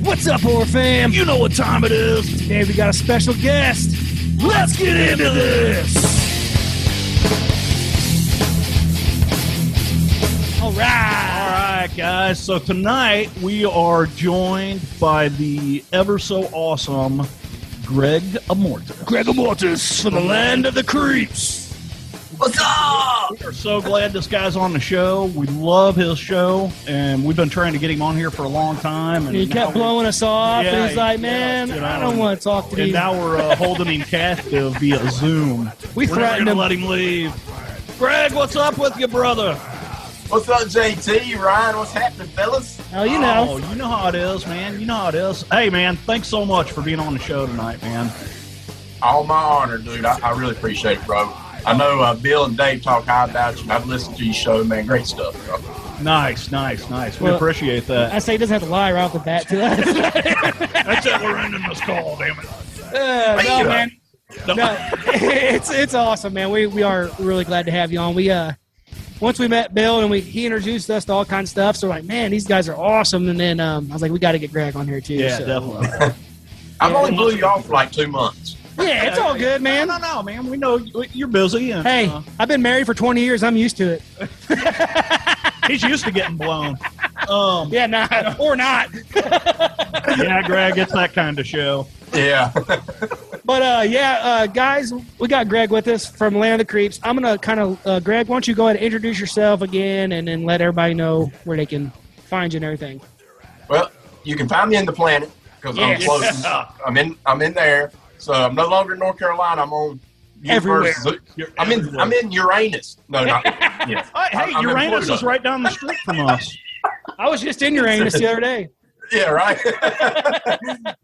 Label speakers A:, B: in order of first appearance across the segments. A: What's up, horror fam?
B: You know what time it is.
A: Today we got a special guest.
B: Let's get into this.
A: All right.
B: All right, guys. So tonight we are joined by the ever so awesome Greg Amortis.
A: Greg
B: Amortis for the land of the creeps.
C: What's up?
B: We are so glad this guy's on the show. We love his show, and we've been trying to get him on here for a long time. And
A: He
B: now
A: kept
B: we-
A: blowing us off.
B: Yeah,
A: He's like,
B: yeah,
A: man,
B: you know,
A: I don't want to talk to
B: And
A: these.
B: now we're uh, holding him captive via Zoom.
A: We
B: We're not
A: threatened
B: gonna
A: him.
B: let him leave. Greg, what's up with you, brother?
C: What's up, JT? Ryan, what's happening, fellas?
A: Oh, you know.
B: Oh, you know how it is, man. You know how it is. Hey, man, thanks so much for being on the show tonight, man.
C: All my honor, dude. I, I really appreciate it, bro. I know uh, Bill and Dave talk high about you. I've listened to your show, man. Great stuff, bro.
B: Nice, nice, nice. We
A: Well-
B: appreciate that.
A: I say he doesn't have to lie right off the bat to us.
B: That's it. We're ending this call, damn it.
A: Uh, no, man.
B: No.
A: No, it's it's awesome, man. We we are really glad to have you on. We uh, once we met Bill and we he introduced us to all kinds of stuff. So we're like, man, these guys are awesome. And then um, I was like, we got to get Greg on here too.
B: Yeah,
A: so.
B: definitely.
C: I've only blew you off for like two months.
A: Yeah, it's all good, man.
B: No, no, no, man. We know you- you're busy. And,
A: Hey,
B: uh,
A: I've been married for 20 years. I'm used to it.
B: he's used to getting blown. Um,
A: Yeah, not or not.
B: yeah, Greg, it's that kind of show.
C: Yeah.
A: But uh, yeah, uh, guys, we got Greg with us from Land of the Creeps. I'm gonna kind of uh, Greg, why don't you go ahead and introduce yourself again, and then let everybody know where they can find you and everything.
C: well, you can find me in the planet because
A: Yes.
C: I'm close. I'm in. I'm in there. So I'm no longer in North Carolina. I'm on.
A: Everywhere.
C: Universe-
B: You're
C: I'm in.
B: everywhere.
C: I'm in Uranus. No, not. yeah.
B: Hey, hey
C: I'm in
B: Uranus
C: Florida.
B: is right down the street from us.
A: I was just in Uranus the other day.
C: Yeah. Right.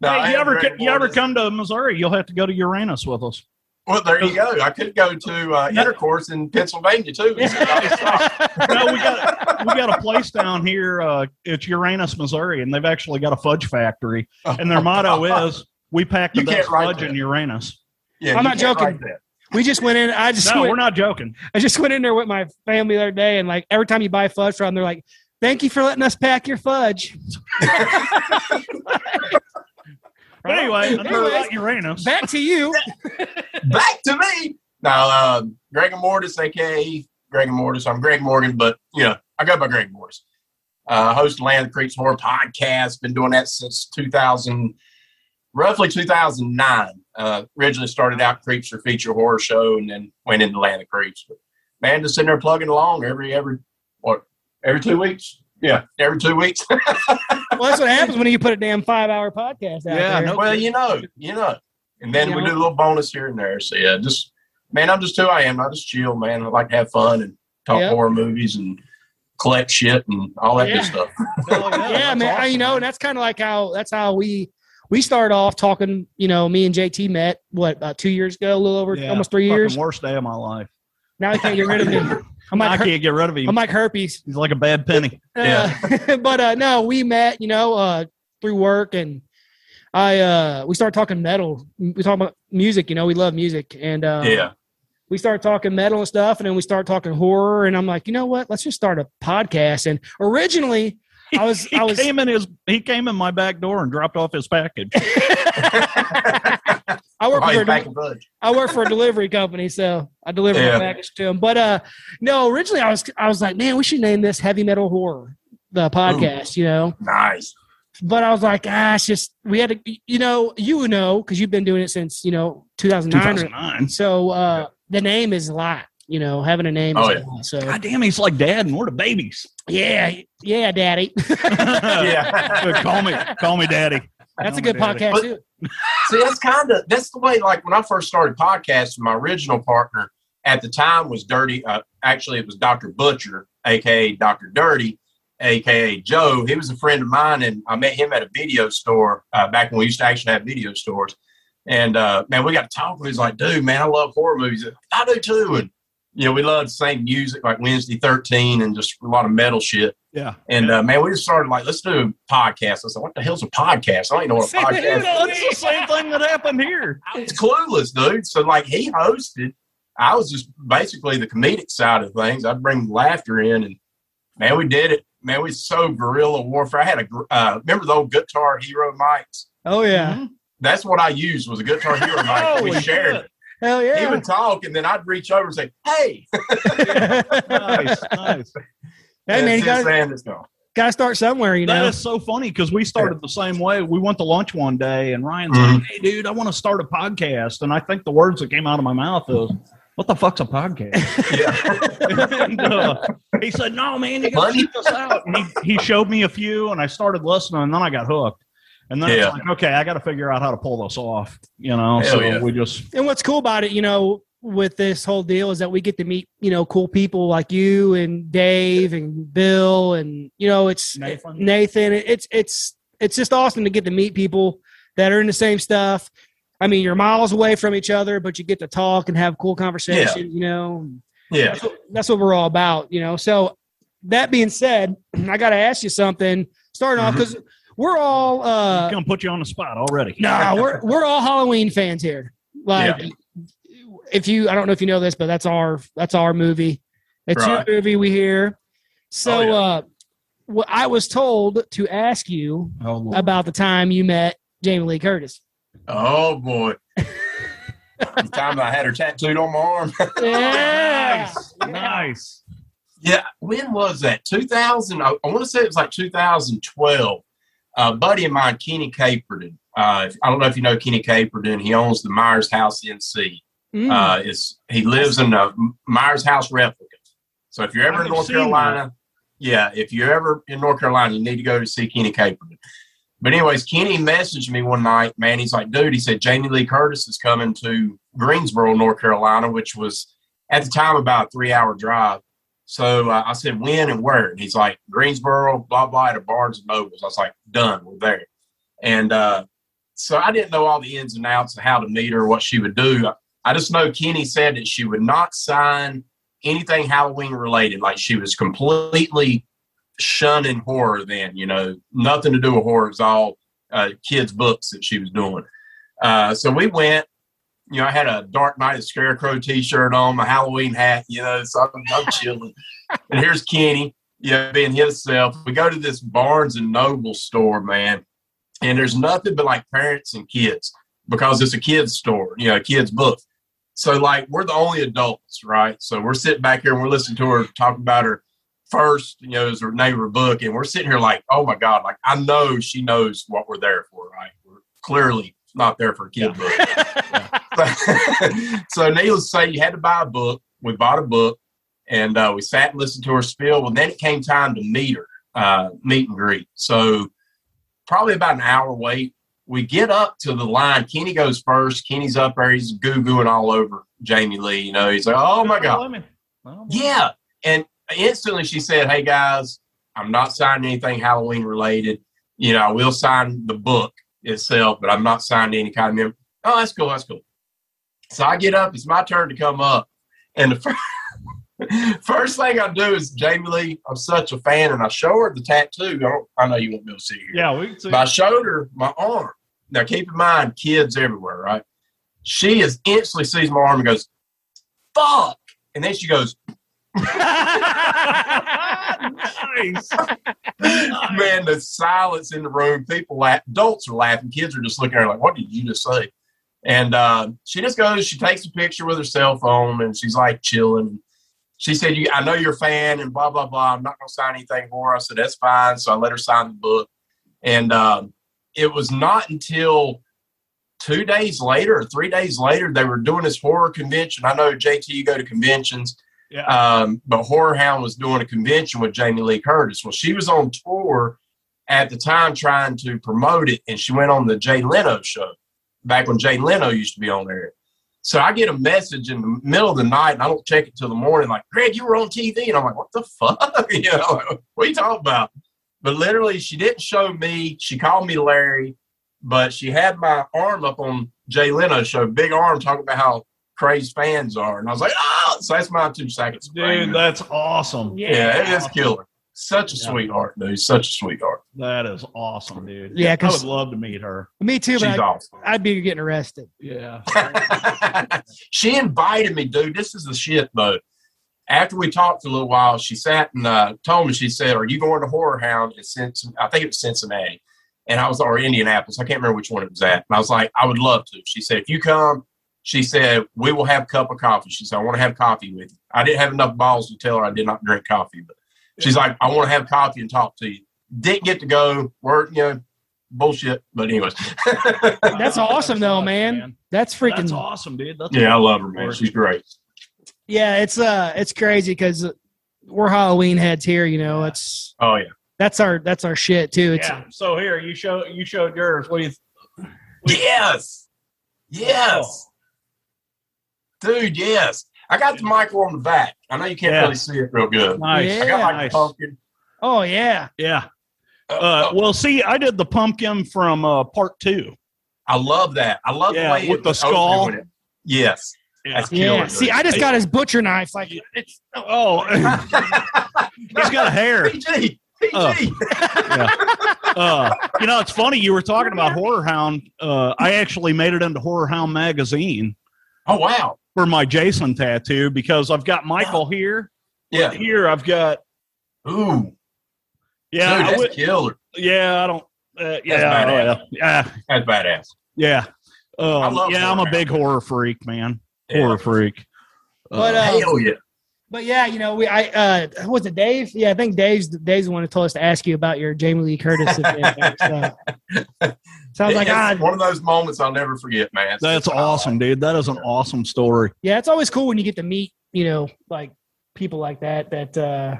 C: No, I
B: hey, you
C: am
B: ever
C: very
B: you ever
C: Florida.
B: come to Missouri? You'll have to go to Uranus with us.
C: Well, there you go. I could go to uh, intercourse in Pennsylvania too.
B: no, we got we got a place down here. Uh, it's Uranus, Missouri, and they've actually got a fudge factory. And their motto is, "We pack the
C: You can't
B: best
C: write
B: fudge in
C: that.
B: Uranus."
C: Yeah,
A: I'm
C: you
A: not
C: can't
A: joking.
C: write that.
A: We just went in. I just
B: No,
A: went,
B: we're not joking.
A: I just went in there with my family the other day, and like every time you buy fudge from, them, they're like, "Thank you for letting us pack your fudge."
B: But anyway, enough
A: Anyways,
B: about Uranus.
A: Back to you.
C: Back to me. Now, uh, Greg and Mortis, aka Greg and Mortis. I'm Greg Morgan, but you know, I go by Greg Mortis. Uh, host of Land of Creeps Horror Podcast. Been doing that since 2000, roughly 2009. Uh, originally started out Creeps for Feature Horror Show, and then went into Land of Creeps. But man, just sitting there plugging along every every what every two weeks. Yeah, every two weeks.
A: Well, that's what happens when you put a damn five-hour podcast out
B: Yeah,
A: there.
B: no-
C: Well, you know, you know. And then
A: You
C: we
A: know?
C: do a little bonus here and there. So yeah, just man, I'm just who I am. I just chill, man. I like to have fun and talk
A: Yeah.
C: horror movies and collect shit and all that
A: Yeah.
C: good stuff.
A: yeah, man. I- You know, and that's kind of like how that's how we we started off talking. You know, me and JT met what about two years ago, a little over
B: Yeah,
A: almost three years.
B: worst day of my life.
A: Now I can't get rid of him. I'm
B: I
A: like her-
B: can't get rid of him.
A: I'm like herpes.
B: He's like a bad penny.
A: Uh, but uh, no, we met. You know, uh, through work and. I uh we started talking metal. We talk about music, you know, we love music and uh
C: yeah.
A: we started talking metal and stuff, and then we started talking horror. And I'm like, you know what? Let's just start a podcast. And originally, I was,
B: He
A: I was,
B: came in his he came in my back door and dropped off his package.
A: I work
C: Always
A: for,
C: Oh, back
A: a,
C: and fudge.
A: I work for a delivery company, so I deliver my
C: Yeah.
A: package to them. But uh, no, originally I was, I was like, man, we should name this heavy metal horror the podcast, you know.
C: Nice.
A: But I was like, ah, it's just we had to, you know, you would know because you've been doing it since you know 2009.
B: 2009.
A: So uh, the name is a lot, you know, having a name. is
C: Oh,
A: a
C: yeah.
A: lot, so
B: God damn, he's like dad, and we're the babies.
A: yeah, yeah, daddy.
B: Uh,
C: Yeah.
B: call me, call me daddy.
A: That's
B: Call
A: a
B: me
A: good
B: daddy.
A: podcast
C: But-
A: too.
C: See, that's kind of that's the way. Like when I first started podcasting, my original partner at the time was Dirty. Uh, actually, it was Doctor Butcher, aka Doctor Dirty, aka Joe. He was a friend of mine, and I met him at a video store uh, back when we used to actually have video stores. And uh, man, we got to talk. He's like, "Dude, man, I love horror movies. I do too." And you know, we love the same music, like Wednesday Thirteen, and just a lot of metal shit.
B: Yeah.
C: And uh, man, we just started like, "Let's do a podcast." I said, "What the hell's a podcast? I don't even know what a
A: Same here,
C: podcast." is."
B: That's the same thing that happened here.
C: I was clueless, dude. So like he hosted, I was just basically the comedic side of things. I'd bring laughter in, and man, we did it. Man, we so guerrilla warfare. I had a gr- uh, remember the old Guitar Hero mics.
A: Oh yeah.
C: That's what I used was a Guitar Hero mic. that we
B: Holy
C: shared.
B: shit.
A: Hell
C: He
A: yeah.
C: would talk, and then I'd reach over and say, "Hey,
B: nice, nice.
A: hey man,
C: got
A: you gotta,
C: saying it's gone.
A: gotta start somewhere, you
B: That
A: know.
B: is so funny because we started the same way. We went to lunch one day, and Ryan's like, "Hey, dude, I want to start a podcast." And I think the words that came out of my mouth is, "What the fuck's a podcast?"
C: Yeah,
B: and, uh, he said, "No, man, you got to check this out." And he, he showed me a few, and I started listening, and then I got hooked. And then
C: Yeah.
B: it's like, okay, I got to figure out how to pull this off. You know,
C: Hell
B: so
C: yeah.
B: we just
A: And what's cool about it, you know, with this whole deal is that we get to meet, you know, cool people like you and Dave and Bill and you know, it's
B: Nathan.
A: Nathan. It's it's it's just awesome to get to meet people that are in the same stuff. I mean, you're miles away from each other, but you get to talk and have cool conversations. You know,
C: yeah.
A: that's what, that's what we're all about. You know, so that being said, I got to ask you something. Starting off, because we're all uh,
B: gonna put you on the spot already.
A: no, we're we're all Halloween fans here. Like, if you, I don't know if you know this, but that's our that's our movie. It's
C: Right.
A: your movie. We hear. So,
C: Oh, yeah.
A: uh, what I was told to ask you
B: Oh, Lord.
A: about the time you met Jamie Lee Curtis.
C: Oh boy. the time I had her tattooed on my arm.
A: Yeah.
B: nice,
C: Uh,
B: nice.
C: yeah. When was that? 2000. I, I want to say it was like 2012. A Uh, buddy of mine, Kenny Caperton. Uh, if- I don't know if you know Kenny Caperton. He owns the Myers House NC.
A: Mm.
C: Uh, it's, he lives in the Myers House replica. So if you're ever
B: I've
C: in North
B: seen that.
C: Carolina, yeah, if you're ever in North Carolina, you need to go to see Kenny Caperton. But anyways, Kenny messaged me one night, man. He's like, dude, he said Jamie Lee Curtis is coming to Greensboro, North Carolina, which was at the time about a three hour drive. So uh, I said, when and where? And he's like, Greensboro, blah blah, at a Barnes and Nobles. I was like, done, we're there. And uh, so I didn't know all the ins and outs of how to meet her, what she would do. I just know Kenny said that she would not sign anything Halloween related. Like she was completely shunning horror then, you know, nothing to do with horror. It was all uh, kids' books that she was doing. Uh, so we went. You know, I had a Dark Knight of Scarecrow T-shirt on, my Halloween hat. You know, so I'm, I'm chilling. and here's Kenny, you know, being himself. We go to this Barnes and Noble store, man, and there's nothing but like parents and kids because it's a kids store, you know, a kids book. So like we're the only adults, right? So we're sitting back here and we're listening to her talk about her first, you know, is her name of her book, and we're sitting here like, oh my god, like I know she knows what we're there for, right? We're clearly not there for a kid book. so needless to say, you had to buy a book. We bought a book, and uh, we sat and listened to her spiel. Well, then it came time to meet her, uh, meet and greet. So probably about an hour wait. We get up to the line. Kenny goes first. Kenny's up there. He's goo gooing all over Jamie Lee. You know, he's like, oh my god, yeah. And instantly she said, Hey guys, I'm not signing anything Halloween related. You know, I will sign the book itself, but I'm not signing any kind of member. Oh, that's cool. That's cool. So I get up. It's my turn to come up. And the first, first thing I do is, Jamie Lee, I'm such a fan. And I show her the tattoo. I, don't, I know you won't be able to see it. here.
B: Yeah, we can see.
C: But I showed her my arm. Now, keep in mind, kids everywhere, right? She is instantly sees my arm and goes, fuck. And then she goes,
B: nice.
C: Man, the silence in the room. People laugh. Adults are laughing. Kids are just looking at her like, "What did you just say?" And uh, she just goes. She takes a picture with her cell phone, and she's like chilling. She said, you, "I know you're a fan," and blah blah blah. I'm not gonna sign anything for her. I said, "That's fine." So I let her sign the book, and um, it was not until two days later or three days later they were doing this horror convention. I know JT, you go to conventions.
B: Yeah.
C: Um, but Horror Hound was doing a convention with Jamie Lee Curtis. Well, she was on tour at the time trying to promote it, and she went on the Jay Leno show back when Jay Leno used to be on there. So I get a message in the middle of the night, and I don't check it till the morning. Like, Greg, you were on TV, and I'm like, what the fuck? you know, like, what are you talking about? But literally, she didn't show me. She called me Larry, but she had my arm up on Jay Leno's show, big arm, talking about how crazy fans are, and I was like, oh, so that's my two seconds. of fame.
B: Dude, that's awesome.
C: yeah, it is killer. Such a
B: Yeah.
C: sweetheart, dude. Such a sweetheart.
B: That is awesome, dude.
A: Yeah,
B: I
A: 'cause-
B: would love to meet her.
A: Me too,
C: She's
A: but I,
C: awesome.
A: I'd be getting arrested.
B: Yeah.
C: she invited me, dude. This is the shit, though. After we talked for a little while, she sat and uh, told me, she said, Are you going to Horror Hound? At Cincinnati? I think it was Cincinnati. And I was, or Indianapolis. I can't remember which one it was at. And I was like, I would love to. She said, If you come, she said, We will have a cup of coffee. She said, I want to have coffee with you. I didn't have enough balls to tell her I did not drink coffee, but she's like, I want to have coffee and talk to you. Didn't get to go, work, you know, bullshit. But, anyways.
A: That's awesome, though, man. That's freaking
B: That's awesome, dude. That's
C: yeah, I love her, man. She's great.
A: yeah. It's uh, it's crazy because we're Halloween heads here. You know, it's
C: Oh, yeah.
A: that's our that's our shit too. It's
B: yeah. So here, you show you showed yours. What do you? th-
C: Yes. Yes. Dude, yes. I got the micro on the back. I know you can't
B: Yeah.
C: really see it real good.
B: Nice.
A: Yeah.
C: I got like
B: nice.
C: a pumpkin.
A: oh yeah,
B: Yeah.
C: Uh,
B: Uh, well, see, I did the pumpkin from uh, part two.
C: I love that. I love
B: yeah,
C: the way
B: with
C: it
B: the
C: was open
B: skull.
C: when it- Yes.
B: Yeah.
C: That's killer.
A: yeah. See, I just got his butcher knife. Like it's
B: Oh, he's got a hair.
C: PG. PG.
B: Uh, Uh, you know, it's funny. You were talking about Horror Hound. Uh, I actually made it into Horror Hound magazine
C: oh, wow.
B: for my Jason tattoo because I've got Michael here.
C: Yeah.
B: Here, I've got.
C: Ooh.
B: Yeah,
C: dude,
B: I
C: that's
B: would,
C: killer.
B: yeah. I don't. Uh, yeah,
C: badass.
B: yeah, yeah,
C: That's badass.
B: yeah.
C: I
B: Um,
C: love
B: yeah, I'm
C: Horror
B: a big horror freak, man. Horror freak.
A: But,
C: Yeah.
A: uh,
C: Hell yeah.
A: but yeah, you know, we I uh, was it Dave? Yeah, I think Dave's Dave's the one who told us to ask you about your Jamie Lee Curtis. event, so. so I was like,
C: It's
A: ah,
C: one of those moments I'll never forget, man.
B: That's awesome, dude. That is an awesome story.
A: yeah, it's always cool when you get to meet you know like people like that. That uh,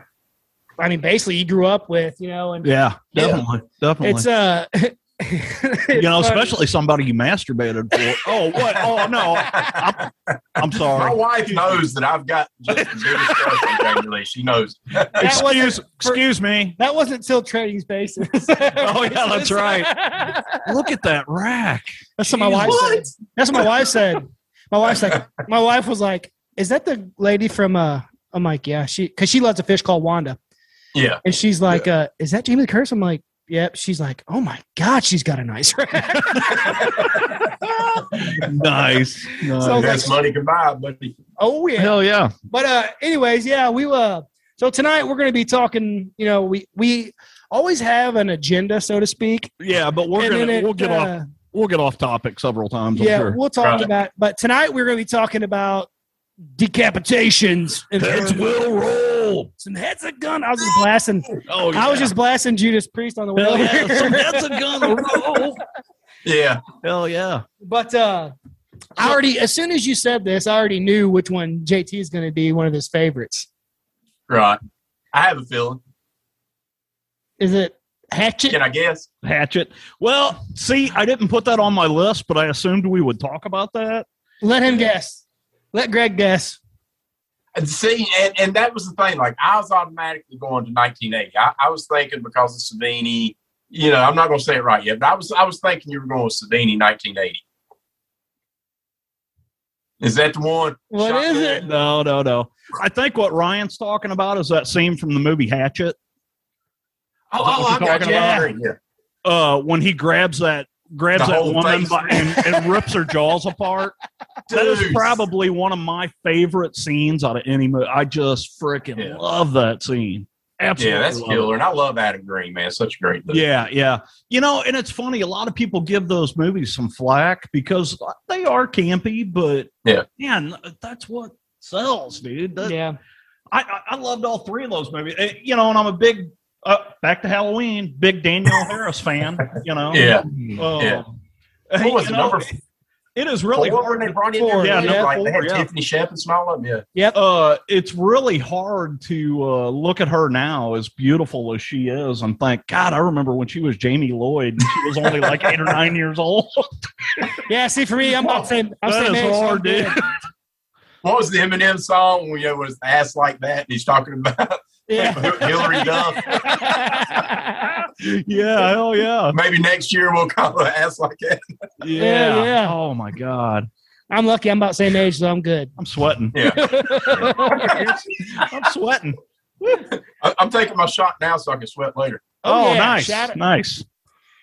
A: I mean, basically, you grew up with, you know, and
B: Yeah,
C: Yeah.
B: definitely, definitely.
A: it's uh,
B: you know,
A: it's funny.
B: especially somebody you masturbated for. Oh, what? Oh no, I'm, I'm
C: My
B: sorry.
C: wife knows that I've got just the biggest crush on Jamie Lee. She knows.
A: That wasn't
B: Excuse,
A: for-
B: excuse me.
A: That wasn't till trading spaces.
B: Oh, yeah, that's right. Look at that rack.
A: That's what my wife said. That's what my wife said. My wife's like, my wife was like, is that the lady from? uh I'm like, yeah, she because she loves a fish called Wanda,
C: Yeah.
A: and she's like, uh, is that Jamie Lee Curtis? I'm like, yep. She's like, oh my god, she's got a nice rack.
B: Nice. nice.
A: So-
C: That's money can buy, buddy.
A: oh yeah.
B: Hell yeah.
A: But uh, anyways, yeah, we uh, so tonight we're gonna be talking. You know, we we always have an agenda, so to speak.
B: Yeah, but we're
A: And then
B: gonna
A: it,
B: we'll get
A: uh,
B: off we'll get off topic several times. I'm
A: yeah,
B: sure.
A: we'll talk
C: Right.
A: about. But tonight we're going to be talking about decapitations. And
B: will roll.
A: some heads of gun. I was just blasting.
B: Oh,
A: I was just blasting Judas Priest on the way.
B: Hell
A: over
B: yeah.
A: here.
B: Some heads are gonna roll.
C: Yeah.
B: Hell yeah.
A: But uh, I already, as soon as you said this, I already knew which one JT is going to be one of his favorites.
C: Right. I have a feeling.
A: Is it Hatchet?
C: Can I guess?
B: Hatchet. Well, see, I didn't put that on my list, but I assumed we would talk about that.
A: Let him guess. Let Greg guess.
C: And See, and, and that was the thing. Like, I was automatically going to 1980. I, I was thinking because of Savini. You know, I'm not going to say it right yet, but I was I was thinking you were going with Savini 1980. Is that the one?
A: What
C: What is
A: is it?
B: No, no, no. I think what Ryan's talking about is that scene from the movie Hatchet.
C: Oh,
B: Is that
C: oh
B: what
C: I
B: you're
C: got
B: talking
C: you.
B: about?
C: Yeah.
B: Uh, when he grabs that grabs
C: The
B: that
C: whole
B: woman
C: face.
B: by, and, and rips her jaws apart. That is
C: Dude.
B: probably one of my favorite scenes out of any movie. I just freaking
C: Yeah.
B: love that scene. Absolutely.
C: Yeah, that's
B: love it.
C: killer. And I love Adam Green, man. Such a great dude.
B: Yeah, yeah. You know, and it's funny. A lot of people give those movies some flack because they are campy, but
C: Yeah.
B: man, that's what sells, dude. That-
A: Yeah.
B: I, I I loved all three of those movies. Eh, You know, and I'm a big uh, back to Halloween, big Daniel Harris fan. You know,
C: Yeah.
B: Um,
C: Yeah.
B: eh,
C: What was
B: you
C: it,
B: know,
C: number
B: It is really
C: Four,
B: hard.
C: when they brought in
A: Four,
C: everybody,
A: yeah,
C: like, they
B: four,
C: had
B: yeah.
C: Tiffany Shep and some of them. Yeah.
A: Yep.
B: Uh, it's really hard to uh, look at her now, as beautiful as she is, and think, God, I remember when she was Jamie Lloyd, and she was only like eight or nine years old.
A: Yeah. See, for me, I'm not saying. I'm
B: That
A: saying
B: is
A: man, so
B: hard, dude.
A: good.
C: What was the Eminem song when you know, it was ass like that? And he's talking about Hillary Duff.
A: Yeah.
B: yeah, hell yeah.
C: Maybe next year we'll call her ass like that.
A: Yeah, yeah.
B: Oh my god,
A: I'm lucky.
B: Oh,
A: I'm about the same age, so I'm good.
B: I'm sweating.
C: Yeah.
B: I'm sweating.
C: I- I'm taking my shot now so I can sweat later.
B: Oh,
A: yeah,
B: nice,
A: shout out.
B: nice.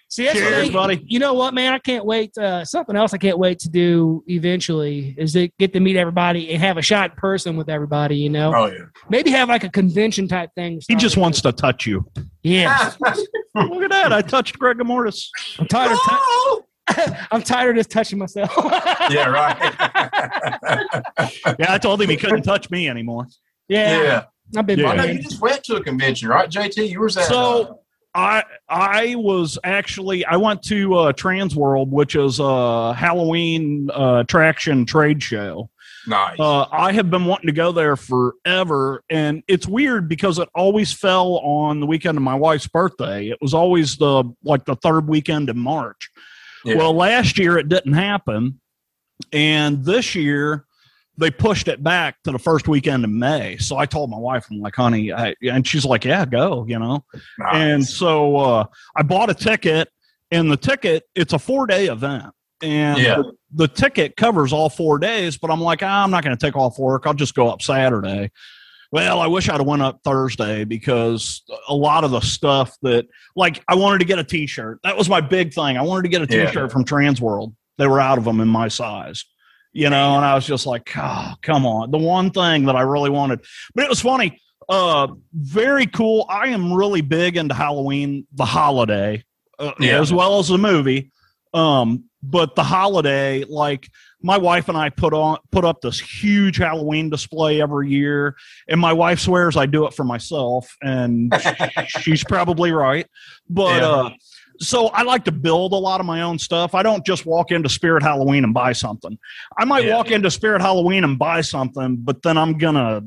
A: See, that's the
B: Cheers,
A: thing.
B: buddy.
A: You know what, man? I can't wait. Uh, something else I can't wait to do eventually is to get to meet everybody and have a shot in person with everybody. You know,
C: Oh yeah.
A: maybe have like a convention type thing.
B: He just wants to touch you.
A: Oh, Yeah,
C: Ah,
B: Look at that! I touched Greg Mortis.
A: I'm tired. Of tou- I'm tired of just touching myself.
C: yeah, right.
B: Yeah, I told him he couldn't touch me anymore.
A: yeah.
C: yeah.
A: I've been.
B: Yeah.
C: I know
A: buying.
C: you just went to a convention, right, JT? You was at uh,
B: So- I I was actually I went to uh, Trans World, which is a Halloween uh, attraction trade show.
C: nice.
B: Uh, I have been wanting to go there forever, and it's weird because it always fell on the weekend of my wife's birthday. It was always the like the third weekend in March.
C: Yeah.
B: Well, last year it didn't happen, and this year they pushed it back to the first weekend of May. So I told my wife, I'm like, honey, I, and she's like, yeah, go, you know.
C: nice.
B: And so uh, I bought a ticket, and the ticket it's a four day event, and
C: Yeah.
B: the, the ticket covers all four days. But I'm like, "Ah, I'm not going to take off work. I'll just go up Saturday. Well, I wish I'd have went up Thursday because a lot of the stuff that like I wanted to get a T-shirt. That was my big thing. I wanted to get a
C: Yeah.
B: T-shirt from Transworld. They were out of them in my size. You know, and I was just like, oh, come on. The one thing that I really wanted. But it was funny uh very cool i am really big into halloween the holiday uh,
C: Yeah.
B: as well as the movie um but the holiday like my wife and i put on put up this huge halloween display every year and my wife swears i do it for myself and she's probably right but
C: Yeah.
B: uh so I like to build a lot of my own stuff. I don't just walk into Spirit Halloween and buy something. I might
C: Yeah.
B: walk into Spirit Halloween and buy something, but then I'm gonna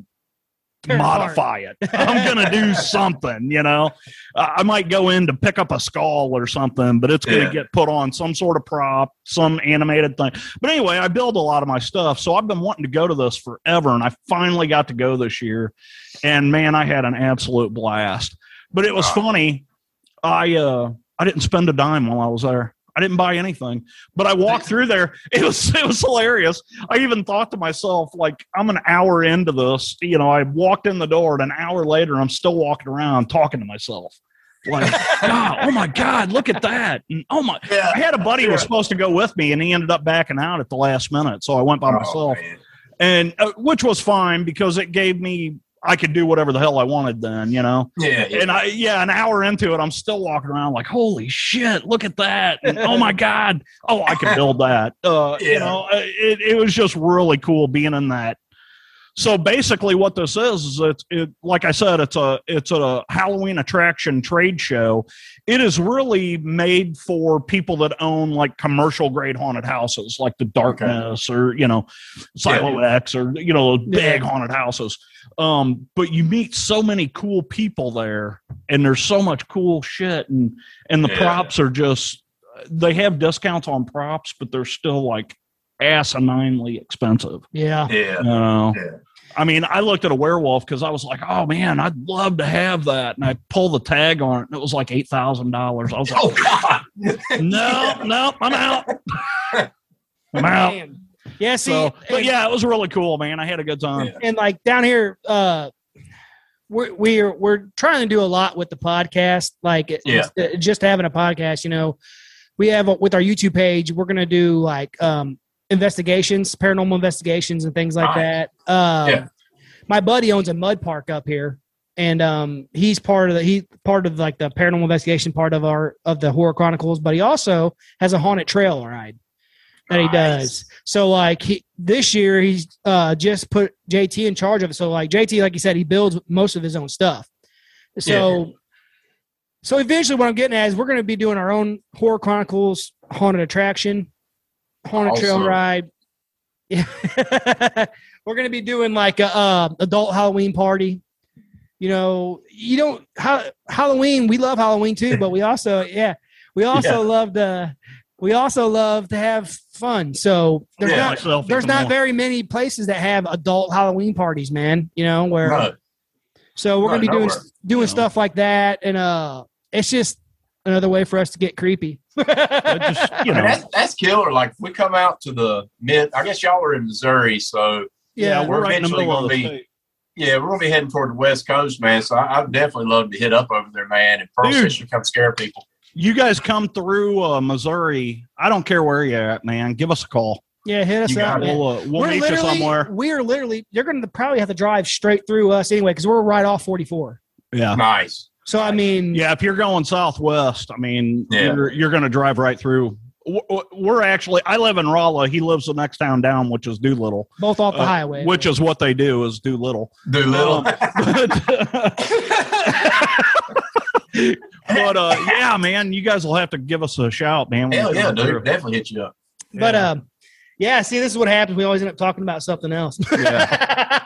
A: Tear it apart.
B: modify it. I'm gonna do something. You know, I I might go in to pick up a skull or something, but it's gonna
C: Yeah.
B: get put on some sort of prop, some animated thing. But anyway, I build a lot of my stuff, so I've been wanting to go to this forever, and I finally got to go this year, and man, I had an absolute blast. But it was
C: Wow.
B: funny. I uh, I didn't spend a dime while I was there. I didn't buy anything, but I walked through there. It was it was hilarious. I even thought to myself, like, I'm an hour into this. You know, I walked in the door, and an hour later, I'm still walking around talking to myself. Like, "God, oh my God, look at that. And, oh my. I
C: yeah.
B: had a buddy who was supposed to go with me, and he ended up backing out at the last minute. So I
C: Oh,
B: went by myself,
C: man.
B: and uh, which was fine because it gave me, I could do whatever the hell I wanted then, you know?
C: Yeah, yeah.
B: And I, yeah, an hour into it, I'm still walking around like, holy shit, look at that. And, oh my God. Oh, I can build that. Uh, You
C: Yeah.
B: know, uh, it, it was just really cool being in that. So basically what this is, is it's, it, like I said, it's a, it's a Halloween attraction trade show. It is really made for people that own like commercial grade haunted houses, like the darkness or, you know, Silo X or, you know, those big
A: Yeah.
B: haunted houses um but you meet so many cool people there and there's so much cool shit and and the
C: Yeah.
B: props are just they have discounts on props but they're still like asininely expensive
A: Yeah.
C: yeah.
B: you know?
C: Yeah.
B: i mean i looked at a werewolf because i was like oh man i'd love to have that and i pulled the tag on it and it was like eight thousand dollars i was like
C: Oh God.
B: no no i'm out i'm out
A: Man. Yeah. See,
B: so but
A: and-
B: yeah it was really cool man i had a good time
C: Yeah.
A: and like down here uh we're we're we're trying to do a lot with the podcast like it-
C: Yeah.
A: it's- uh, just having a podcast you know we have a, with our youtube page we're gonna do like um investigations paranormal investigations and things like
C: Nice.
A: that um
C: Yeah.
A: my buddy owns a mud park up here and um he's part of the he part of like the paranormal investigation part of our of the horror chronicles but he also has a haunted trail ride that he does
C: Nice.
A: so like he, this year he's uh, just put JT in charge of it. So like JT, like you said, he builds most of his own stuff. So so eventually, what I'm getting at is we're going to be doing our own horror chronicles, haunted attraction, haunted trail
C: Awesome.
A: ride. Yeah, we're going to be doing like a uh, adult Halloween party. You know, you don't ha- Halloween. We love Halloween too, but we also yeah, we also
C: Yeah.
A: love to we also love to have fun. So there's
C: Yeah,
A: not
B: myself
A: there's
B: even
A: not
B: more.
A: very many places that have adult Halloween parties, man. You know where.
C: No.
A: So we're
C: Right,
A: gonna be doing
C: nowhere.
A: doing
B: Yeah.
A: stuff like that, and uh, it's just another way for us to get creepy.
B: just, you
C: I mean,
B: know.
C: that's that's killer. Like if we come out to the mid. I guess y'all are in Missouri, so
A: yeah,
C: we're right in the middle of the
B: state.
C: yeah, we're gonna be heading toward the West Coast, man. So I, I'd definitely love to hit up over there, man, and Pearl
B: Dude.
C: Station come scare people.
B: You guys come through uh, Missouri. I don't care where you're at, man. Give us a call.
A: Yeah, hit us
C: You
A: up,
C: got
A: man.
B: We'll, uh, we'll meet you somewhere.
A: We are literally. You're going to probably have to drive straight through us anyway because we're right off 44.
B: Yeah.
C: Nice.
A: So I mean,
B: Yeah, if you're going southwest, I mean,
C: Yeah.
B: you're you're going to drive right through. W- w- We're actually. I live in Rolla. He lives the next town down, which is Doolittle,
A: both off the
B: Uh,
A: highway.
B: which is what they do is Doolittle.
C: Doolittle.
B: Um, but, but, uh, yeah, man, you guys will have to give us a shout, man. when
C: Hell
B: you
C: yeah,
B: come through.
C: dude. Definitely hit you up.
A: but
B: yeah.
A: um, yeah. See, this is what happens. We always end up talking about something else. which uh,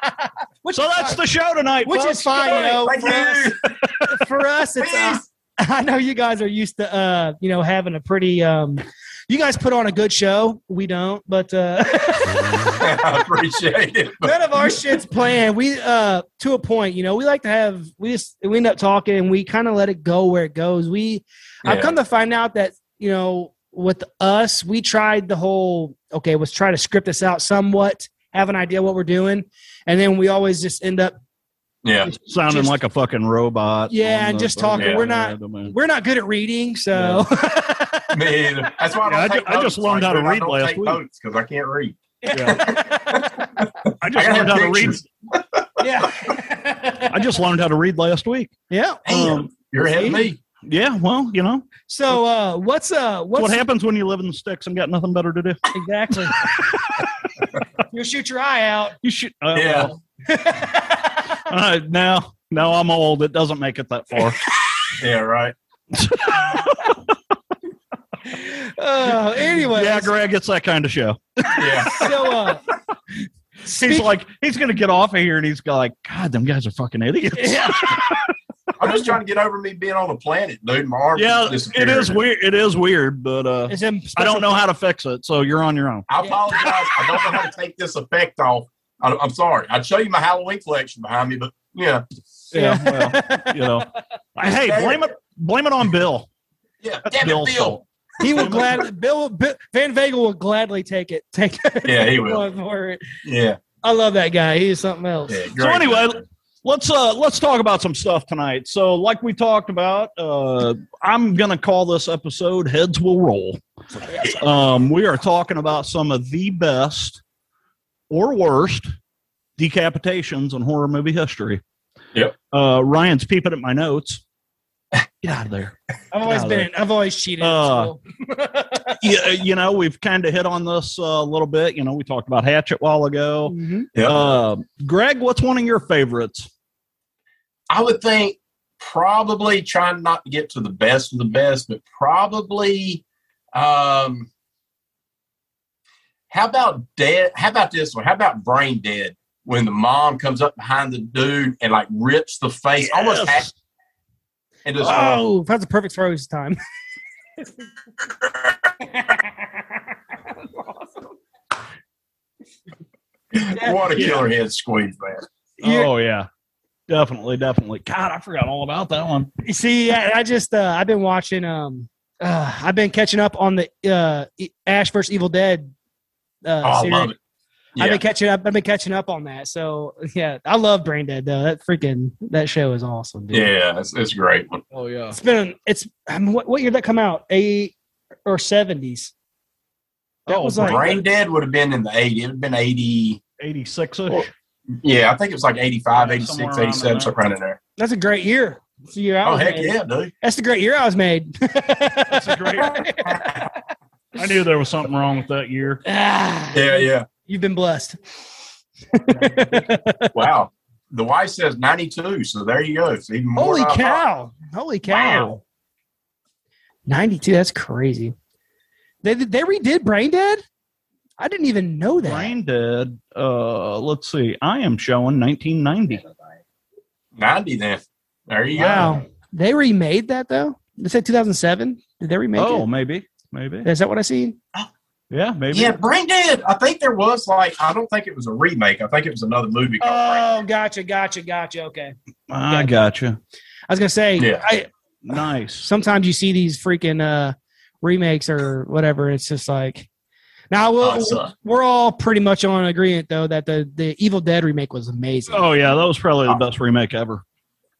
B: So that's the show tonight.
A: which
B: folks.
A: is fine, you know.
C: Thank
A: For us,
C: you.
A: for us, it's uh,
C: Peace.
A: I know you guys are used to uh, you know, having a pretty um you guys put on a good show. We don't, but uh
C: I appreciate it.
A: none of our shit's planned. We uh to a point, you know, we like to have we just we end up talking and we kind of let it go where it goes. We I've
C: Yeah.
A: come to find out that, you know, with us, we tried the whole okay, let's try to script this out somewhat, have an idea what we're doing, and then we always just end up
C: Yeah.
B: sounding
A: Just-
B: like a fucking robot.
A: Yeah,
B: on
A: and
B: the
A: just talking.
B: fucking-
A: We're not-
B: Yeah, man.
A: we're not good at reading, so
C: Me either. That's why I
B: Yeah, I
C: don't
B: ju-
C: take
B: I just
C: notes.
B: learned
C: Like,
B: how to
C: dude, I
B: read
C: don't
B: last
C: take
B: week.
C: notes because I can't read.
B: Yeah. I
C: I
B: just
C: gotta
B: learned how
C: have
B: to read.
C: pictures.
A: yeah.
B: I just learned how to read last week.
A: yeah.
C: Damn,
B: Um,
C: you're ahead of
A: see?
C: me.
B: Yeah, well, you know,
A: So uh what's uh
B: it's
A: what's
B: what happens when you live in the sticks and got nothing better to do?
A: exactly? You'll shoot your eye out.
B: You should. Uh,
C: Yeah.
B: well, all right, now, now I'm old. It doesn't make it that far.
C: Yeah, right.
A: uh, anyway,
B: yeah, Greg, it's that kind of show.
C: Yeah.
A: so uh
B: He's
A: speak-
B: like, he's gonna get off of here, and he's like, God, them guys are fucking idiots.
A: Yeah.
C: I'm just trying to get over me being on a planet, dude. My arm
B: Yeah,
C: disappeared.
B: it is weird. It is weird, but uh,
A: It's in
B: I
A: special-
B: don't know how to fix it. So you're on your own.
C: I apologize. I don't know how to take this effect off. I, I'm sorry. I'd show you my Halloween collection behind me, but yeah,
B: Yeah, well, you know. hey,
C: there.
B: blame it, blame it on Bill.
C: yeah.
B: That's
C: Damn it,
B: Bill's
C: Bill.
B: fault.
A: He will gladly Bill, Bill Van Vagel will gladly take it. Take
C: Yeah, he will.
A: for it.
C: Yeah.
A: I love that guy. He is something else.
C: yeah
B: So anyway, let's uh let's talk about some stuff tonight. So like we talked about, uh I'm gonna call this episode Heads Will Roll. Um we are talking about some of the best or worst decapitations in horror movie history.
C: Yep.
B: Uh Ryan's peeping at my notes. Get out of there.
A: I've always
B: No,
A: been. I've always cheated.
B: Uh,
A: so.
B: yeah, uh, you know, we've kind of hit on this uh, a little bit. You know, we talked about Hatchet a while ago.
A: Mhm.
C: Yep.
B: Uh, Greg, what's one of your favorites?
C: I would think probably trying not to get to the best of the best, but probably um how about dead how about this one? How about brain dead when the mom comes up behind the dude and like rips the face almost half
B: Yes. Ah,
C: and just
A: Oh, that's a perfect throws time.
C: what a
B: Yeah.
C: killer head squeeze, man.
A: You,
B: Oh yeah, definitely, definitely. God, I forgot all about that one.
C: Oh.
A: you see, I, I just uh, I've been watching. Um, uh, I've been catching up on the uh, E- Ash versus Evil Dead. Uh,
C: Oh, I
A: series.
C: love it.
A: I've
C: Yeah.
A: been catching up. I've been catching up on that. So yeah, I love Brain Dead though. That freaking that show is awesome. Dude.
C: Yeah, it's, it's a great one.
B: Oh yeah.
A: it's been it's. I mean, what what year did that come out? Eight or seventies? That
B: oh,
A: was like-
C: Brain dead would have been in the 80. It would have been 80.
B: eighty-six
C: Well,
B: ish.
C: Yeah, I think it was like 85,
B: Yeah,
C: 86,
B: somewhere around
C: 87,
B: there.
C: something around in there.
A: That's a great year. That's the year I
C: Oh,
A: was
C: heck
A: made.
C: yeah, dude.
A: That's the great year I was made.
B: a great- I knew there was something wrong with that year.
A: Ah,
C: Yeah, yeah.
A: You've been blessed.
C: Wow. The wife says 92, so there you go. It's even more
A: Holy
C: than I thought.
A: cow! Holy cow!
C: Wow.
A: 92. That's crazy. They they redid Brain Dead. I didn't even know that.
B: Brain dead. Uh, let's see. I am showing nineteen ninety.
C: 90 then. There you
A: wow. They remade that though. They said 2007. Did they remake
B: Oh,
A: oh.
B: maybe, maybe.
A: it? Is that what I seen?
B: Yeah,
C: go.
B: maybe.
C: Yeah, Brain Dead. I think there was like, I don't think it was a remake. I think it was another movie. called
A: Oh, gotcha, gotcha, gotcha. Okay.
B: I gotcha.
A: I was gonna say.
C: Yeah.
A: I,
B: Nice.
A: sometimes you see these freaking uh remakes or whatever. It's just like Now
C: Oh,
A: we'll,
C: it sucked.
A: we're all pretty much on agreement though that the the Evil Dead remake was amazing.
B: Oh yeah, that was probably the best remake ever.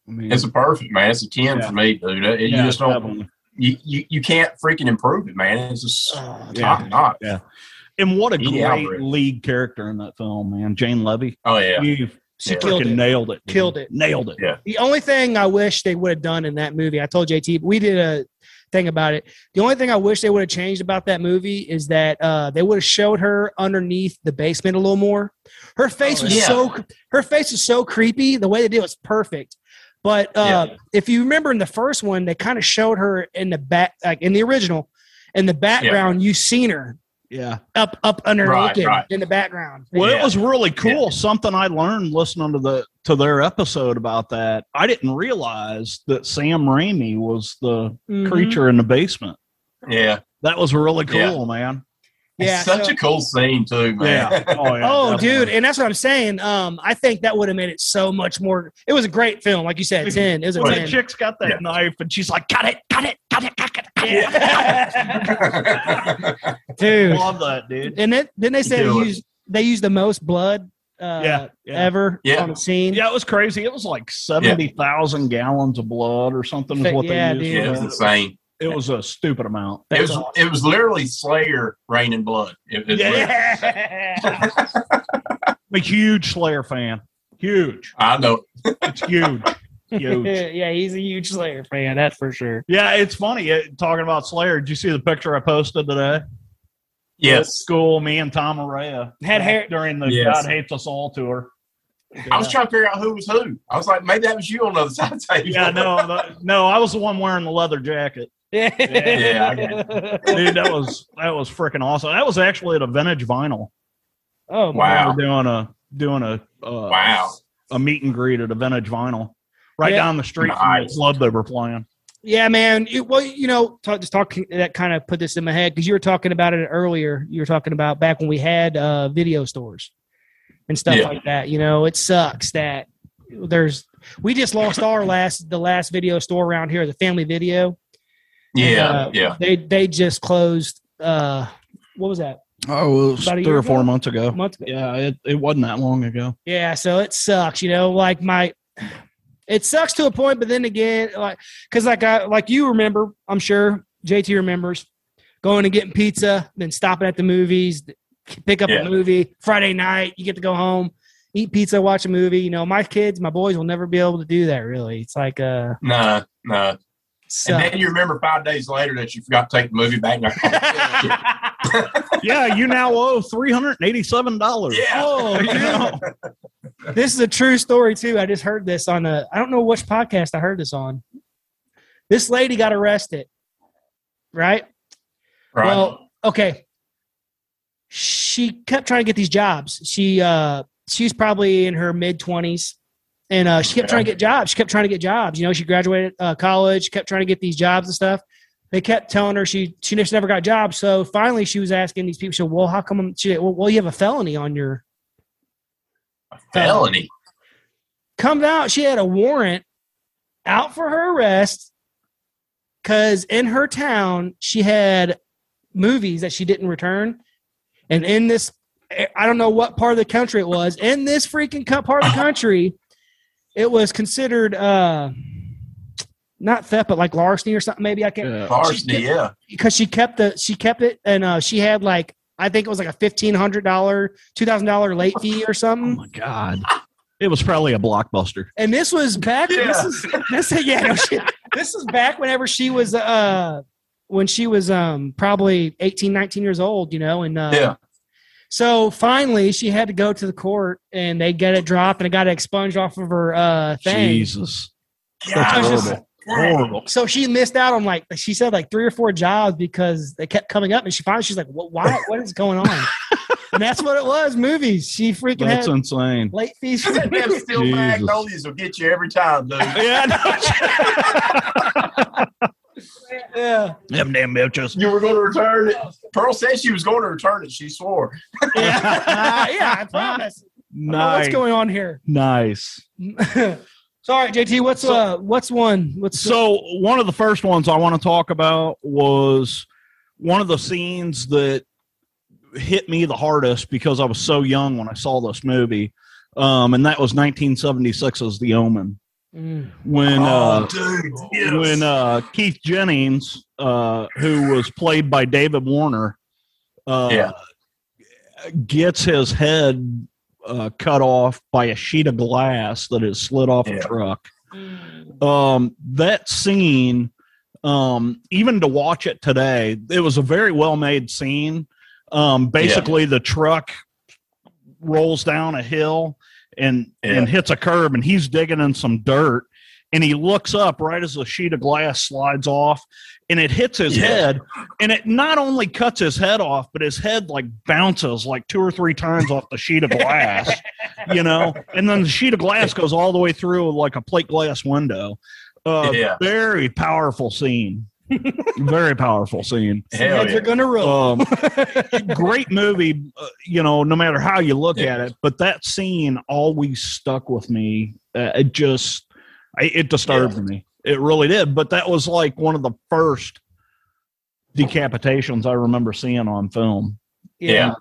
B: I mean,
C: It's a perfect man. It's a ten
B: Yeah.
C: for me, dude. It- you
B: yeah,
C: just don't.
B: definitely.
C: You, you, you can't freaking improve it, man. It's just
A: Oh,
B: Yeah.
C: top notch.
B: Yeah. And what a
C: Yeah,
B: great
C: Bruce.
B: lead character in that film, man. Jane Levy.
C: Oh yeah.
B: You
A: she
C: Yeah.
A: killed
B: freaking
A: it.
B: nailed it. dude.
A: Killed it.
B: Nailed it.
C: Yeah.
A: The only thing I wish they would have done in that movie, I told JT, we did a thing about it. The only thing I wish they would have changed about that movie is that uh, they would have showed her underneath the basement a little more. Her face
C: Oh,
A: was
C: yeah.
A: so her face was so creepy. The way they did it was perfect. But uh, if you remember in the first one, they kind of showed her in the back, like in the original, in the background. You seen her
B: Yeah.
A: up up under
C: Right,
A: looking
C: right.
A: in the background.
B: Well, it
C: Yeah.
B: was really cool. Something I learned listening to the to their episode about that. I didn't realize that Sam Raimi was the
A: Mhm.
B: creature in the basement.
C: Yeah.
B: That was really cool,
C: Yeah.
B: man.
A: Yeah,
C: It's such
A: so-
C: a cool scene too, man.
B: Yeah. Oh, yeah,
A: Oh,
B: definitely.
A: dude, and that's what I'm saying. Um, I think that would have made it so much more. It was a great film, like you said, ten. It was a
B: When the
A: ten.
B: chick's got that
C: Yeah.
B: knife and she's like, "Cut it, cut it, cut it, cut it, cut it."
A: Yeah.
B: I
A: dude.
B: Love that, dude.
A: And then then they said they
C: Do it.
A: used they used the most blood, uh,
B: yeah, yeah.
A: ever
C: Yeah.
A: on the scene.
B: Yeah, it was crazy. It was like seventy thousand gallons of blood or something is
A: Fa-
B: what
A: yeah,
B: they used.
A: dude.
C: Yeah, it
B: for
C: was
B: that.
C: insane.
B: It was a stupid amount.
A: That
C: It was
A: was awesome.
C: it was literally Slayer raining blood. It, it's weird.
B: Yeah. I'm a huge Slayer fan. Huge.
C: I know.
B: It's huge. huge.
A: yeah, he's a huge Slayer fan, that's for sure.
B: Yeah, it's funny uh, talking about Slayer. Did you see the picture I posted today?
C: Yes.
B: School, me and Tom Araya
A: Had hair-
B: during the
C: Yes.
B: God Hates Us All tour.
C: I was trying to figure out who was who. I was like, maybe that was you on the other side of the table.
B: Yeah, no, the- no, I was the one wearing the leather jacket.
A: Yeah,
C: Yeah, I
B: Dude, that was that was freaking awesome. That was actually at a vintage vinyl.
A: oh
B: We
A: wow.
C: Wow.
B: were doing a doing a uh,
C: Wow.
B: a meet and greet at a vintage vinyl right
A: Yeah.
B: down the street from the
C: Nice.
B: club they were playing.
A: Yeah, man. It- well, you know, talk, just talk that kind of put this in my head because you were talking about it earlier. You were talking about back when we had uh, video stores and stuff
C: Yeah.
A: like that. You know, it sucks that there's we just lost our last the last video store around here, the Family Video.
C: Yeah.
A: Uh,
C: yeah.
A: They they just closed. Uh, what was that?
B: Oh, it was
A: About a three year or four ago?
B: months
A: A
B: ago.
A: month ago.
B: Yeah, it, it wasn't that long ago.
A: Yeah, so it sucks, you know, like my it sucks to a point, but then again, like cuz like I like you remember, I'm sure JT remembers going and getting pizza, then stopping at the movies, pick up
C: Yeah.
A: a movie, Friday night, you get to go home, eat pizza, watch a movie, you know, my kids, my boys will never be able to do that really. It's like uh
C: No, no. And
A: sucks.
C: then you remember five days later that you forgot to take the movie back. yeah.
B: yeah, you now owe three hundred and eighty-seven dollars.
A: Oh,
B: Yeah.
A: this is a true story too. I just heard this on a I don't know which podcast I heard this on. This lady got arrested. Right?
C: Right.
A: Well, okay. She kept trying to get these jobs. She uh she's probably in her mid twenties. And uh, she kept
C: Okay.
A: trying to get jobs. She kept trying to get jobs. You know, she graduated uh, college, kept trying to get these jobs and stuff. They kept telling her she she just never got jobs. So finally, she was asking these people, she said, "Well, how come?" I'm-" She said, well, well, you have a felony on your
C: Felony.
A: comes out she had a warrant out for her arrest because in her town she had movies that she didn't return and in this i don't know what part of the country it was in this freaking co- part of the country it was considered uh not theft but like larceny or something maybe i can't
B: Yeah.
C: Varsity, yeah.
A: because she kept the she kept it and uh she had like i think it was like a $1500 $2000 late fee or
B: Oh
A: something
B: my god. It was probably a blockbuster.
A: And this was back.
C: Yeah.
A: This is this. Yeah, no shit. This is back whenever she was uh when she was um probably 18, 19 years old. You know, and uh,
C: Yeah.
A: So finally, she had to go to the court, and they got it dropped, and it got expunged off of her uh thing.
B: Jesus.
A: I
B: That's
A: was just-
B: horrible. Horrible.
A: So she missed out on like she said like three or four jobs because they kept coming up, and she finally she's like, "What? Why? What is going on?" and that's what it was. Movies. She freaking
B: That's
A: had
B: insane.
A: late fees. for
C: That
A: the
C: damn
A: movies.
C: steel
B: Jesus.
C: magnolias will get you every time, dude.
B: Yeah,
A: yeah.
B: them damn bitches.
C: You were going to return it. Pearl said she was going to return it. She swore.
A: yeah, yeah, I promise. I don't know
B: Nice.
A: What's going on here?
B: nice.
A: Sorry, JT. What's
B: So-
A: uh, what's one? What's
B: So one of the first ones I want to talk about was one of the scenes that hit me the hardest because I was so young when I saw this movie, um, and that was 1976's The Omen.
A: Mm.
B: When uh,
C: Oh, dude,
B: when uh, Keith Jennings, uh, who was played by David Warner, uh,
C: Yeah.
B: gets his head uh, cut off by a sheet of glass that is slid off
C: Yeah.
B: a truck. Um, that scene, um, even to watch it today, it was a very well made scene. Um, basically, the truck rolls down a hill and
C: Yeah.
B: and hits a curb, and he's digging in some dirt, and he looks up right as the sheet of glass slides off, and it hits his
C: Yeah.
B: head, and it not only cuts his head off, but his head like bounces like two or three times off the sheet of glass, you know, and then the sheet of glass goes all the way through like a plate glass window. Uh,
C: Yeah.
B: Very powerful scene. very powerful scene.
C: hell
A: Heads
C: yeah.
A: are gonna roll.
B: Um, great movie, uh, you know, no matter how you look at it. But that scene always stuck with me. Uh, it just, I, it disturbed me. It really did. But that was like one of the first decapitations I remember seeing on film.
C: yeah.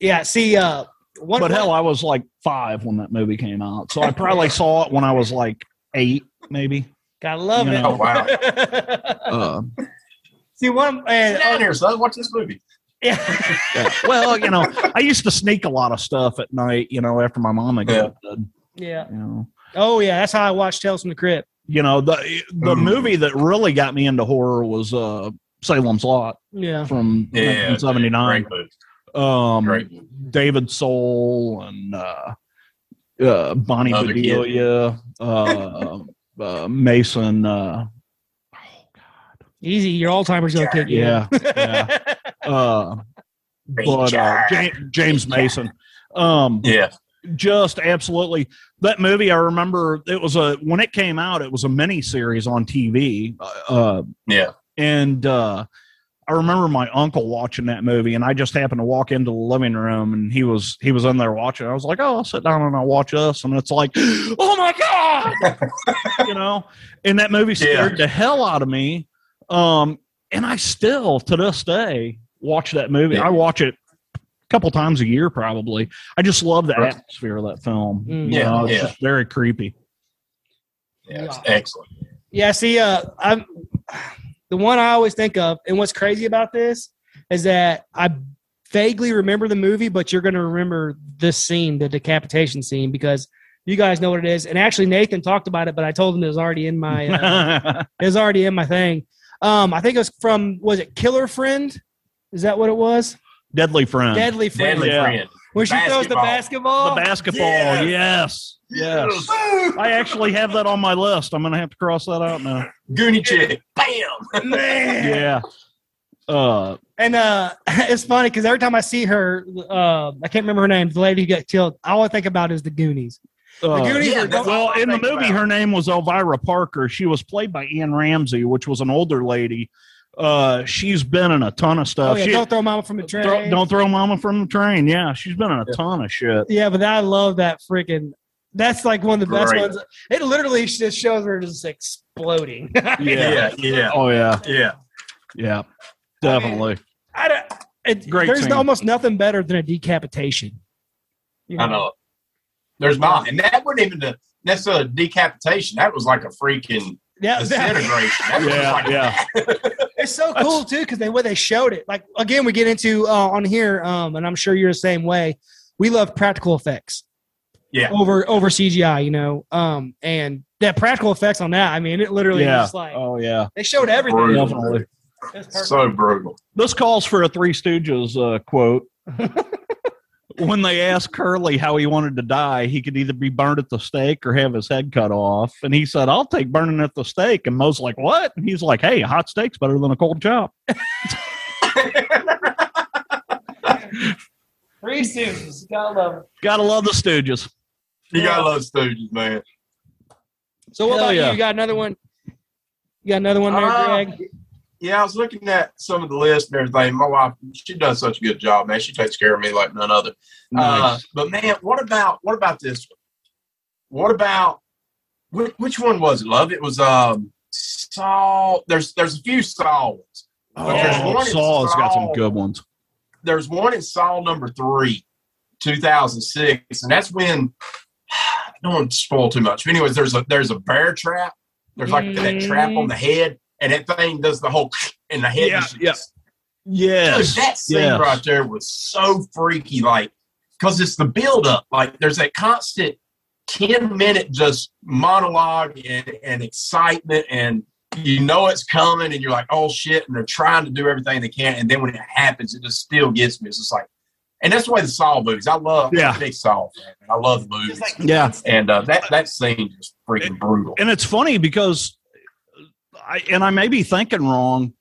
A: Yeah, See, uh, one.
B: but hell, I was like five when that movie came out, so I probably saw it when I was like eight, maybe.
A: gotta love
B: you
A: it.
B: know.
C: Oh wow!
B: Uh,
A: see, one. And, oh,
C: Sit down here, son. Watch this movie.
A: yeah.
B: yeah. Well, you know, I used to sneak a lot of stuff at night, you know, after my mom had
C: Yeah.
B: got dead,
A: Yeah.
B: you know.
A: Oh yeah, that's how I watched Tales from the Crypt.
B: you know the the
C: Mm.
B: movie that really got me into horror was uh Salem's Lot
A: Yeah.
B: from
C: Yeah,
B: 1979.
C: Great movie.
B: Um,
C: Great movie.
B: David Soul and uh, uh, Bonnie
C: Other kid.
B: Bedelia, uh, uh, Mason. Uh,
A: Easy. Your Alzheimer's gonna kick you.
B: yeah, yeah. Uh, but uh, James, James Mason. Um,
C: Yeah,
B: just absolutely that movie i remember it was a when it came out it was a mini series on tv uh
C: Yeah.
B: and uh i remember my uncle watching that movie and i just happened to walk into the living room and he was he was in there watching i was like oh i'll sit down and i'll watch us and it's like oh my god you know and that movie scared the hell out of me um and i still to this day watch that movie
C: Yeah.
B: i watch it a couple times a year probably I just love the
C: Right.
B: atmosphere of that film.
A: Mm.
B: You
C: Yeah,
B: know, it's
C: yeah.
B: just very creepy.
C: yeah, it's
A: Yeah.
C: excellent.
A: Yeah, see, uh, I'm the one I always think of, and what's crazy about this is that I vaguely remember the movie, but you're going to remember this scene, the decapitation scene, because you guys know what it is. And actually, Nathan talked about it, but I told him it was already in my uh, it was already in my thing. Um, I think it was from was it Killer Friend? Is that what it was?
B: Uh, Deadly Friend.
A: Deadly Friend.
C: Deadly
B: Yeah.
C: friend.
A: When she throws the
B: the
A: basketball.
B: basketball. Yes. Yes. I actually have that on my list. I'm going to have to cross that out now.
C: Goonie chick. Bam.
A: Man.
B: Yeah. Uh,
A: And uh, it's funny because every time I see her, uh, I can't remember her name. The lady who got killed. All I think about is the Goonies.
B: uh,
A: The Goonies
C: yeah,
A: are
C: that's-
A: go-
B: well, in the
C: Think
B: movie,
C: about it.
B: her name was Elvira Parker. She was played by Ann Ramsey, which was an older lady. Uh, she's been in a ton of
A: oh,
B: stuff.
A: yeah,
B: She-
A: don't throw mama from the train.
B: throw- don't throw mama from the train. Yeah, she's been in a
C: Yeah.
B: ton of shit.
A: Yeah, but I love that freaking. That's like one of the best
C: Great.
A: ones. It literally just shows her just exploding.
B: Yeah.
C: Yeah, yeah,
B: Oh yeah.
C: yeah.
B: Yeah. Definitely.
A: I don't, it,
B: Great
A: there's
B: scene.
A: almost nothing better than a decapitation. You
C: I know. There's not, and that wasn't even a that's a decapitation. That was like a freaking
A: Yeah, that-
C: disintegration. That was
B: yeah,
C: like,
B: yeah.
A: It's so cool too because they way they showed it. Like again, we get into uh, on here, um, and I'm sure you're the same way. We love practical effects.
C: Yeah.
A: Over over CGI, you know. Um, and that practical effects on that. I mean, it literally
B: Yeah.
A: was like
B: Oh yeah.
A: they showed everything.
C: Brutal.
B: Definitely.
A: It's perfect.
C: so brutal.
B: This calls for a Three Stooges uh, quote. when they asked Curly how he wanted to die, he could either be burned at the stake or have his head cut off. And he said, I'll take burning at the stake. And Mo's like, What? And he's like, Hey, a hot steak's better than a cold chop.
A: Three students, gotta love. It.
B: Gotta love the Stooges.
C: You gotta love Stooges, man.
A: So what
B: Hell
A: about
B: yeah.
A: you? You got another one? You got another one there,
C: Uh,
A: Greg?
C: Yeah, I was looking at some of the list and everything. My wife, she does such a good job, man. She takes care of me like none other. Uh,
B: Nice.
C: but man, what about what about this one? What about which, which one was it? Love it was um Saul. There's there's a few Saul ones.
B: oh,
C: but there's one in
B: Saul's got some
C: Saul.
B: good ones.
C: there's one in Saul number three, 2006, and that's when I don't want to spoil too much. But anyways, there's a there's a bear trap. There's like that trap on the head, and that thing does the whole and the head.
B: Mm-hmm. Yeah,
C: just-
B: yeah. Yes.
C: Dude, that scene
B: yes.
C: right there was so freaky, like because it's the buildup. Like there's that constant ten minute just monologue and, and excitement, and you know it's coming, and you're like, oh shit, and they're trying to do everything they can, and then when it happens, it just still gets me. It's just like, and that's why the Saw movies. I love
B: Yeah.
C: big Saw, fan, and I love the movies,
B: Yeah.
C: and uh, that that scene is freaking brutal.
B: And it's funny because I and I may be thinking wrong.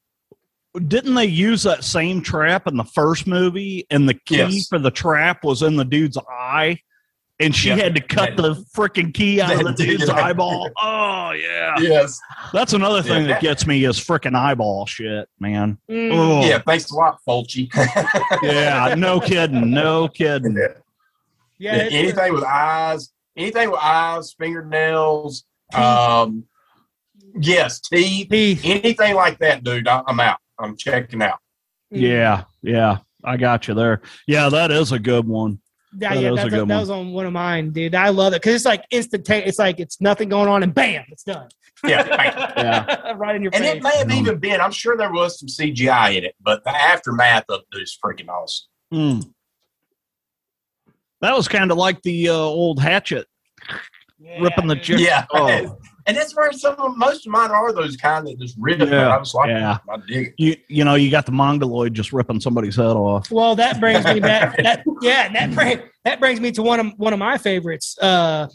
B: Didn't they use that same trap in the first movie? And the key
C: Yes.
B: for the trap was in the dude's eye, and she
C: Yeah.
B: had to cut the freaking key out of the
C: That dude,
B: dude's
C: yeah.
B: eyeball. Oh yeah,
C: Yes,
B: that's another thing
C: Yeah.
B: that gets me is freaking eyeball shit, man.
A: Mm.
B: Oh,
C: yeah. Thanks a lot, Fulci.
B: yeah, no kidding, no kidding.
A: Yeah,
C: Yeah,
A: it's-
C: anything with eyes, anything with eyes, fingernails, um, yes, teeth,
A: Teeth.
C: anything like that, dude. I, I'm out. I'm checking out.
B: Yeah, yeah, I got you there. Yeah, that is a good one.
A: Yeah,
B: Oh, that
A: yeah,
B: was a
A: that's
B: good
A: that
B: one.
A: was on one of mine, dude. I love it because it's like instantaneous. It's like it's nothing going on, and bam, it's done.
C: Yeah, thank you.
A: right in your
C: and
A: face.
C: it may have even been. I'm sure there was some CGI in it, but the aftermath of it is freaking awesome.
B: Hmm. That was kind of like the uh, old hatchet ripping the chick.
C: Yeah,
B: Oh,
C: and that's where some of most of mine are those kind that just rip.
B: Yeah,
C: I was like,
B: yeah.
C: I dig it.
B: you you know you got the mongoloid just ripping somebody's head off.
A: Well, that brings me back. That, yeah, and that brings that brings me to one of one of my favorites. Uh,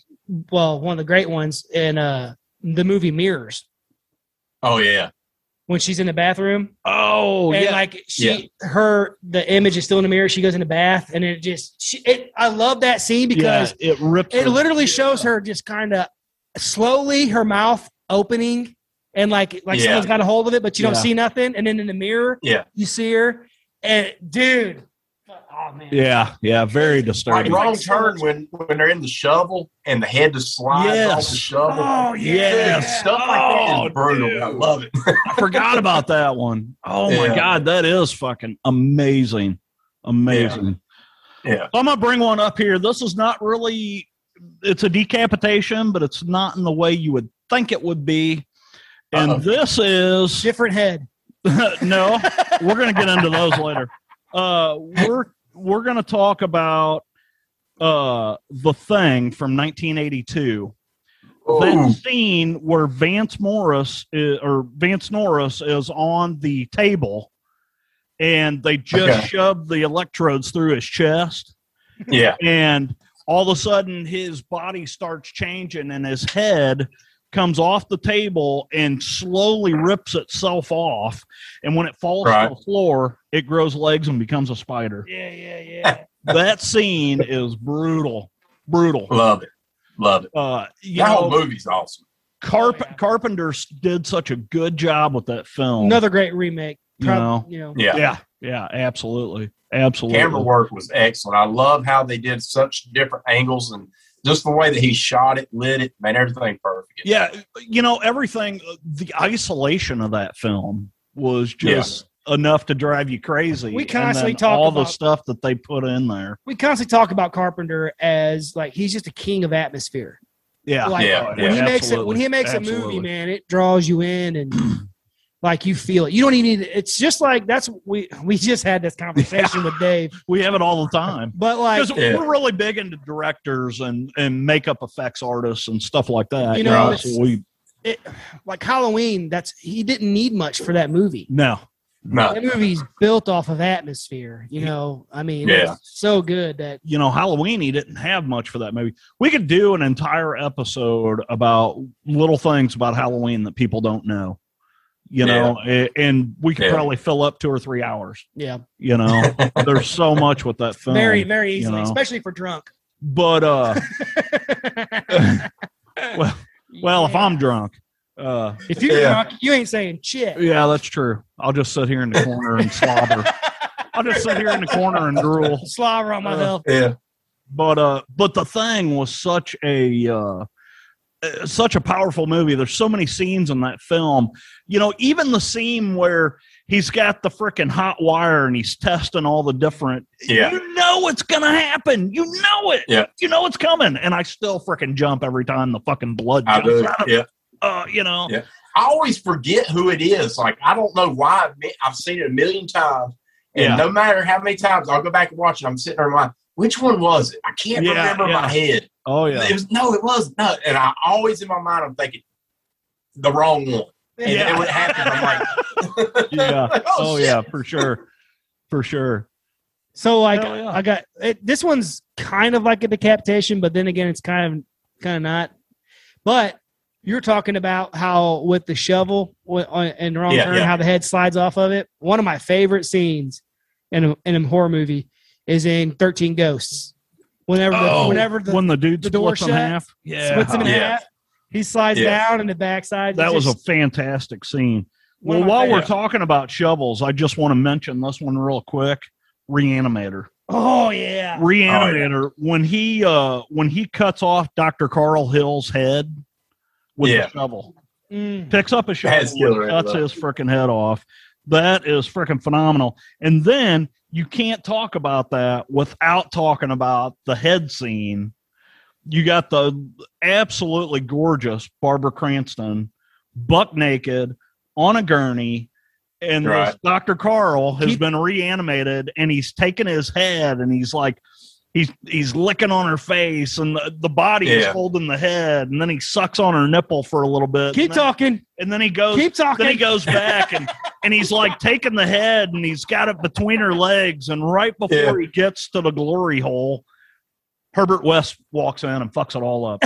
A: well, one of the great ones in uh the movie Mirrors
C: Oh yeah,
A: when she's in the bathroom
B: Oh
A: and like she her the image is still in the mirror. She goes in the bath and it just she, it. I love that scene because
B: yeah, it rips.
A: it literally shows her just kind of slowly her mouth opening and like like
C: Yeah.
A: someone's got a hold of it, but you
B: Yeah.
A: don't see nothing. And then in the mirror,
C: Yeah.
A: you see her and dude, oh man,
B: Yeah, yeah, very
C: like
B: disturbing.
A: Right,
C: wrong
A: Like, so
C: turn
A: much-
C: when when they're in the shovel and the head just slides
B: Yes.
C: off the shovel.
A: Oh yeah,
B: Yes.
C: Dude, Stuff like that
B: Oh,
C: is brutal.
B: dude.
C: I love it.
B: I forgot about that one. Oh my
C: Yeah.
B: god, that is fucking amazing, amazing.
C: Yeah.
B: So I'm gonna bring one up here. This is not really. It's a decapitation, but it's not in the way you would think it would be. And
C: Uh-oh.
B: this is
A: different head.
B: no, we're going to get into those later. Uh, we're we're going to talk about uh, the thing from 1982. That
C: Ooh.
B: scene where Vance Morris i- or Vance Norris is on the table, and they just
C: Okay.
B: shove the electrodes through his chest,
C: Yeah.
B: and all of a sudden his body starts changing, and his head comes off the table and slowly rips itself off. And when it falls
C: Right.
B: to the floor, it grows legs and becomes a spider.
A: Yeah, yeah, yeah.
B: That scene is brutal, brutal.
C: Love it. Love it.
B: Uh, you
C: That whole
B: know,
C: movie's awesome.
B: Carp-
A: Oh, yeah.
B: Carpenter s- did such a good job with that film.
A: Another great remake.
B: You know.
A: Prob- you know,
C: Yeah.
B: yeah, yeah, absolutely, absolutely.
C: Camera work was excellent. I love how they did such different angles and just the way that he shot it, lit it, made everything perfect.
B: yeah you know everything uh, the isolation of that film was just enough to drive you crazy
A: We
B: And
A: constantly
B: then
A: talk
B: all the
A: about-
B: stuff that they put in there
A: we constantly talk about Carpenter as like he's just a king of atmosphere.
B: yeah
A: Like,
C: Yeah,
A: when he
B: yeah.
A: makes it, when he
B: Absolutely.
A: makes a
B: Absolutely.
A: movie, man, it draws you in and like you feel it. You don't even need. It's just like that's we we just had this conversation with Dave,
B: we have it all the time
A: but like
B: because
C: Yeah.
B: we're really big into directors and and makeup effects artists and stuff like that
A: You
C: know,
B: so
A: it's-
B: we
A: like Halloween, that's he didn't need much for that movie.
B: no
C: No.
A: That movie's built off of atmosphere. You know, I mean,
C: Yeah.
A: it's so good that
B: you know halloween he didn't have much for that movie we could do an entire episode about little things about halloween that people don't know you know a- and we could
C: Yeah.
B: probably fill up two or three hours
A: yeah,
B: you know there's so much with that film
A: very very
B: you
A: easily,
B: know.
A: especially for drunk.
B: but uh well well if i'm drunk uh
A: If you're
C: Yeah.
A: drunk, you ain't saying shit.
B: yeah that's true i'll just sit here in the corner and slobber i'll just sit here in the corner and drool
A: Slobber on
B: Uh,
A: myself.
C: Yeah.
B: but uh but the thing was such a uh uh, such a powerful movie there's so many scenes in that film you know even the scene where He's got the freaking hot wire and he's testing all the different.
C: Yeah.
B: You know it's going to happen. You know it.
C: Yeah.
B: You know it's coming. And I still freaking jump every time the fucking blood
C: I
B: jumps
C: do.
B: out of
C: Yeah.
B: uh, you know.
C: Yeah. I always forget who it is. Like I don't know why. I've, been- I've seen it a million times, and
B: Yeah.
C: no matter how many times I'll go back and watch it, I'm sitting there like, which one was it? I can't
B: Yeah,
C: remember
B: yeah.
C: my head.
B: Oh yeah.
C: It was no, it was not. And I always in my mind I'm thinking the wrong one. And
B: Yeah.
C: it would happen. I'm like,
B: yeah.
C: Oh,
B: Oh,
C: shit.
B: yeah, for sure. For sure.
A: So like
B: Hell yeah.
A: I got it, this one's kind of like a decapitation, but then again, it's kind of kind of not. But you're talking about how with the shovel wi- on- and wrong
C: Yeah,
A: turn,
C: yeah.
A: how the head slides off of it. One of my favorite scenes in a, in a horror movie is in Thirteen Ghosts. Whenever the,
B: Oh,
A: whenever the
B: when the dude
A: the door
B: splits in
A: shut,
B: half. Yeah.
A: splits him in
C: Yeah.
A: half, he slides
C: Yeah.
A: down in the backside.
B: that
A: It's
B: was a
A: just
B: fantastic scene.
A: one
B: Well,
A: of my
B: while we're
A: favorite-
B: talking about shovels, I just want to mention this one real quick. Reanimator.
A: oh yeah, Oh,
B: Reanimator. When he uh when he cuts off Dr. Carl Hill's head with
C: Yeah.
B: a shovel.
A: Mm.
B: picks up a
C: That's
B: shovel
C: killer,
B: and cuts
C: I
B: his freaking head off. That is freaking phenomenal. And then you can't talk about that without talking about the head scene. You got the absolutely gorgeous Barbara Cranston, buck naked on a gurney. And this
C: Right.
B: Dr. Carl has
A: Keep-
B: been reanimated and he's taken his head and he's like, he's he's licking on her face and the, the body is
C: Yeah.
B: holding the head and then he sucks on her nipple for a little bit. and
A: Keep
B: then-
A: talking,
B: and then he goes
A: keep
B: then he
A: talking.
B: goes back and and he's like taking the head and he's got it between her legs and right before
C: Yeah.
B: he gets to the glory hole herbert west walks in and fucks it all up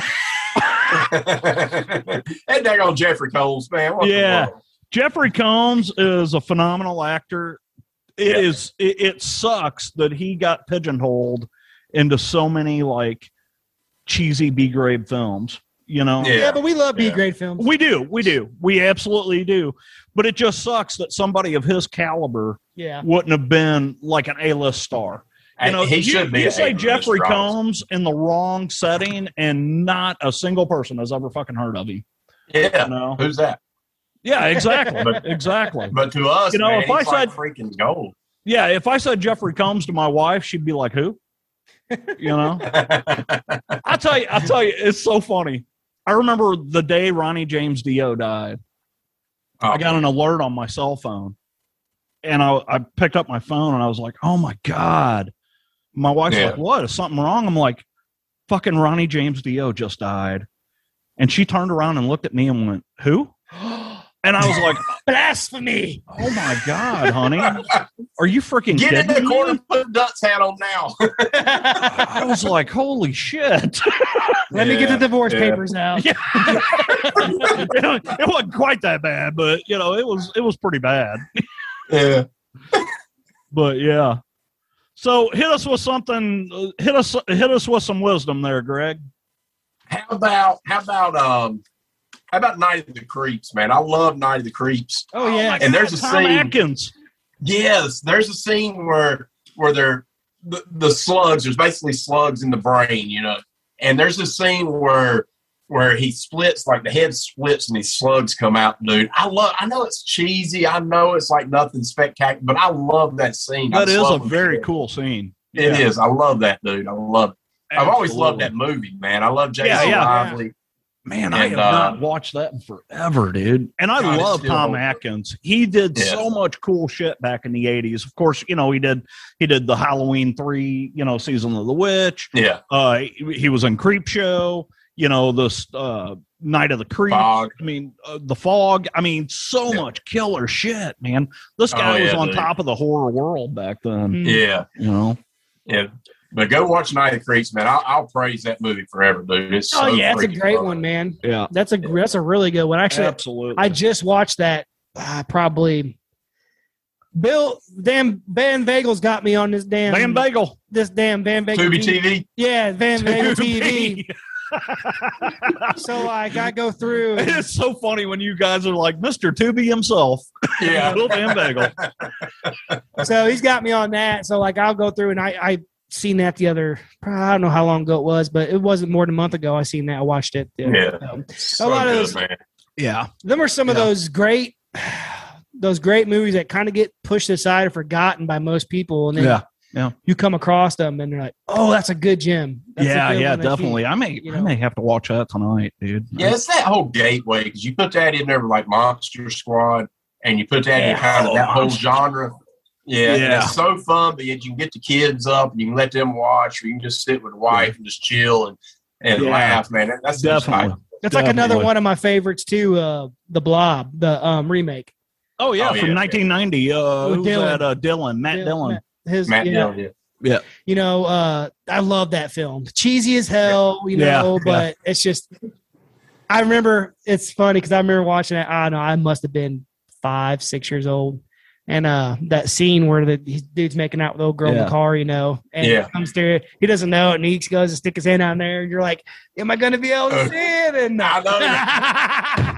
C: and that on Jeffrey Combs, man. What the
B: Yeah.
C: world?
B: jeffrey combs is a phenomenal actor It
C: Yeah.
B: is. it, it sucks that he got pigeonholed into so many like cheesy b grade films you know
A: Yeah.
C: Yeah.
A: but we love B
C: Yeah.
A: grade films.
B: we do we do we absolutely do but it just sucks that somebody of his caliber
A: Yeah.
B: wouldn't have been like an A-list star. You
C: And
B: know,
C: he
B: you,
C: should be.
B: you
C: a
B: say
C: Abrams
B: Jeffrey
C: Strauss.
B: Combs in the wrong setting, and not a single person has ever fucking heard of him.
C: Yeah.
B: You know?
C: Who's that?
B: Yeah, exactly,
C: But-
B: exactly.
C: But to us,
B: You know,
C: man,
B: if I
C: he's like
B: said-
C: freaking gold.
B: Yeah, if I said Jeffrey Combs to my wife, she'd be like, "Who?" You know. I tell you, I tell you, it's so funny. I remember the day Ronnie James Dio died. I got an alert on my cell phone, and I, I picked up my phone and I was like, "Oh my god!" My wife's
C: Yeah.
B: like, "What? Is something wrong?" I'm like, "Fucking Ronnie James Dio just died," and she turned around and looked at me and went, "Who?" And I was like,
A: Blasphemy.
B: "Oh my god, honey, are you freaking
C: Get in
B: kidding
C: the
B: me?"
C: corner, put a duck's hat on now.
B: I was like, "Holy shit!"
A: Let me get the divorce
C: yeah.
A: papers Oh, out.
B: Yeah. it, wa- it wasn't quite that bad, but you know, it was it was pretty bad.
C: Yeah.
B: But yeah. So hit us with something. uh, Hit us. Hit us with some wisdom, there, Greg.
C: How about how about um how about Night of the Creeps, man? I love Night of the Creeps.
A: Oh yeah.
B: my
C: And there's a
B: Tom
C: scene.
B: Atkins.
C: Yes, there's a scene where where they're the, the slugs. There's basically slugs in the brain, you know. And there's a scene where where he splits, like the head splits, and these slugs come out, dude. I love. I know it's cheesy. I know it's like nothing spectacular, but I love that scene.
B: That
C: I
B: is a
C: love it.
B: very cool scene.
C: It is. I love that, dude. I love. It. I've always loved
B: Absolutely.
C: that movie, man. I love Jason
B: Yeah, yeah.
C: Lively.
B: Man, I
C: And,
B: have
C: uh,
B: not watched that in forever, dude. And I
C: God, it's
B: love
C: still-
B: Tom Atkins. He did
C: Yeah.
B: so much cool shit back in the '80s. Of course, you know he did. He did the Halloween three, you know, season of the witch.
C: Yeah,
B: Uh, he, he was in Creep Show. You know, this uh, Night of the Creep.
C: Fog.
B: I mean, uh, the fog. I mean, so
C: Yeah.
B: much killer shit, man. This
C: Oh,
B: guy was
C: yeah,
B: on
C: dude.
B: top of the horror world back then.
A: Mm.
C: yeah,
B: You know.
C: yeah. But go watch Night of the Creeps, man. I'll, I'll praise that movie forever, dude. It's so
A: Oh yeah, that's a
C: freaking
A: great
C: fun.
A: one, man.
B: Yeah.
A: That's a
C: Yeah.
A: that's a really good one. Actually,
B: Absolutely.
A: I just watched that uh, probably. Bill, damn Van Vagel's got me on this damn
B: Van Bagel.
A: this damn Van Vagel.
C: Tubi TV.
A: Yeah, Van Vagel TV.
B: TV.
A: So like I go through. and-
B: it's so funny when you guys are like Mr. Tubi himself.
C: Yeah.
B: Bill Van Bagel.
A: so he's got me on that. So like I'll go through and I I seen that the other I don't know how long ago it was, but it wasn't more than a month ago. I seen that. I watched it.
C: Yeah.
A: So,
C: So
A: lot of
C: good,
A: those-
C: man.
B: Yeah.
A: them are some of
B: Yeah.
A: those great those great movies that kind of get pushed aside or forgotten by most people, and then
B: Yeah.
A: you come across them and they're like, "Oh, that's a good gem." That's a
B: yeah,
A: good
B: yeah,
A: one that he-
B: definitely. I may,
A: you
B: I
A: know.
B: may have to watch that tonight, dude.
C: Yeah, it's that whole gateway because you put that in there like Monster Squad, and you put that in
B: Yeah.
C: kind of that whole
B: Monster
C: genre. Yeah, and
B: Yeah.
C: it's so fun, but yet you can get the kids up and you can let them watch, or you can just sit with the wife and just chill and, and
B: Yeah.
C: laugh, man. That- That's just
B: Definitely.
C: like-
A: That's like another
B: Definitely.
A: one of my favorites too. Uh, the Blob, the um, remake.
B: Oh yeah,
C: Oh,
B: from
C: yeah.
B: 1990. Uh,
A: With
B: who's
A: Dylan.
B: that? Uh, Dylan, Matt
A: Dylan-
B: Dylan.
A: Matt- His
C: Matt
A: yeah,
C: Dillon. yeah.
A: you know, uh, I love that film. Cheesy as hell, you
B: Yeah,
A: know,
B: yeah.
A: but it's just. I remember it's funny because I remember watching it. I don't know I must have been five, six years old, and uh, that scene where the he- dude's making out with the old girl in
B: Yeah.
A: the car, you know, and
C: Yeah.
A: he comes through, he doesn't know, it, and he goes and stick his hand on there, and you're like, "Am I going to be able to
C: Uh,
A: see it?" And
C: I know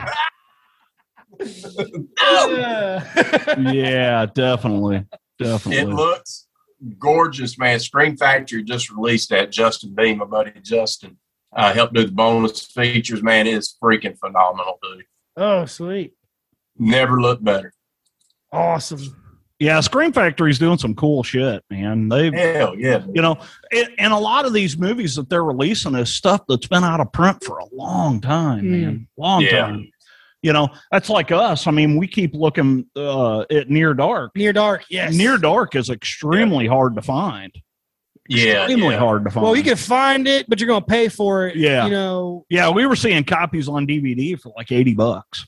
A: Yeah.
B: yeah, definitely, definitely.
C: It looks gorgeous, man. Screen Factory just released that. Justin B, my buddy Justin, uh, helped do the bonus features. Man, it is freaking phenomenal, dude.
A: oh, sweet,
C: Never looked better.
A: awesome.
B: yeah, Screen Factory's doing some cool shit, man. They,
C: Hell yeah.
B: you know, it, and a lot of these movies that they're releasing is stuff that's been out of print for a long time,
A: Mm.
B: man. Long
C: Yeah.
B: time. You know, that's like us. I mean, we keep looking uh, at Near Dark.
A: Near dark, yes.
B: Near Dark is extremely hard to find.
C: Yeah.
B: Extremely
C: yeah.
B: hard to find.
A: Well, you can find it, but you're going to pay for it.
B: Yeah.
A: You know,
B: Yeah, we were seeing copies on DVD for like eighty bucks.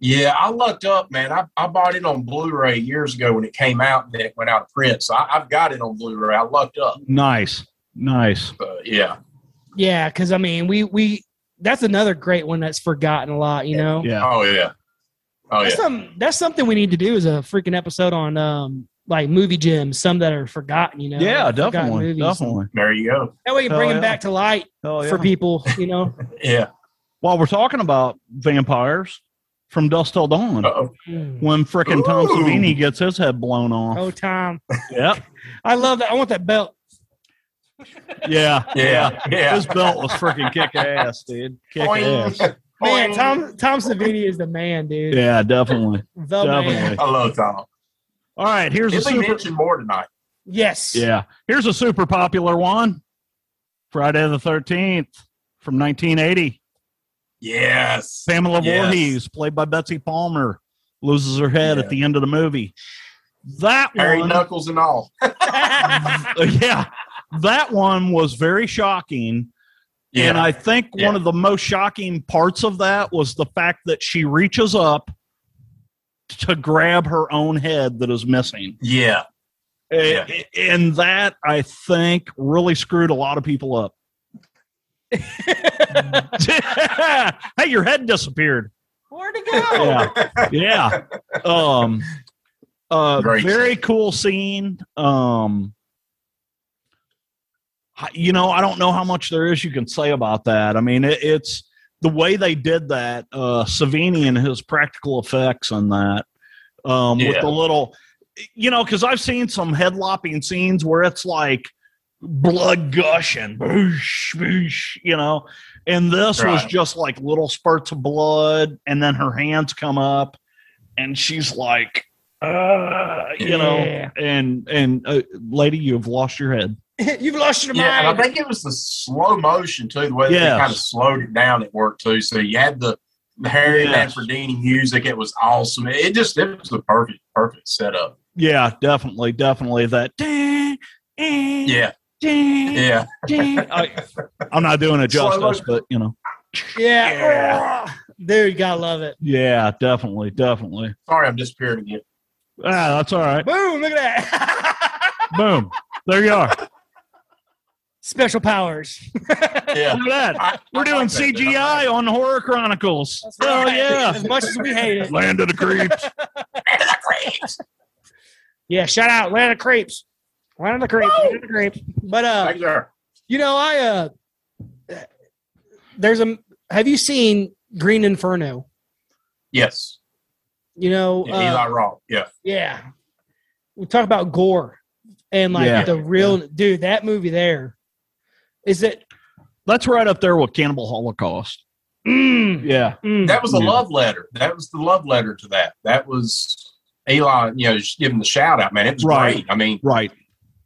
C: Yeah, I lucked up, man. I, I bought it on Blu-ray years ago when it came out and then it went out of print. So I, I've got it on Blu-ray. I lucked up.
B: Nice, nice.
C: So yeah.
A: yeah, because I mean, we we that's another great one that's forgotten a lot. You know,
B: Yeah,
C: Oh yeah. Oh
A: that's
C: yeah.
A: something that's something we need to do is a freaking episode on um like movie gems, some that are forgotten. You know,
B: yeah,
A: like, forgotten
B: definitely,
A: movies.
B: definitely.
C: There you go.
A: That way you
B: Hell
A: can bring them
B: yeah.
A: back to light
B: Oh
A: for people. You know,
C: Yeah.
B: While we're talking about vampires, from Dust Till Dawn,
C: Uh-oh.
A: Mm.
B: when frickin' Tom
C: Uh, Ooh.
B: Savini gets his head blown off.
A: oh, Tom,
B: Yep.
A: I love that. I want that belt.
B: Yeah,
C: Yeah. Yeah.
B: His belt was frickin' kick ass, dude. Kick
C: Boing.
B: ass.
A: Man,
C: Boing.
A: Tom Tom Savini is the man, dude.
B: Yeah, definitely,
A: The man.
B: definitely.
C: I love Tom.
B: All right, here's a
C: He'll be
B: super.
C: mentioned more tonight.
A: Yes.
B: Yeah, here's a super popular one. Friday the Thirteenth from 1980.
C: Yes.
B: Pamela
C: Yes.
B: Voorhees, played by Betsy Palmer, loses her head at
C: Yeah.
B: the end of the movie. That
C: Harry
B: one,
C: Knuckles and all.
B: yeah, that one was very shocking.
C: Yeah.
B: And I think
C: Yeah.
B: one of the most shocking parts of that was the fact that she reaches up to grab her own head that is missing.
C: yeah. Yeah.
B: A- And that, I think, really screwed a lot of people up. hey, your head disappeared.
A: Where'd it
B: yeah yeah um uh
C: Great
B: very cool scene um I- you know i don't know how much there is you can say about that i mean it, it's the way they did that uh savini and his practical effects on that um with
C: Yeah.
B: the little you know because i've seen some headlopping scenes where it's like blood gushing boosh boosh you know and this was
C: Right.
B: just like little spurts of blood, and then her hands come up, and she's like, uh, you know,
A: Yeah.
B: and and uh, lady, you have lost your head.
A: You've lost your
C: Yeah, and I
A: mind.
C: think it was the slow motion too. The way
B: Yes.
C: they kind of slowed it down at work too. So you had the, the Harry
B: Yes.
C: Manfredini music. It was awesome. It just it was the perfect perfect setup.
B: Yeah, definitely, definitely that. Ding, ding,
C: Yeah,
B: ding,
C: yeah,
B: ding. I, am not doing it
C: Slow
B: justice,
C: motion.
B: but you know,
A: yeah.
C: yeah.
A: Dude, you gotta love it.
B: yeah, definitely, definitely.
C: Sorry, I'm disappearing again.
B: Ah, that's all right.
A: Boom, look at that.
B: Boom, there you are.
A: Special powers.
C: Yeah,
B: Look at that.
C: I-
B: We're
C: I
B: doing
C: like that, dude. I
B: CGI on Horror Chronicles.
A: That's
B: Oh
A: right.
B: yeah,
A: As much as we hate it.
B: Land of the Creeps.
C: like that. Creeps.
A: Yeah, shout out, Land of Creeps. Land of the Creeps. Land of the Creeps. But uh
C: Thank you, sir.
A: you know, I uh there's a have you seen Green Inferno?
C: Yes,
A: You know,
C: yeah,
A: uh,
C: Eli Roth. Yeah,
A: Yeah. We talk about gore and like
B: Yeah.
A: the real dude, that movie there is that
B: That's right up there with Cannibal Holocaust.
A: mm,
B: Yeah.
A: mm,
C: that was a
B: Yeah.
C: love letter. That was the love letter to that. That was Eli, you know, just give him the shout out, man. It was
B: Right.
C: great. I mean,
B: Right.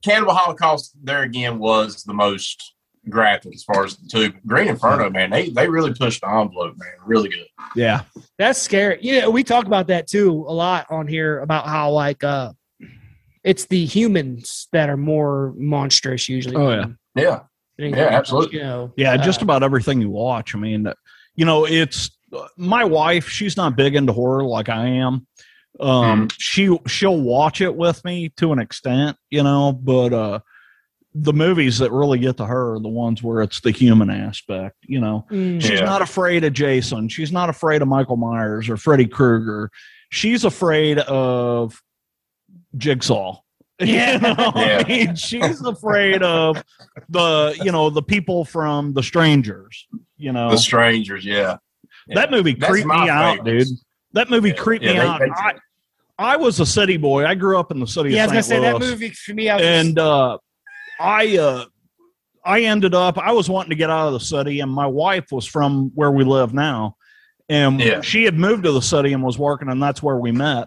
C: Cannibal Holocaust there again was the most graphic as far as the two. Green Inferno, man, they they really pushed the envelope, man. Really good.
B: Yeah.
A: That's scary. You know, we talk about that too a lot on here about how like uh it's the humans that are more monstrous usually.
B: Oh, yeah.
C: Yeah. Yeah, absolutely.
A: You know,
B: Yeah, just
A: uh,
B: about everything you watch. I mean, you know, it's my wife. She's not big into horror like I am. Um, she she'll watch it with me to an extent, you know, but uh, the movies that really get to her are the ones where it's the human aspect. You know,
A: mm,
B: she's
C: Yeah.
B: not afraid of Jason. She's not afraid of Michael Myers or Freddy Krueger. She's afraid of Jigsaw. You know, I
C: Yeah.
B: mean, she's afraid of the you know the people from The Strangers. You know
C: The Strangers, yeah.
B: that movie
C: That's
B: Oh. creeped me
C: my
B: out, dude.
C: favorites.
B: That movie
C: Yeah,
B: creeped
C: yeah,
B: me
C: they-
B: out.
C: they-
B: I, I was a city boy. I grew up in the city.
A: yeah, I was
B: of
A: gonna
B: St.
A: say that
B: Louis
A: movie for me. I was
B: and uh, I uh, I ended up I was wanting to get out of the city, and my wife was from where we live now, and
C: Yeah.
B: she had moved to the city and was working, and that's where we met.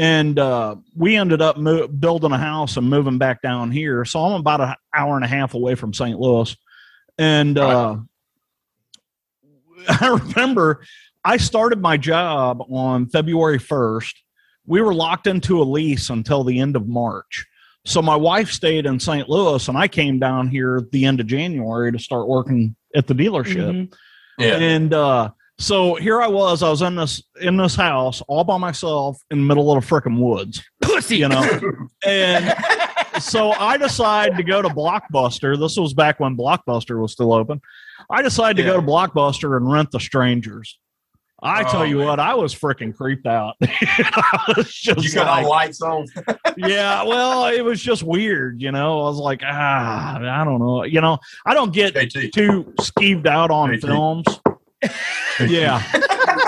B: And uh, we ended up mo- building a house and moving back down here. So I'm about an hour and a half away from St. Louis, and uh, I remember I started my job on February 1st. We were locked into a lease until the end of March. So my wife stayed in St. Louis and I came down here at the end of January to start working at the dealership.
A: mhm.
C: Yeah.
B: And uh so here I was, I was in this in this house all by myself in the middle of the frickin' woods,
A: pussy.
B: you know. and so I decided to go to Blockbuster. This was back when Blockbuster was still open. I decided to
C: Yeah.
B: go to Blockbuster and rent The Strangers. I
C: Oh,
B: tell you
C: man.
B: what, I was freaking creeped out. I was just
C: You got
B: like,
C: all lights on.
B: yeah, well, it was just weird, you know. I was like, ah, I don't know, you know. I don't get
C: JT.
B: too skeeved out on
C: JT.
B: films. Yeah,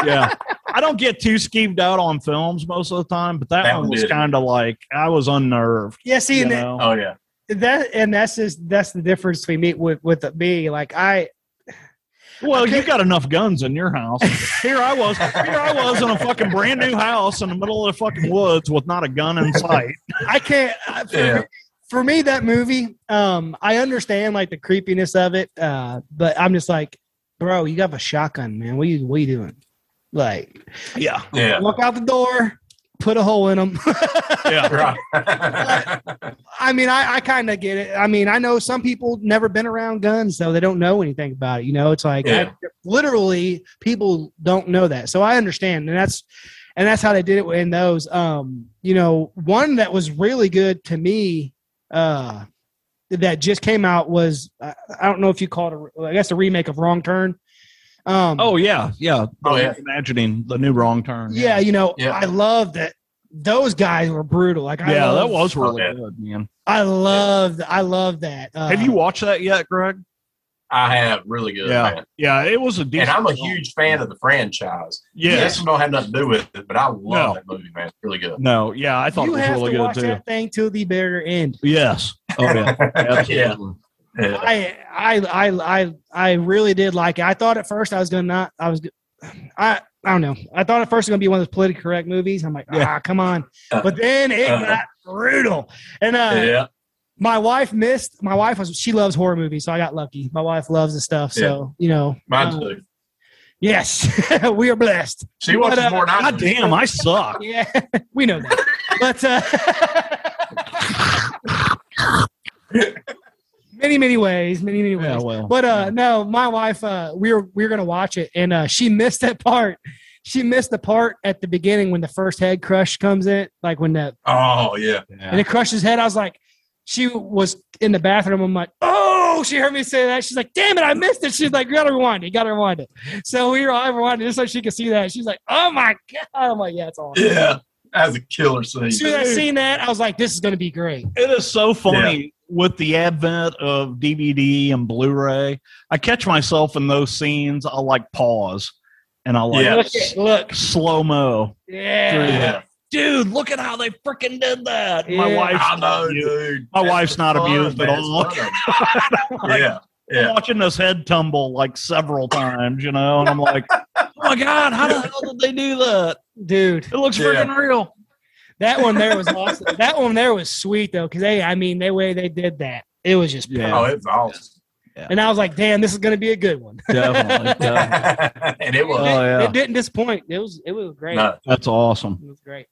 B: yeah. I don't get too skeeved out on films most of the time, but that,
C: That
B: one
C: one
B: was
C: did.
B: kind of like I was unnerved.
A: Yeah, see,
B: You
A: and
B: know?
C: Oh yeah.
A: that and that's just that's the difference between me with with me. Like I,
B: well, you got enough guns in your house. Here I was, here I was in a fucking brand new house in the middle of the fucking woods with not a gun in sight.
A: I can't. I- For,
C: Yeah.
A: me, for me, that movie, um, I understand like the creepiness of it, uh, but I'm just like, bro, you have a shotgun, man. What you what you doing? Like,
B: Yeah,
C: Yeah.
A: look out the door, put a hole in them.
B: yeah,
C: Right.
A: I mean, I, I kind of get it. I mean, I know some people never been around guns, so they don't know anything about it. You know, it's like
C: Yeah.
A: I- literally people don't know that. So I understand, and that's and that's how they did it in those. Um, you know, one that was really good to me, uh, that just came out was I, I don't know if you call it, a re- I guess, a remake of Wrong Turn. Um,
B: oh yeah, yeah.
C: Oh, yeah.
B: Imagining the new wrong turn.
A: yeah, you know,
C: Yeah.
A: I love that. Those guys were brutal. Like, I
B: Yeah, that
A: love-
B: was really
C: Okay.
B: good, man.
A: I loved. I love that. Uh,
B: Have you watched that yet, Greg?
C: I have really good.
B: Yeah.
C: man.
B: Yeah, it was a decent.
C: And I'm a
B: film.
C: huge fan of the franchise. Yeah,
B: Yes.
C: This one don't have nothing to do with it, but I love
B: No.
C: that movie, man. It's really good.
B: No. Yeah, I thought
A: you
B: it was
A: have
B: really
A: to
B: good
A: watch
B: too.
A: that thing till the bitter end.
B: Yes. Oh yeah.
C: yeah.
B: Absolutely.
C: yeah.
A: I, I, I, I, I really did like it. I thought at first I was gonna not. I was, I, I don't know. I thought at first it was gonna be one of those politically correct movies. I'm like,
B: Yeah. Uh-huh.
A: ah, come on.
C: Uh,
A: But then it
C: uh.
A: got brutal. And uh,
C: Yeah.
A: my wife missed. My wife was she loves horror movies, so I got lucky. My wife loves the stuff, so you know.
C: Mine
B: Um,
A: uh,
C: too.
A: yes, we are blessed.
C: She watches
A: but, uh,
C: more than I
B: God
C: do.
B: damn, I suck.
A: Yeah, we know that. but uh, many, many ways, many, many ways.
B: Yeah, well.
A: But uh, no, my wife, uh, we were we were gonna watch it, and uh, she missed that part. She missed the part at the beginning when the first head crush comes in, like when the
C: Oh yeah.
A: and
B: yeah.
A: it crushed his head. I was like, she was in the bathroom. I'm like, oh, she heard me say that. She's like, damn it, I missed it. She's like, you gotta rewind it, you gotta rewind it. So we were all rewinding just so she could see that. She's like, oh my god. I'm like, yeah, it's all. As
C: Yeah. That's a killer scene.
A: soon as I seen that, I was like, this is gonna be great.
B: It is so funny with the advent of DVD and Blu-ray. I catch myself in those scenes. I'll like pause and I'll like
C: Yeah.
A: Look, at, look,
B: slow mo.
A: yeah.
C: Yeah.
B: Dude, look at how they freaking did that. My
A: Yeah.
B: wife's
C: I know,
B: you.
C: dude.
B: My
C: That's
B: wife's
C: the
B: not
C: fun,
B: abused at
C: man. It's
B: all.
C: fun. yeah.
B: I'm
C: Yeah.
B: watching this head tumble like several times, you know, and I'm like, oh my God, how the hell did they do that?
A: dude.
B: It looks
C: Yeah.
B: freaking real.
A: That one there was awesome. that one there was sweet though, because they, I mean, the way they did that, it was just.
B: Yeah.
A: perfect.
C: Oh, it was awesome.
A: And I was like, damn, this is gonna be a good one.
B: Definitely. definitely.
C: and it was.
B: Oh, yeah.
A: It didn't disappoint. It was it was great.
C: No.
B: That's awesome.
A: It was great.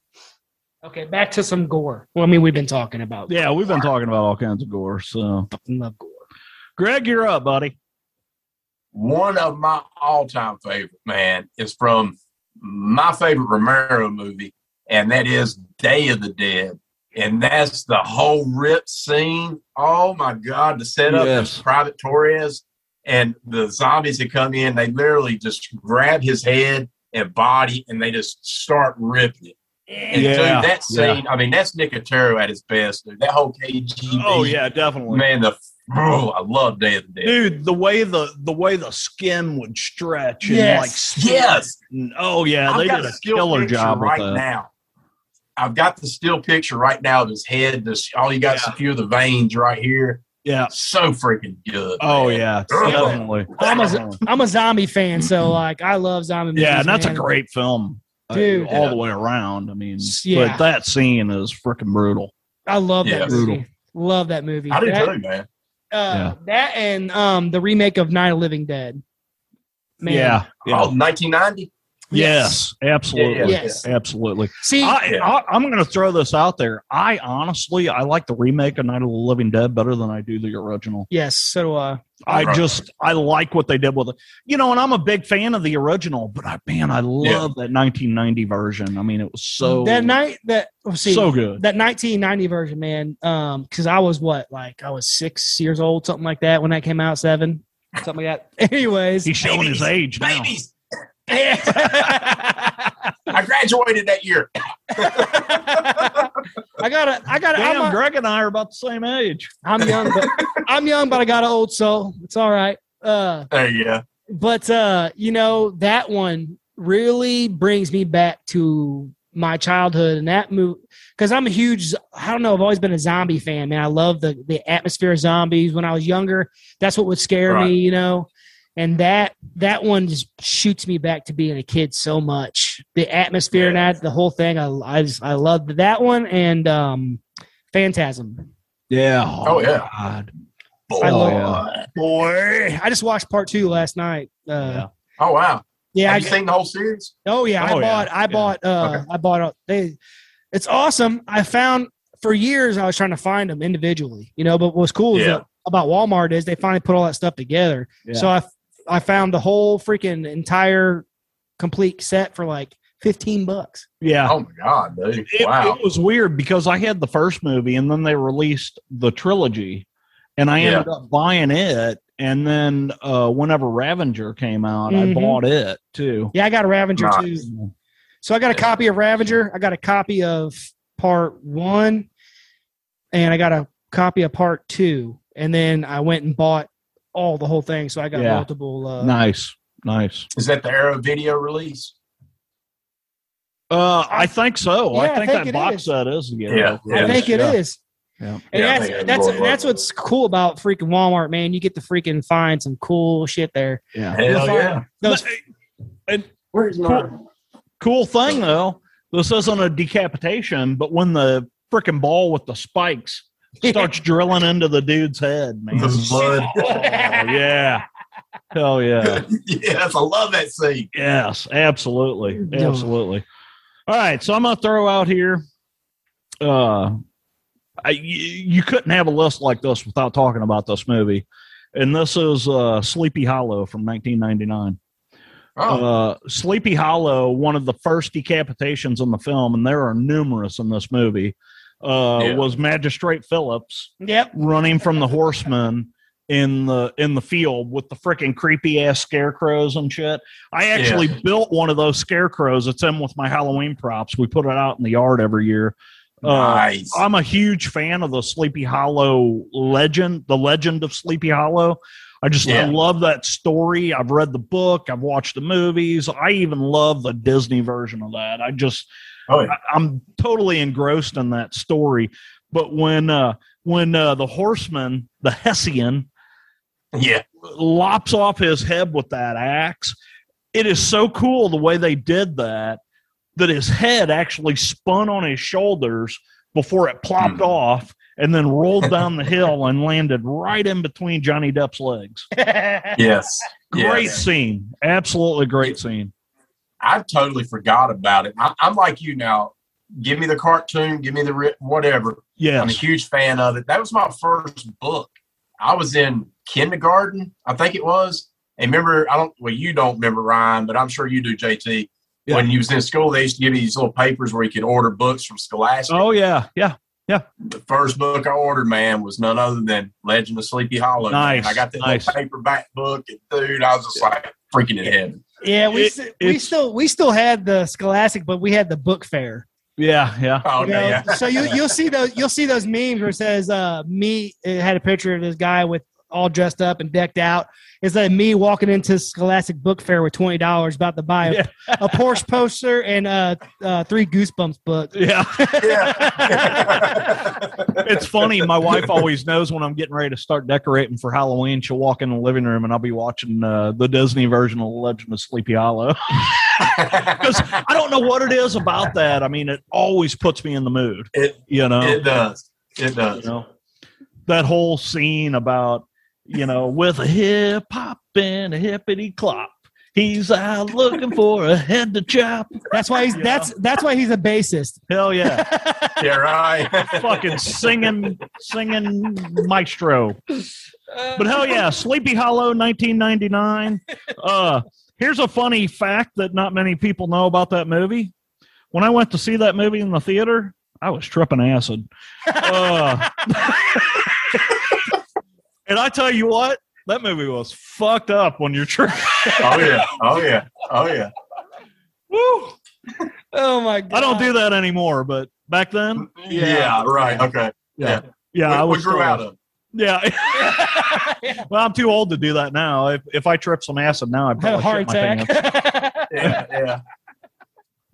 A: Okay, back to some gore. Well, I mean, we've been talking about.
B: Yeah, we've been talking about all kinds of gore. So,
A: fucking love gore.
B: Greg, you're up, buddy.
C: One of my all-time favorite, man, is from my favorite Romero movie, and that is Day of the Dead. And that's the whole rip scene. Oh my God, the setup
B: Yes.
C: is Private Torres and the zombies that come in, they literally just grab his head and body and they just start ripping it. And
B: Yeah,
C: dude, that
B: yeah.
C: scene, I mean, that's Nicotero at his best, dude. That whole KGB.
B: Oh yeah, definitely.
C: Man, the oh, I love Day of the Dead.
B: Dude, the way the the way the skin would stretch and
A: Yes.
B: like split
C: Yes.
B: and- oh yeah,
C: I've
B: they
C: got
B: did
C: a
B: a
C: still
B: killer
C: picture
B: job
C: right
B: with that.
C: now. I've got the still picture right now of his head. This all you got is a few of the veins right here.
B: Yeah.
C: So freaking good.
B: Oh
C: man.
B: yeah,
C: Ugh.
B: definitely.
A: I'm a, I'm a zombie fan, so like I love zombie movies.
B: Mm-hmm. Yeah, and that's a
A: man.
B: great film, uh,
A: Dude.
B: all the way around. I mean,
A: Yeah.
B: but that scene is freaking brutal.
A: I love
C: Yeah.
A: that movie.
B: Brutal.
A: Love that movie.
C: I do
A: that,
C: too, man.
A: uh, that and um the remake of Night of the Living Dead. Man.
B: Yeah, yeah.
C: Oh, 1990.
B: yes, absolutely,
A: Yeah, yes.
B: absolutely.
A: See,
B: I, I, I'm going to throw this out there. I honestly, I like the remake of Night of the Living Dead better than I do the original.
A: yes, so uh, do I.
B: I
C: Right.
B: just I like what they did with it. You know, and I'm a big fan of the original, but I man, I love that 1990 version. I mean, it was so
A: that night that well, see
B: so good.
A: that 1990 version, man. Um, because I was what like I was six years old, something like that when that came out, seven, something like that. Anyways,
B: He's showing his age now.
C: Babies.
A: I
C: I graduated that year.
A: gotta, I gotta.
B: Damn,
A: I'm, a-
B: Greg and I are about the same age.
A: I'm young, but I'm young, but I got an old soul. It's all right. Uh,
C: There you go.
A: but uh, you know that one really brings me back to my childhood and that movie because I'm a huge. I don't know. I've always been a zombie fan, man. I love the the atmosphere of zombies. When I was younger, that's what would scare
C: Right.
A: me, you know. And that that one just shoots me back to being a kid so much. The atmosphere and that, the whole thing. I I just I loved that one and um, Phantasm.
B: Yeah.
C: Oh, yeah.
B: God.
C: Boy.
A: I
B: love
A: Boy, I just watched part two last night. Uh, yeah,
B: Yeah.
C: Oh wow.
A: I,
C: Have you seen the whole series?
A: Oh yeah,
B: Oh, yeah.
A: I bought. I
B: Yeah.
A: bought. Uh,
C: Okay.
A: I bought. a- They. It's awesome. I found for years I was trying to find them individually, you know. But what's cool is
C: Yeah.
A: that about Walmart is they finally put all that stuff together.
B: Yeah.
A: So I I found the whole freaking entire complete set for like fifteen bucks.
B: Yeah.
C: Oh my god, dude.
B: It,
C: wow.
B: it was weird because I had the first movie and then they released the trilogy and I
C: Yeah.
B: ended up buying it. And then uh, whenever Ravenger came out,
A: Mhm.
B: I bought it too.
A: Yeah, I got a Ravager
C: Nice.
A: too. So I got a
C: Yeah.
A: copy of Ravager. I got a copy of part one, and I got a copy of part two. And then I went and bought all the whole thing. So I got
B: Yeah.
A: multiple. Uh,
B: Nice. Nice.
C: Is that the Arrow video release?
B: Uh, I think so.
A: Yeah, I
B: I think
A: think it
B: that box
A: is.
B: set is. Yeah,
C: Yeah,
A: I think it is.
B: Yeah.
A: And
C: Yeah, I
A: that's
C: think it
A: that's
C: was.
A: that's what's cool about freaking Walmart, man. You get to freaking find some cool shit there.
B: Yeah.
C: Hell yeah.
A: Those-
C: Where's
B: Cool, cool thing though. This isn't a decapitation, but when the freaking ball with the spikes starts drilling into the dude's head, man.
C: The blood.
B: Oh, yeah. Hell yeah.
C: yes, I love that scene.
B: Yes, absolutely.
A: Duh.
B: Absolutely. All right, so I'm going to throw out here uh I, you, you couldn't have a list like this without talking about this movie. And this is uh Sleepy Hollow from 1999.
C: Oh,
B: Uh, Sleepy Hollow, one of the first decapitations in the film, and there are numerous in this movie, uh,
C: Yeah.
B: was Magistrate Phillips
A: yep.
B: running from the horsemen in the in the field with the freaking creepy ass scarecrows and shit. I actually built one of those scarecrows. It's in with my Halloween props. We put it out in the yard every year. Uh,
C: nice.
B: I'm a huge fan of the Sleepy Hollow legend, the legend of Sleepy Hollow. I just
C: Yeah.
B: I love that story. I've read the book, I've watched the movies. I even love the Disney version of that. I just
C: oh, yeah.
B: I- I'm totally engrossed in that story. But when uh when uh, the horseman, the Hessian,
C: yeah.
B: lops off his head with that axe, it is so cool the way they did that that his head actually spun on his shoulders before it plopped
C: Hmm.
B: off and then rolled down the hill and landed right in between Johnny Depp's legs.
C: Yes.
B: Great
C: Yes.
B: scene. Absolutely great scene.
C: I totally forgot about it. I, I'm like you now. Give me the cartoon. Give me the ri- whatever. I'm a
B: Yes.
C: huge fan of it. That was my first book. I was in kindergarten, I think it was. And remember, I don't. Well, you don't remember Ryan, but I'm sure you do, JT.
B: Yeah.
C: When you was in school, they used to give you these little papers where you could order books from Scholastic.
B: Oh, yeah. Yeah.
C: The first book I ordered, man, was none other than Legend of Sleepy Hollow. man.
B: Nice,
C: I got that
B: nice.
C: little paperback book, and dude, I was just like freaking in heaven.
A: yeah, we
B: It-
A: st- we
B: it's-
A: still we still had the Scholastic, but we had the book fair.
B: Yeah. Yeah.
C: Oh,
A: you know?
C: yeah.
A: So you you'll see those you'll see those memes where it says uh me it had a picture of this guy with all dressed up and decked out. It's like me walking into Scholastic Book Fair with twenty dollars about to buy a,
B: Yeah.
A: a Porsche poster and uh, uh three Goosebumps books.
B: Yeah.
C: yeah.
B: it's funny. My wife always knows when I'm getting ready to start decorating for Halloween. She'll walk in the living room and I'll be watching uh, the Disney version of The Legend of Sleepy Hollow. Because I don't know what it is about that. I mean, it always puts me in the mood.
C: It-
B: you know,
C: It does. It
B: you
C: does.
B: know that whole scene about you know with a hip hop and a hippity clop. He's out looking for a head to chop.
A: That's why he's
B: Yeah.
A: that's that's why he's a bassist.
B: Hell yeah.
C: Yeah, right.
B: Fucking singing, singing maestro. but hell yeah, Sleepy Hollow 1999. Uh, here's a funny fact that not many people know about that movie. When I went to see that movie in the theater, I was tripping acid. Uh, and I tell you what, that movie was fucked up when you're tripping.
C: oh yeah. Oh yeah. Oh yeah.
B: Woo!
A: Oh my god.
B: I don't do that anymore, but back then,
C: Yeah. right. Okay.
B: yeah,
C: we,
B: I
C: we
B: was
C: grew
B: still-
C: out of. it.
B: Yeah. well, I'm too old to do that now. If, if I trip some acid now, I
A: Had a
B: probably
A: heart
B: shit my pants.
A: attack.
C: Yeah.
A: Because
C: Uh, Yeah.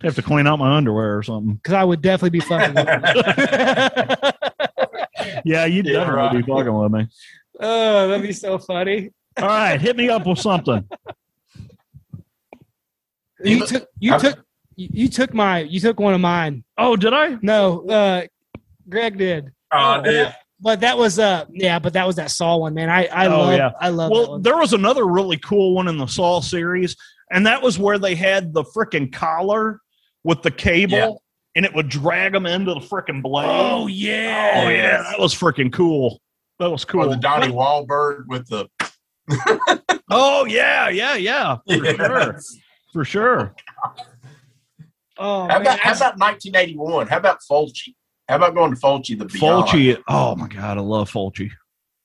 B: have to clean out my underwear or something.
A: I would definitely be fucking. with you.
B: Yeah, you'd
C: Yeah,
B: definitely
C: right.
B: be fucking with me.
A: oh, that'd be so funny.
B: All right, hit me up with something.
A: You
C: You-
A: took you
C: I'm-
A: took you you took my you took one of mine.
B: Oh, did I?
A: No, uh, Greg did.
C: Oh, dude.
A: But that was uh yeah, but that was that Saw one, man. I I
B: Oh,
A: love
B: yeah.
A: I love that
B: Well,
A: one.
B: there was another really cool one in the Saw series, and that was where they had the freaking collar with the cable,
C: Yeah.
B: and it would drag them into the freaking blade.
A: Oh,
B: yeah, oh yeah, that was freaking cool. That was
C: Or
B: cool.
C: Oh, the Donnie Wahlberg with the.
B: oh yeah, yeah, yeah, for sure, for sure.
A: oh
C: How
A: man,
C: about, how
A: I-
C: about 1981? How about Fulci? How about going to Fulci the Beyond?
B: Fulci. Oh my god, I love Fulci.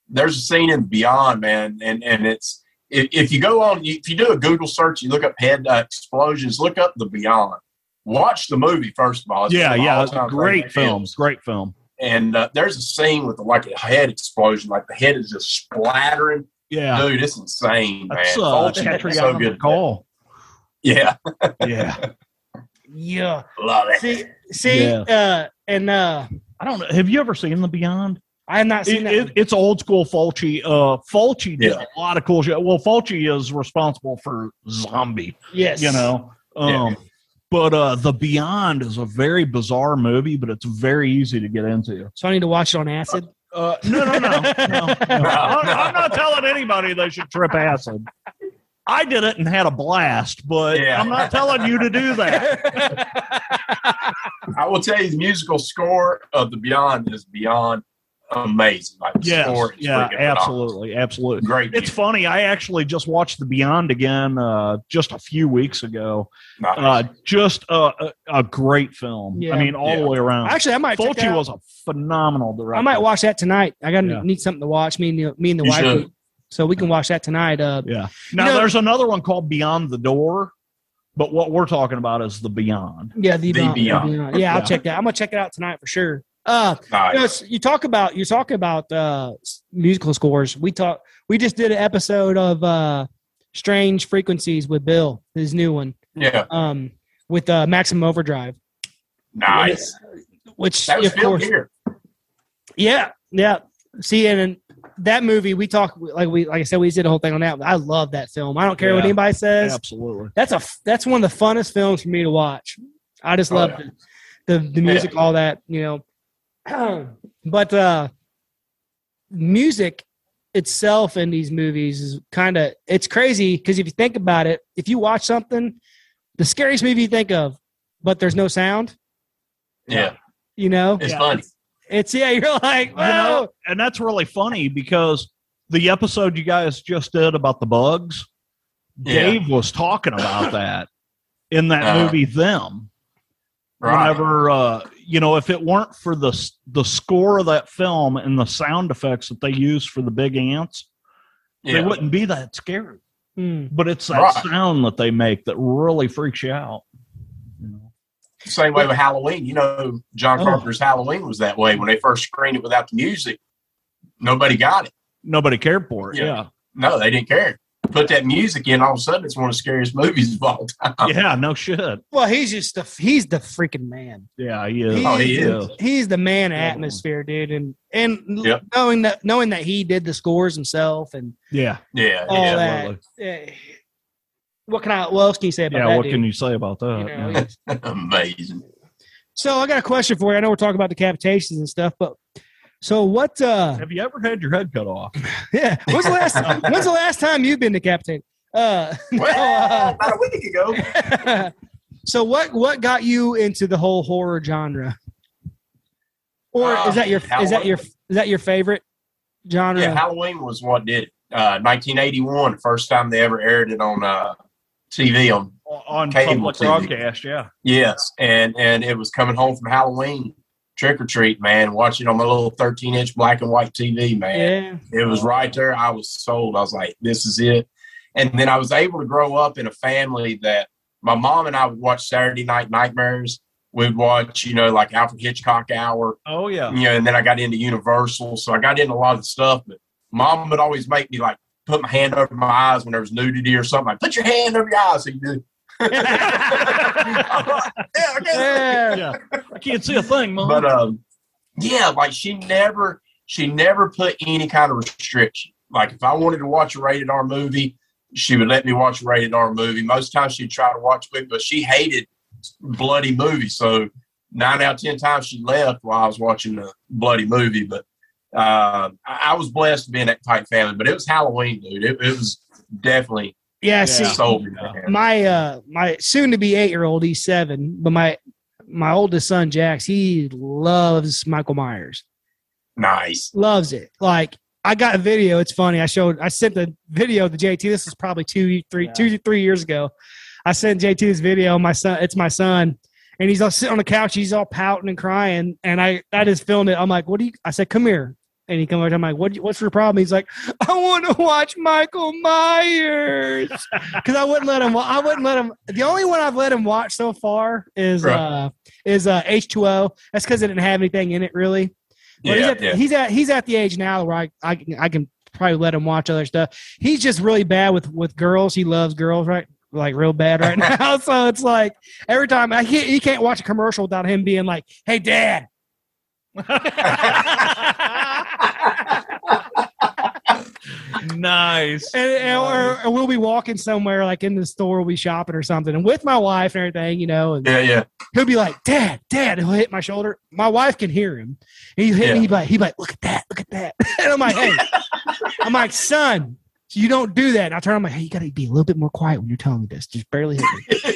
C: There's a scene in Beyond, man, and and it's if, if you go on, you, if you do a Google search, you look up head uh, explosions, look up the Beyond. Watch the movie first of all. It's
B: Yeah,
C: one of my
B: yeah,
C: all-time
B: great
C: favorite
B: film, great film.
C: And uh, there's a scene with like a head explosion, like the head is just splattering.
B: Yeah,
C: Dude, it's insane, man.
B: That's uh,
C: Fulci is so
B: Catriona
C: good.
B: McCall.
C: Yeah,
B: Yeah,
A: yeah.
C: love it.
A: See see
B: Yeah.
A: uh and uh
B: I don't know. Have you ever seen The Beyond?
A: I have not seen
B: It,
A: that.
B: it, it's old school Fulci. Uh, Fulci did
C: Yeah.
B: a lot of cool shit. Well, Fulci is responsible for Zombie.
A: yes.
B: You know. Um, But uh, The Beyond is a very bizarre movie, but it's very easy to get into.
A: So I need to watch it on acid.
B: Uh, no, no, no, no, no. I'm, I'm not telling anybody they should trip acid. I did it and had a blast, but
C: Yeah.
B: I'm not telling you to do that.
C: I will tell you, the musical score of the Beyond is beyond amazing. Like the
B: Yes,
C: score is
B: yeah,
C: freaking phenomenal.
B: absolutely, absolutely.
C: great.
B: It's funny. I actually just watched The Beyond again uh, just a few weeks ago.
C: music.
B: Uh, just a, a, a great film.
A: Yeah.
B: I mean, all the
C: Yeah.
B: way around.
A: Actually, I might check that
B: Fulci
A: out.
B: was a phenomenal director.
A: I might watch that tonight. I got to
B: Yeah.
A: need something to watch. Me and the, me and the
C: You
A: wife,
C: should.
A: so we can watch that tonight. Uh,
B: Yeah. Now
A: know-
B: there's another one called Beyond the Door, but what we're talking about is The Beyond.
A: yeah,
C: The
A: the, Beyond, the
C: Beyond.
A: Beyond. Yeah, I'll
B: Yeah.
A: check that. I'm gonna check it out tonight for sure. Uh,
C: Nice.
A: you, know, it's- you talk about you talk about uh, s- musical scores. We talk. We just did an episode of uh, Strange Frequencies with Bill, his new one,
C: yeah,
A: um, with uh, Maximum Overdrive,
C: nice.
A: which
C: That was
A: of
C: filmed
A: course,
C: here.
A: yeah, yeah. See, and, and that movie we talk like we like I said we did a whole thing on that. I love that film. I don't care what
B: Yeah.
A: anybody says.
B: Absolutely.
A: That's a f- that's one of the funnest films for me to watch. I just
C: Oh,
A: love
C: yeah.
A: the, the the music, all that, you know. but uh music itself in these movies is kind of it's crazy because if you think about it, if you watch something, the scariest movie you think of, but there's no sound,
C: Yeah,
A: you know,
C: it's
B: Yeah.
C: funny.
A: it's yeah, you're like,
B: You
A: whoa.
B: know, and that's really funny because the episode you guys just did about the bugs,
C: Yeah.
B: Dave was talking about that in that
A: Uh,
C: Uh-huh.
B: movie Them.
C: Right.
B: Whenever uh, you know, if it weren't for the s- the score of that film and the sound effects that they used for the big ants, they
C: yeah.
B: wouldn't be that scary.
A: Mm.
B: But it's that
C: Right.
B: sound that they make that really freaks you out. you know.
C: Same way with Halloween. You know, John
B: Oh.
C: Carpenter's Halloween was that way. When they first screened it without the music, nobody got it.
B: Nobody cared for it.
C: Yeah.
B: Yeah.
C: No, they didn't care. Put that music in, all of a sudden, it's one of the scariest movies of all time.
B: Yeah, no shit.
A: Well, he's just the he's the freaking man.
B: Yeah, he is.
C: Oh, he is.
B: Yeah.
A: He's the man
B: Yeah.
A: atmosphere, dude, and and
C: Yeah.
A: knowing that knowing that he did the scores himself and
B: Yeah.
C: Yeah,
A: all
C: yeah.
A: that.
B: absolutely.
A: eh, what can I? What else can you say about
B: Yeah,
A: that?
B: what
A: dude?
B: can you say about that?
A: You know,
B: yeah.
A: he's-
C: Amazing.
A: So I got a question for you. I know we're talking about decapitations and stuff, but so what? uh
B: Have you ever had your head cut off?
A: Yeah, when's the last? when's the last time you've been decapitated? Uh,
C: Well, about a week ago.
A: so what? What got you into the whole horror genre? Or
C: Uh,
A: is that your is that
C: Halloween.
A: your is that your favorite genre?
C: Yeah, Halloween was what did it. Uh, 1981, first time they ever aired it on uh, TV on
B: On
C: Cable
B: public
C: TV.
B: broadcast, yeah.
C: Yes, and and it was coming home from Halloween trick or treat, man. Watching on my little thirteen inch black and white TV, man.
A: yeah.
C: It was right there. I was sold. I was like, this is it. And then I was able to grow up in a family that my mom and I would watch Saturday Night Nightmares. We'd watch, you know, like Alfred Hitchcock Hour,
B: Oh yeah.
C: you know, and then I got into Universal. So I got into a lot of stuff, but mom would always make me like put my hand over my eyes when there was nudity or something. Like, put your hand over your eyes. So you do.
B: yeah.
C: Yeah, I guess.
A: Yeah.
B: I can't see a thing, Mom.
C: but um yeah like she never she never put any kind of restriction like if i wanted to watch a rated r movie she would let me watch a rated r movie most times she'd try to watch with me but she hated bloody movies so nine out of ten times she left while i was watching a bloody movie but uh, I, I was blessed to be in that type family but it was halloween dude it, it was definitely
A: Yeah. See,
B: Yeah.
C: sold me man.
A: my uh my soon to be eight year old he's seven but my my oldest son jax he loves michael myers
C: nice
A: loves it like i got a video it's funny i showed i sent the video to jt this is probably two three
B: Yeah.
A: two to three years ago i sent jt this video my son it's my son and he's all sitting on the couch he's all pouting and crying and i i just filmed it i'm like what do you i said come here and he comes over i'm like what, do you- what's your problem he's like i want to watch michael myers because I wouldn't let him. I wouldn't let him. The only one I've let him watch so far is
C: Right.
A: uh is uh H two O. That's because it didn't have anything in it really. But he's,
C: yeah,
A: at,
C: yeah
A: he's at he's at the age now where I, I can- I can probably let him watch other stuff. He's just really bad with with girls. He loves girls right like real bad right now. so it's like every time I can't, he can't watch a commercial without him being like, "Hey, Dad."
C: uh,
B: nice.
A: and, and- or, or we'll be walking somewhere like in the store, we'll be shopping or something, and with my wife and everything, you know. And
C: yeah yeah
A: he'll be like, "Dad, Dad!" He'll hit my shoulder. My wife can hear him. And he'll hit
C: Yeah.
A: me. He'd be like, "He'd be like, look at that, look at that." And I'm like, "Hey," I'm like, "Son, you don't do that." And I turn. I'm like, "Hey, you gotta be a little bit more quiet when you're telling me this. Just barely hit me.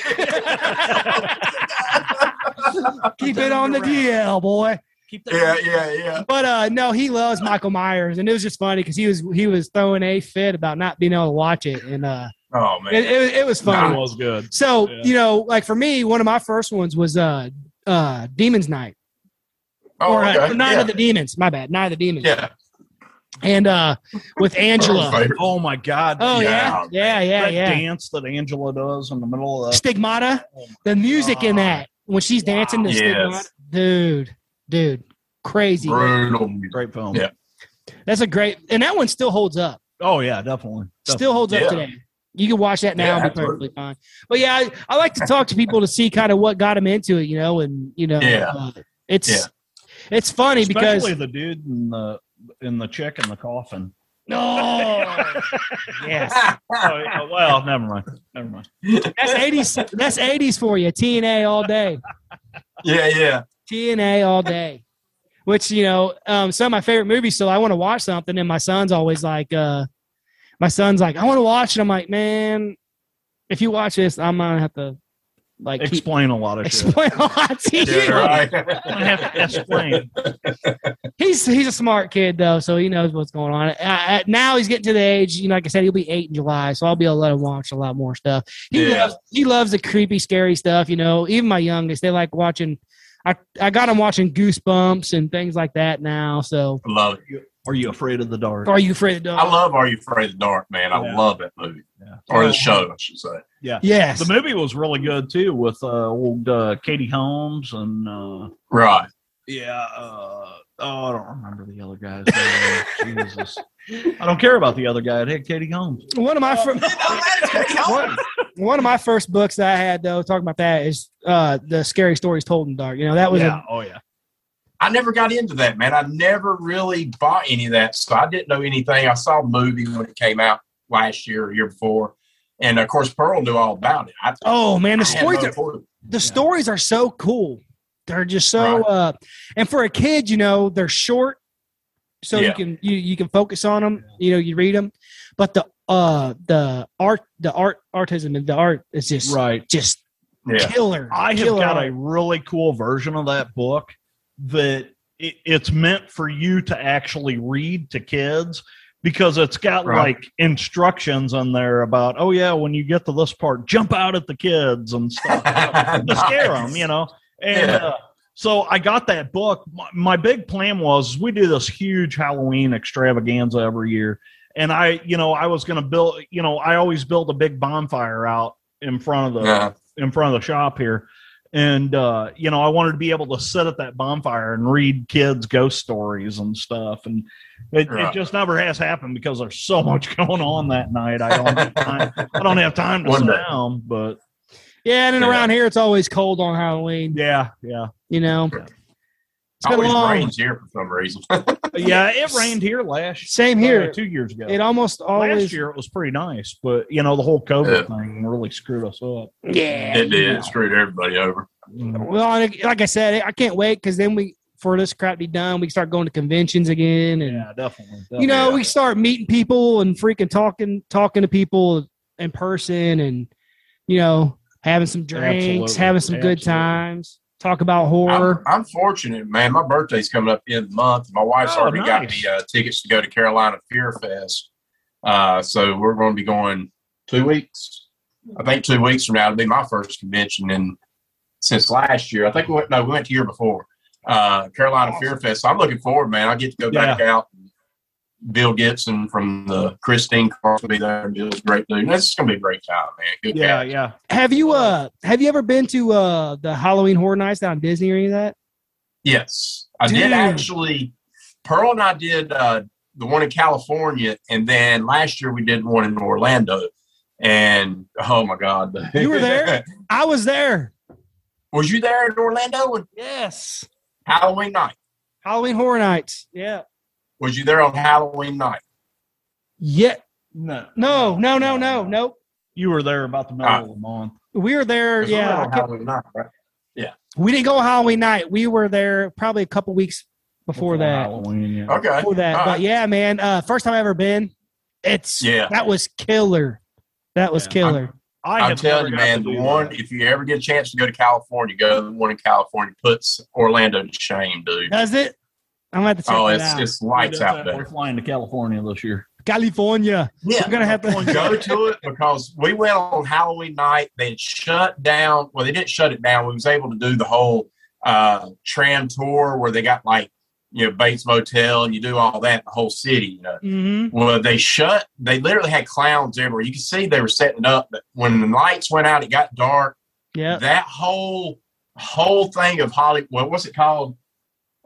A: Keep it on the DL, boy."
B: Keep
C: yeah yeah yeah
A: But uh, no, he loves Michael Myers, and it was just funny because he was he was throwing a fit about not being able to watch it, and uh,
C: oh man
A: it, it, was- it was funny.
B: That was good.
A: So
B: Yeah.
A: you know, like for me, one of my first ones was uh, uh, Demons Night.
C: oh,
A: or uh,
C: okay.
A: Night
C: yeah.
A: of the Demons. My bad, Night of the Demons.
C: yeah
A: And uh, with Angela.
C: Favorite.
B: Oh my God.
A: Oh yeah,
C: Yeah.
A: yeah, yeah,
B: that
A: yeah.
B: dance that Angela does in the middle of that.
A: Stigmata.
B: Oh, my
A: The music in
B: God.
A: that when she's dancing to
C: Yes.
A: Stigmata, dude, dude, crazy.
C: brutal music.
B: Great film.
C: Yeah.
A: That's a great, and that one still holds up.
B: Oh yeah, definitely.
A: Still holds
C: Yeah.
A: up today. You can watch that now
C: Yeah,
A: and be perfectly fine. But yeah, I, I like to talk to people to see kind of what got them into it, you know, and you know,
C: Yeah.
A: uh, it's
C: Yeah.
A: it's funny
B: Definitely. Especially
A: because
B: the dude in the in the chick in the coffin.
A: No. yes.
B: Oh, yeah, well, never mind. Never mind.
A: That's 80s. That's 80s for you. TNA all day.
C: yeah, yeah.
A: TNA all day. Which, you know, um, some of my favorite movies, so I want to watch something, and my son's always like, uh, my son's like, I want to watch it. I'm like, man, if you watch this, I'm gonna have to like keep-
B: Explain a lot of shit.
A: explain a lot to you.
C: Yeah,
B: I'm
C: right.
B: gonna have to explain.
A: He's he's a smart kid though, so he knows what's going on. Uh, now he's getting to the age, you know, like I said, he'll be eight in July, so I'll be able to let him watch a lot more stuff. He
C: Yeah.
A: loves he loves the creepy, scary stuff. You know, even my youngest, they like watching. I I got him watching Goosebumps and things like that now. So
C: I love it.
B: Are you afraid of the dark?
A: are you afraid of the
C: I
A: dog?
C: love Are You Afraid of the Dark, man. I
B: Yeah.
C: love that movie.
B: Yeah.
C: Or the show, I should say.
A: Yes.
B: The movie was really good too, with uh, old uh, Katie Holmes and uh,
C: Right.
B: yeah. Uh, oh, I don't remember the other guy's name. Jesus, I don't care about the other guy. It had Katie Holmes.
A: One of
C: Oh.
A: my fir- one, one of my first books that I had though, talking about that is uh the scary stories told in the dark. You know, that was
B: yeah.
A: a,
B: oh yeah.
C: I never got into that, man. I never really bought any of that, so I didn't know anything. I saw the movie when it came out last year or year before, and of course Pearl knew all about it. I,
A: oh man, the
C: I had
A: stories
C: no
A: are
C: clue.
A: the stories are so cool. They're just so
C: Right.
A: uh and for a kid, you know, they're short so you
C: Yeah.
A: can you you can focus on them, you know, you read them. But the uh the art the art artism and the art is just
B: Right.
A: just
C: Yeah,
A: killer.
B: I have
A: killer
B: got
A: art.
B: a really cool version of that book that it, it's meant for you to actually read to kids because it's got
C: Right.
B: like instructions on there about oh yeah when you get to this part jump out at the kids and stuff to scare
C: Nice.
B: them you know and
C: Yeah.
B: uh, so I got that book. My, my big plan was we do this huge Halloween extravaganza every year, and I, you know, I was going to build. You know, I always build a big bonfire out in front of the
C: Yeah.
B: in front of the shop here. And uh, you know, I wanted to be able to sit at that bonfire and read kids ghost stories and stuff. And it,
C: Right.
B: it just never has happened because there's so much going on that night. I don't have time. I don't have time to
C: One
B: sit
C: day.
B: down. But
A: yeah, and then
C: Yeah.
A: around here it's always cold on Halloween,
B: yeah, yeah,
A: you know.
C: Yeah.
A: It's been a
C: Always
A: long
C: rains here for some reason.
B: yeah. It rained here last
A: same
B: uh,
A: here.
B: two years ago.
A: It almost always
B: last year it was pretty nice, but you know the whole COVID thing really screwed us up.
A: Yeah.
C: it did. It screwed everybody over.
A: Well, and like I said, I can't wait because then we for this crap to be done, we start going to conventions again, and
B: Yeah, definitely.
A: you know
B: definitely.
A: we start meeting people and freaking talking talking to people in person, and you know having some drinks,
B: Absolutely.
A: having some good
B: Absolutely.
A: times, talk about
C: I'm,
A: horror.
C: I'm fortunate, man. My birthday's coming up in the month. My wife's
B: Oh,
C: already got
B: nice.
C: me uh, tickets to go to Carolina Fear Fest. Uh, so we're going to be going two weeks. I think two weeks from now it'll be my first convention in since last year. I think we went no, we went to year before. Uh, Carolina Fear Fest. So I'm looking forward, man. I get to go back out. Bill Gibson from the Christine Cars will be there. Bill's a great dude. That's gonna be a great time, man. Good
B: yeah,
C: guy.
B: yeah.
A: have you uh have you ever been to uh the Halloween Horror Nights down in Disney or any of that?
C: Yes, I
A: Dude.
C: did actually. Pearl and I did uh, the one in California, and then last year we did one in Orlando. And oh my God,
A: You were there? I was there.
C: was you there in Orlando on
A: Yes,
C: Halloween night?
A: Halloween Horror Nights. Yeah.
C: Was you there on Halloween night?
A: Yeah.
B: No,
A: No. No. No. No. Nope.
B: You were there about the middle of the month.
A: We were there.
C: 'Cause we were
A: Yeah. I
C: on
A: can't-
C: Halloween night, right?
A: We didn't go Halloween night. We were there probably a couple weeks before, that.
B: Halloween, yeah.
C: Okay,
A: Before that,
C: All
A: but
C: right.
A: yeah, man, uh, first time I ever been. It's
C: Yeah.
A: that was killer. That was
B: Yeah.
A: killer.
B: I
C: I'm
B: have
C: telling
B: never
C: you,
B: got
C: man.
B: to
C: The
B: do
C: one,
B: that.
C: if you ever get a chance to go to California, go to the one in California. Puts Orlando to shame, dude.
A: Does it? I'm gonna have to check
C: Oh,
A: that
C: it's
A: out.
C: it's
B: Why
C: lights
B: does that?
C: out
B: We're
C: there.
B: flying to California this year.
A: California.
C: Yeah,
A: We're gonna have to.
C: go to it because we went on Halloween night. They had shut down. Well, they didn't shut it down. We was able to do the whole uh, tram tour where they got like you know Bates Motel and you do all that in the whole city. You know,
A: Mhm.
C: well they shut. They literally had clowns everywhere. You could see they were setting it up. But when the lights went out, it got dark.
A: Yeah.
C: That whole whole thing of Hollywood. What was it called?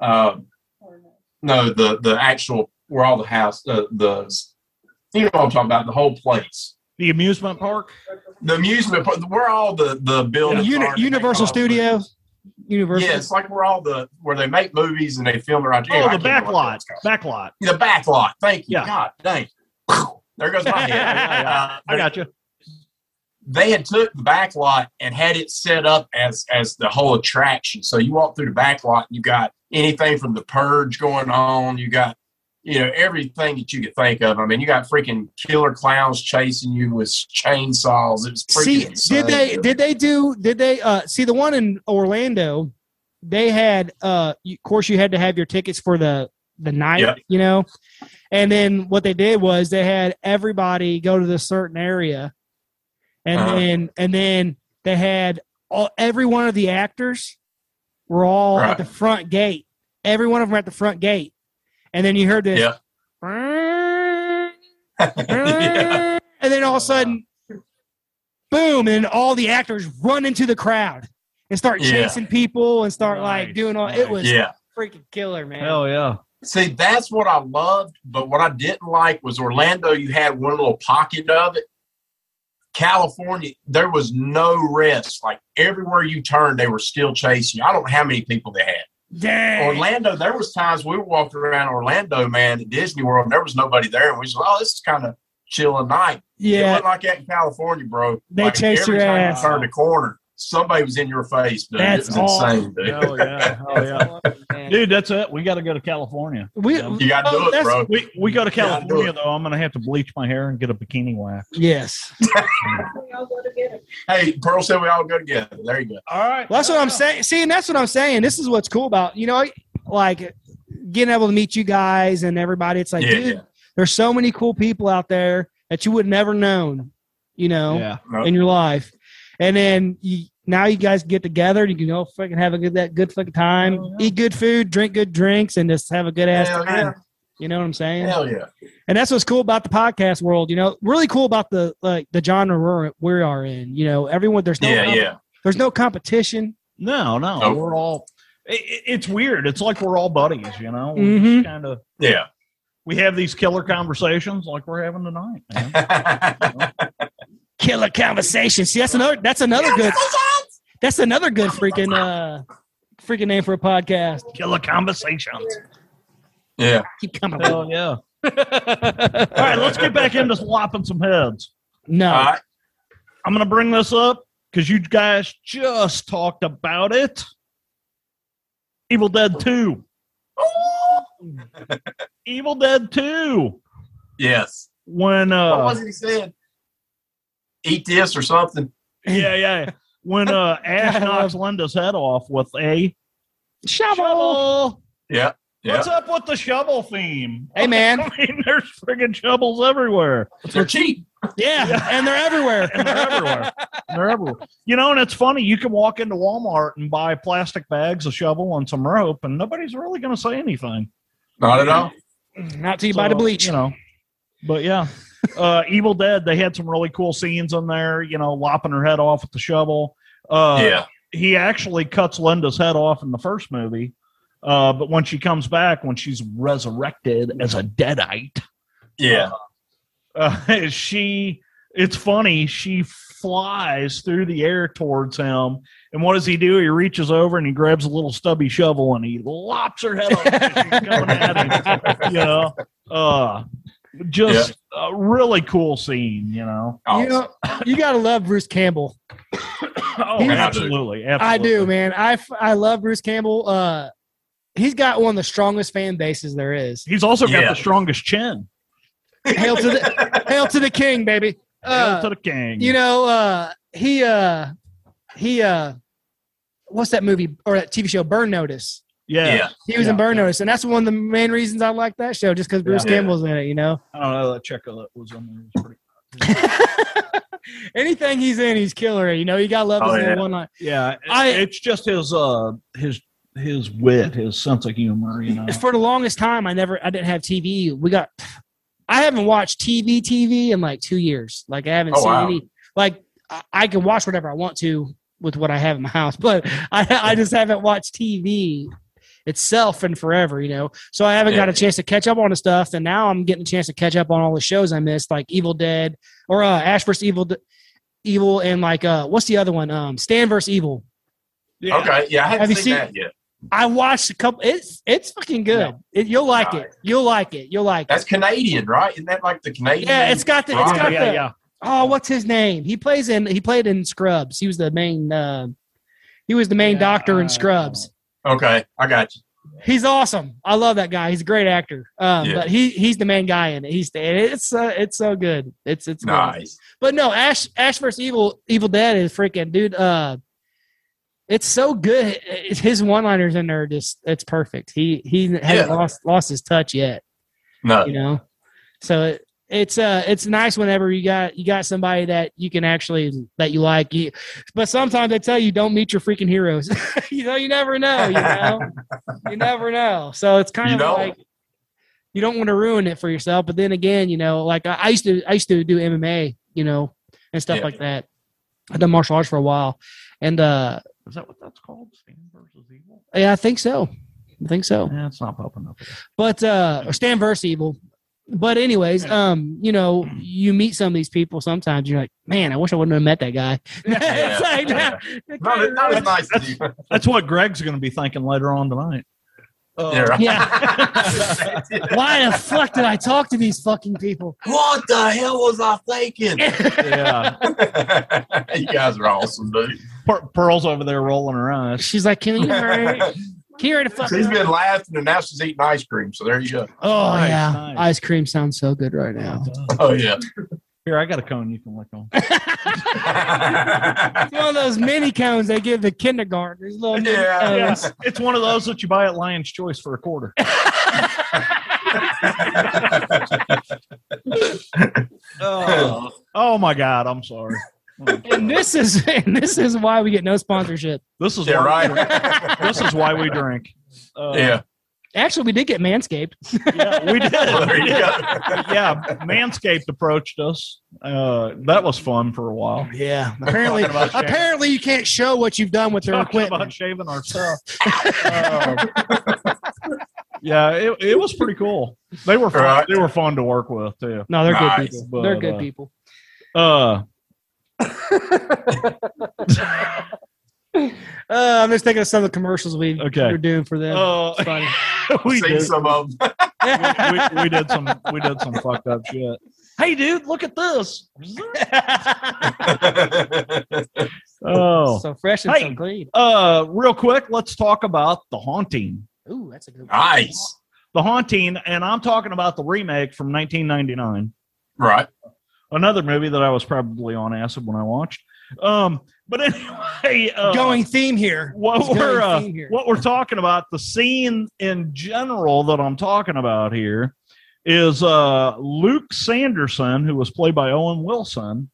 C: Uh, no, the the actual where all the house uh, the you know what I'm talking about the whole place
B: The amusement park.
C: the amusement park, where all the the buildings
A: Uni-
C: are, they make
A: Universal
C: all the-
A: Studios. Universal.
C: Yeah, it's like where all the where they make movies and they film it right there.
B: Oh,
C: I
B: the
C: can't
B: back
C: remember what
B: lot.
C: it's called.
B: Back lot.
C: The back lot. Thank you.
B: Yeah.
C: God dang. There goes my head.
B: Yeah, yeah.
C: Uh,
B: I got you.
C: they had took the back lot and had it set up as as the whole attraction. So you walk through the back lot, you got anything from the purge going on, you got you know everything that you could think of. I mean, you got freaking killer clowns chasing you with chainsaws. It was freaking
A: see
C: insane.
A: did they did they do did they uh see the one in orlando they had uh you- of course you had to have your tickets for the the night
C: Yeah.
A: you know and then what they did was they had everybody go to this certain area and
C: Uh-huh.
A: then and then they had all every one of the actors were all at
C: Right.
A: the front gate every one of them were at the front gate and then you heard this
C: Yeah. Yeah.
A: and then all of a sudden, boom! And all the actors run into the crowd and start
C: Yeah.
A: chasing people and start like
B: Nice,
A: doing all.
B: nice.
A: It was
C: Yeah.
A: freaking killer, man.
B: Hell yeah.
C: See, that's what I loved, but what I didn't like was Orlando, you had one little pocket of it. California, there was no rest. Like everywhere you turned, they were still chasing you. I don't know how many people they had.
A: Dang.
C: Orlando, there was times we were walking around Orlando, man, at Disney World, and there was nobody there. And we was like, oh, this is kind of chill at night. It
A: yeah,
C: wasn't like that in California, bro.
A: They
C: like,
A: chased
C: every
A: your
C: time
A: ass.
C: you turned a corner, somebody was in your face, dude.
A: That's
C: it was
A: awesome.
C: insane, dude.
B: Hell yeah. Hell yeah.
D: Man.
B: Dude, that's it. We got to go to California.
A: we
C: You got to
A: oh,
C: do it,
A: that's-
C: bro.
B: We we go to
C: Yeah, I know
B: California though. I'm gonna have to bleach my hair and get a bikini wax.
A: Yes,
D: We all go together.
C: Hey, Pearl said we all go together. There you go.
B: All right.
A: well, that's what I'm saying. See, and that's what I'm saying. This is what's cool about you know, like getting able to meet you guys and everybody. It's like,
C: yeah,
A: dude,
C: yeah.
A: there's so many cool people out there that you would never known. You know.
B: Yeah.
C: Nope.
A: in your life, and then you, now you guys get together. You can go fucking have a good that good fucking time,
B: Oh,
A: eat good food, drink good drinks, and just have a good ass
C: Hell,
A: time.
C: yeah.
A: You know what I'm saying?
C: Hell yeah.
A: And that's what's cool about the podcast world. You know, really cool about the like the genre we're we are in. You know, everyone there's no
C: Yeah,
A: com-
C: yeah.
A: there's no competition.
B: No, no.
C: Nope.
B: We're all. It, it- it's weird. It's like we're all buddies. You know.
A: Mhm.
B: Kind of.
C: Yeah.
B: We have these killer conversations like we're having tonight. Man.
A: Killer conversation. See, that's another that's another good that's another good freaking uh freaking name for a podcast.
B: killer conversations.
C: yeah.
A: Keep coming.
B: Hell yeah. all right. Let's get back into lopping some heads.
A: No.
C: All right.
B: I'm going to bring this up because you guys just talked about it. Evil Dead 2. Evil Dead 2.
C: Yes.
B: When,
C: what
B: uh,
C: was it he said? Eat this or something.
B: yeah, yeah. When, uh, Ash knocks Linda's head off with a
A: Shovel.
B: shovel.
C: Yeah. Yeah.
B: What's up with the shovel theme?
A: Hey, man.
B: I mean, there's friggin' shovels everywhere.
C: They're cheap.
A: Yeah. And they're everywhere.
B: and they're everywhere. And they're everywhere. You know, and it's funny. You can walk into Walmart and buy plastic bags, a shovel, and some rope, and nobody's really going to say anything.
C: Not at all.
A: Not till you buy the
B: So,
A: bleach.
B: you know. But yeah, uh, Evil Dead. They had some really cool scenes in there. You know, lopping her head off with the shovel. Uh,
C: yeah.
B: He actually cuts Linda's head off in the first movie. Uh, but when she comes back, when she's resurrected as a deadite,
C: Yeah.
B: uh, she it's funny she flies through the air towards him and what does he do he reaches over and he grabs a little stubby shovel and he lops her head off as she's coming at him you know uh just a really cool scene you know
C: Awesome.
A: You know, you gotta love Bruce Campbell.
B: oh
A: man, I do.
B: absolutely, absolutely
A: I do, man. I, f- I love Bruce Campbell. Uh, he's got one of the strongest fan bases there is.
B: he's also got
C: Yeah.
B: the strongest chin
A: Hail to the hail to the king, baby.
B: Hail
A: Uh,
B: to the king
A: you know, uh, he uh, he uh, what's that movie or that TV show Burn Notice?
B: yeah,
C: Yeah.
A: He was in
B: Yeah.
A: Burn Notice, and that's one of the main reasons I like that show, just because Bruce
C: Yeah.
A: Campbell's in it. You know,
B: i don't know that checker that was on there was pretty
A: anything he's in, he's killer. You know, you gotta love his
C: Oh,
A: little
C: yeah.
A: one line.
B: yeah it-
A: I-
B: it's just his uh his his wit his sense of humor you know
A: for the longest time i never i didn't have tv we got i haven't watched tv tv in like two years like i haven't
C: Oh,
A: seen
C: wow.
A: any like I, I can watch whatever i want to with what i have in my house but i i just haven't watched tv itself and forever you know so i haven't got a
C: Yeah.
A: chance to catch up on the stuff and now i'm getting a chance to catch up on all the shows i missed like evil dead or uh ash versus evil D- evil and like uh what's the other one um stan versus evil
B: Yeah.
C: Okay, yeah, I haven't
A: Have you
C: seen,
A: seen-
C: that yet.
A: I watched a couple. It's it's fucking good. It, you'll like it. You'll like it. You'll like it.
C: That's Canadian, right? Isn't that like the Canadian?
A: Yeah, it's got the it's
C: Wow.
B: Yeah,
A: got
B: yeah,
A: the
B: yeah.
A: oh what's his name? He plays in he played in Scrubs. He was the main uh, he was the main
B: Yeah,
A: doctor
B: uh,
A: in Scrubs.
C: okay. I got you.
A: He's awesome. I love that guy. He's a great actor. Um,
C: Yeah.
A: but he he's the main guy in it. He's and it's uh, it's so good. It's it's good.
C: Nice.
A: But no, Ash Ash versus Evil Evil Dead is freaking dude. Uh, it's so good. It's- His one liners in there are just it's perfect. He he hasn't
C: Yeah.
A: lost lost his touch yet.
C: No,
A: You know, so it, it's uh it's nice whenever you got you got somebody that you can actually that you like. You, but sometimes I tell you don't meet your freaking heroes. you know, you never know. You know, you never know. So it's kind
C: You
A: of
C: don't.
A: like you don't want to ruin it for yourself. But then again, you know, like I, I used to, I used to do MMA, you know, and stuff
C: Yeah.
A: like that. I done martial arts for a while, and uh,
B: Is that what that's called? Stand versus evil?
A: yeah, I think so. I think so.
B: Yeah, it's not popping up.
A: But uh, or Stan versus Evil. But anyways, um, you know, you meet some of these people sometimes. You're like, man, I wish I wouldn't have met that guy. It's like,
C: Yeah.
A: nah, it
C: not,
A: kinda
C: not as
A: ruins-
C: nice as you.
B: That's what Greg's going to be thinking later on tonight. Uh,
C: Yeah. right.
A: Why the fuck did I talk to these fucking people?
C: what the hell was I thinking?
B: yeah.
C: you guys are awesome, dude.
B: Per- Pearl's over there rolling her eyes.
A: She's like, can you hurry? Can you hurry the fuck
C: She's
A: up?"
C: been laughing, and now she's eating ice cream. So there you go.
A: Oh
B: Nice,
A: yeah,
B: nice.
A: ice cream sounds so good right now.
C: Oh yeah.
B: Here, I got a cone you can lick on.
A: It's one of those mini cones they give the kindergartners. Little mini
C: Yeah.
A: cones.
B: Yeah, it's one of those that you buy at Lion's Choice for a quarter. oh, oh my God, I'm sorry. Oh,
A: And this is and this is why we get no sponsorship.
B: This is
C: yeah,
B: why
C: right.
B: this is why we drink. Uh,
C: yeah.
A: Actually, we did get manscaped.
B: yeah, we did.
C: There you go.
B: yeah, Manscaped approached us. Uh, that was fun for a while.
A: Yeah, apparently,
B: Talking about shaving-
A: apparently you can't show what you've done with their
B: talking
A: equipment.
B: about shaving ourselves. yeah, it, it was pretty cool. They were fun,
C: Right.
B: they were fun to work with too.
A: No, they're good
C: Nice,
A: people.
B: but,
A: they're good
B: uh,
A: people.
B: Uh,
A: Uh, I'm just thinking of some of the commercials we
B: Okay.
A: we're doing for them. It's
B: uh,
A: funny.
B: we
C: Seen
B: did.
C: some of them.
B: we, we, we did some we did some fucked up shit. Hey dude, look at this. Oh.
A: so fresh and
B: Hey.
A: so clean.
B: Uh real quick, let's talk about The Haunting.
A: Ooh, that's a good. one.
C: nice.
B: The Haunting, and I'm talking about the remake from 1999.
C: Right.
B: Another movie that I was probably on acid when I watched. Um but anyway, uh,
A: Going theme here. It's
B: what
A: going
B: we're uh,
A: theme here.
B: what we're talking about the scene in general that I'm talking about here is uh, Luke Sanderson, who was played by Owen Wilson,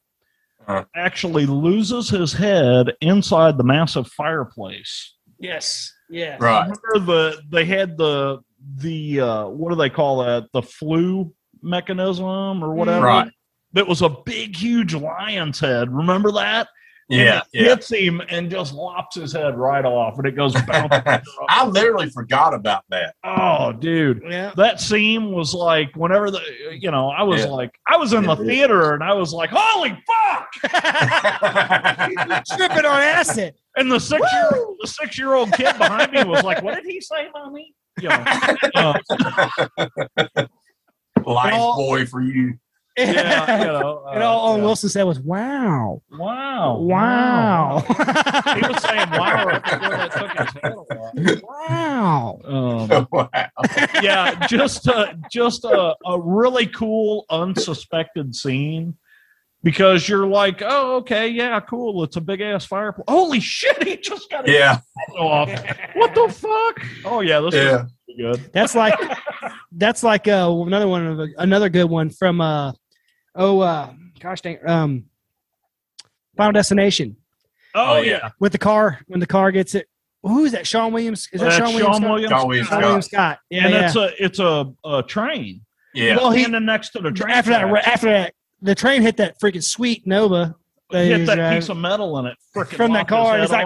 C: Uh-huh.
B: actually loses his head inside the massive fireplace.
A: Yes. Yeah.
C: Right.
B: Remember the they had the the uh, what do they call that the flu mechanism or whatever
C: Right.
B: that was a big huge lion's head. Remember that?
C: Yeah.
B: And it
C: Yeah.
B: hits him and just lops his head right off, and it goes bouncing. off.
C: I literally forgot about that.
B: Oh, dude.
A: Yeah.
B: That scene was like whenever the you know, I was
C: Yeah.
B: like I was in the
C: Yeah.
B: theater and I was like, Holy fuck
A: Tripping on acid.
B: and the six year the six year old kid behind me was like, What did he say, mommy? You know, uh,
C: Life boy for you.
B: yeah, you know, uh,
A: and all Owen
B: yeah.
A: Wilson said was, "Wow,
B: Wow.
A: wow,
B: He was saying wow after that took his head off.
A: wow."
B: Um,
C: wow.
B: yeah, just a, just a, a really cool, unsuspected scene because you're like, oh, okay, yeah, cool. It's a big ass fireplace. Holy shit, he just got his
C: Yeah.
B: head off. What the fuck? Oh yeah, this is
C: Yeah.
B: pretty good.
A: That's like, that's like uh, another one of another good one from uh, oh uh, gosh dang, um, Final Destination
B: Oh,
C: Oh,
B: yeah.
C: yeah.
A: with the car when the car gets it. Who's that? Sean Williams? Is that
B: That's
A: Sean Williams? Scott?
C: Always
A: Sean
C: got.
A: Williams Scott. Yeah,
B: and
A: yeah.
B: it's a it's a, a train.
C: Yeah.
A: Well, he-
B: standing next to the train.
A: after that,
B: tracks,
A: after that, the train hit that freaking sweet Nova. uh, that
B: hit
A: he's
B: that
A: driving
B: piece of metal in it frickin'
A: from that
B: knocked his
A: car,
B: head
A: and it's like,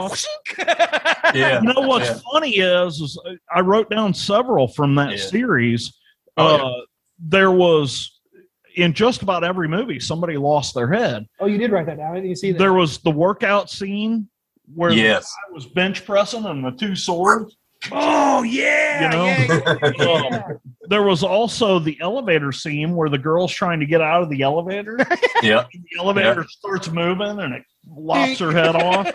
B: off.
C: Yeah.
B: You know what's
C: Yeah.
B: funny is, is I wrote down several from that
C: Yeah.
B: series.
C: Oh,
B: uh, There was in just about every movie somebody lost their head.
A: Oh, you did write that down. I didn't see that.
B: There was the workout scene where
C: Yes.
B: the guy was bench pressing and the two swords.
A: Oh yeah,
B: You know?
A: yeah,
B: Um, there was also the elevator scene where the girl's trying to get out of the elevator.
C: yeah.
B: the elevator starts moving and it lops her head off.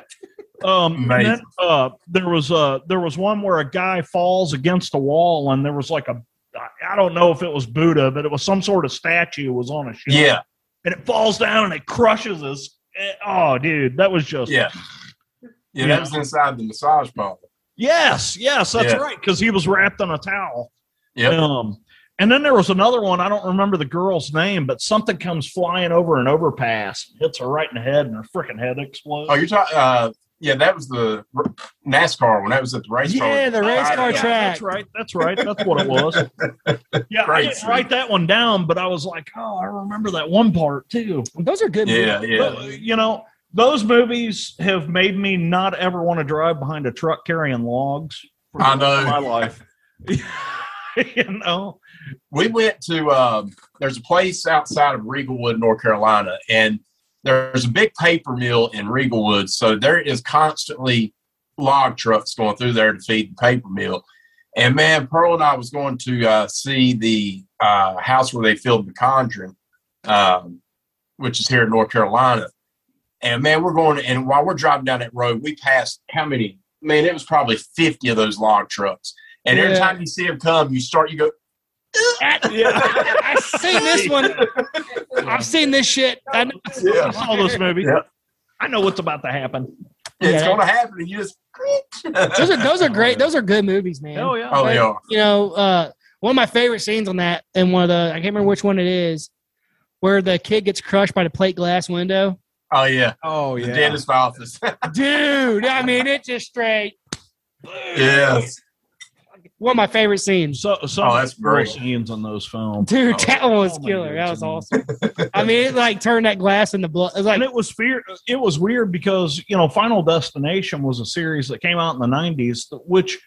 B: Um, and
C: Amazing.
B: then, uh, there was uh, there was one where a guy falls against a wall and there was like a I- I don't know if it was Buddha, but it was some sort of statue was on a shelf.
C: Yeah.
B: and it falls down and it crushes us. Eh, Oh, dude, that was just
C: Yeah. Yeah.
B: Yeah.
C: That was inside the massage parlor.
B: yes, yes, that's
C: Yeah.
B: right because he was wrapped in a towel.
C: Yep.
B: Um, and then there was another one. I don't remember the girl's name, but something comes flying over an overpass, hits her right in the head, and her freaking head explodes.
C: Oh, you're talking. Uh, yeah, that was the r- NASCAR one. That was at the race.
A: Yeah, the race
C: I-
A: car
C: yeah.
A: track.
B: That's right. That's right. That's what it was. Yeah, I
C: Great
B: didn't
C: scene.
B: write that one down, but I was like, oh, I remember that one part too.
A: Those are good.
C: Yeah,
A: movies.
C: yeah.
B: But, you know, those movies have made me not ever want to drive behind a truck carrying logs for the
C: I
B: rest of
C: know.
B: my life. you know,
C: we went to um, there's a place outside of Regalwood, North Carolina, and there's a big paper mill in Regalwood, so there is constantly log trucks going through there to feed the paper mill. And man, Pearl and I was going to uh, see the uh, house where they filmed The Conjuring, um, which is here in North Carolina. And man, we're going, and while we're driving down that road, we passed how many? Man, it was probably 50 of those log trucks. And every
A: Yeah.
C: time you see them come, you start, you go,
B: yeah.
A: I've seen this one. I've seen this shit. I know.
B: I saw this movie.
C: Yeah.
B: I know what's about to happen.
C: it's
A: Yeah.
C: going to happen. And you just.
A: Those are those are great. Those are good movies, man.
B: Hell yeah.
C: oh, they are.
A: you know, uh, one of my favorite scenes on that, and one of the I can't remember which one it is, where the kid gets crushed by the plate glass window.
C: Oh yeah,
E: Oh
C: the
E: yeah.
C: dentist office.
A: Dude, I mean, it's just straight
C: yes,
A: one of my favorite scenes.
B: So, so
C: Oh, that's great.
B: scenes on those films.
A: Dude, that one was
B: Oh my
A: killer. That was
B: goodness.
A: awesome. I mean, it like turned that glass into blood. It was like,
B: and it was fear. It was weird because you know, Final Destination was a series that came out in the '90s, which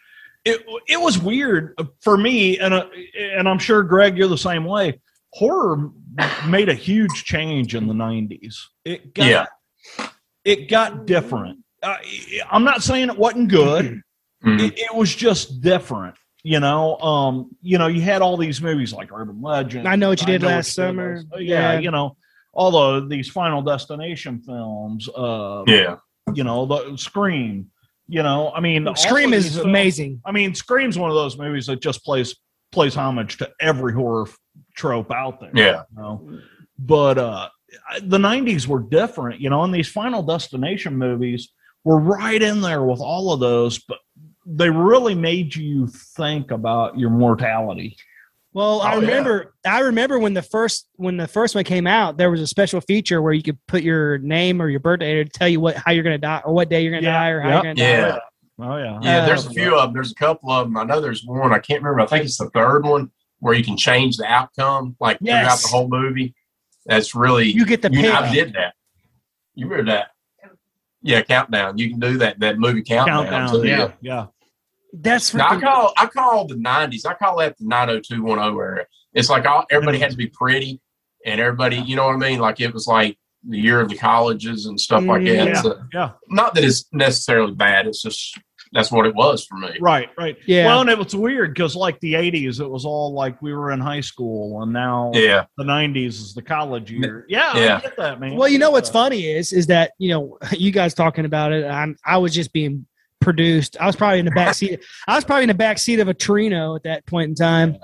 B: it it was weird for me, and uh, and I'm sure Greg, you're the same way. Horror made a huge change in the '90s. It got
C: Yeah.
B: it got different. Uh, I'm not saying it wasn't good.
C: Mhm.
B: It, it was just different. You know, um, you know, you had all these movies like Urban Legend.
A: I Know What You Did Last
B: What
A: Summer.
B: Last- yeah,
A: Yeah.
B: you know, all the these Final Destination films. Uh,
C: yeah,
B: you know, the Scream. You know, I mean, all
A: Scream
B: of
A: is
B: these films-
A: amazing.
B: I mean, Scream's one of those movies that just plays plays homage to every horror f- trope out there.
C: Yeah.
B: you know? But uh, I- the '90s were different, you know, and these Final Destination movies were right in there with all of those, but they really made you think about your mortality.
A: Well, I
C: Oh, yeah.
A: remember, I remember when the first when the first one came out, there was a special feature where you could put your name or your birthday to tell you what how you're gonna die or what day you're gonna
B: Yeah.
A: die or how
B: Yep.
A: you're gonna die.
C: yeah,
B: Oh yeah,
C: yeah. There's
A: Uh,
C: a few of them. There's a couple of them. I know there's one. I can't remember. I think it's the third one where you can change the outcome like throughout
A: Yes.
C: the whole movie. That's really
A: You get the
C: you
A: pick.
C: know, I did that. You remember that? Yeah, countdown. You can do that. That movie countdown.
B: countdown.
C: too.
B: Yeah, yeah.
A: That's
C: Now, I
A: freaking-
C: call I call the nineties. I call that the nine hundred two one zero era. It's like all everybody had to be pretty, and everybody, you know what I mean. Like it was like the year of the colleges and stuff like that.
A: Yeah,
C: So,
B: yeah.
C: Not that it's necessarily bad. It's just that's what it was for me.
B: Right, right.
A: Yeah.
B: Well, and it was weird because, like, the 80s, it was all like we were in high school, and now
C: Yeah.
B: the 90s is the college year. Yeah, I
C: Yeah.
B: get that, man.
A: Well, you know what's
B: Uh,
A: funny is is that you know you guys talking about it. I'm I was just being produced. I was probably in the back seat. I was probably in the back seat of a Trino at that point in time,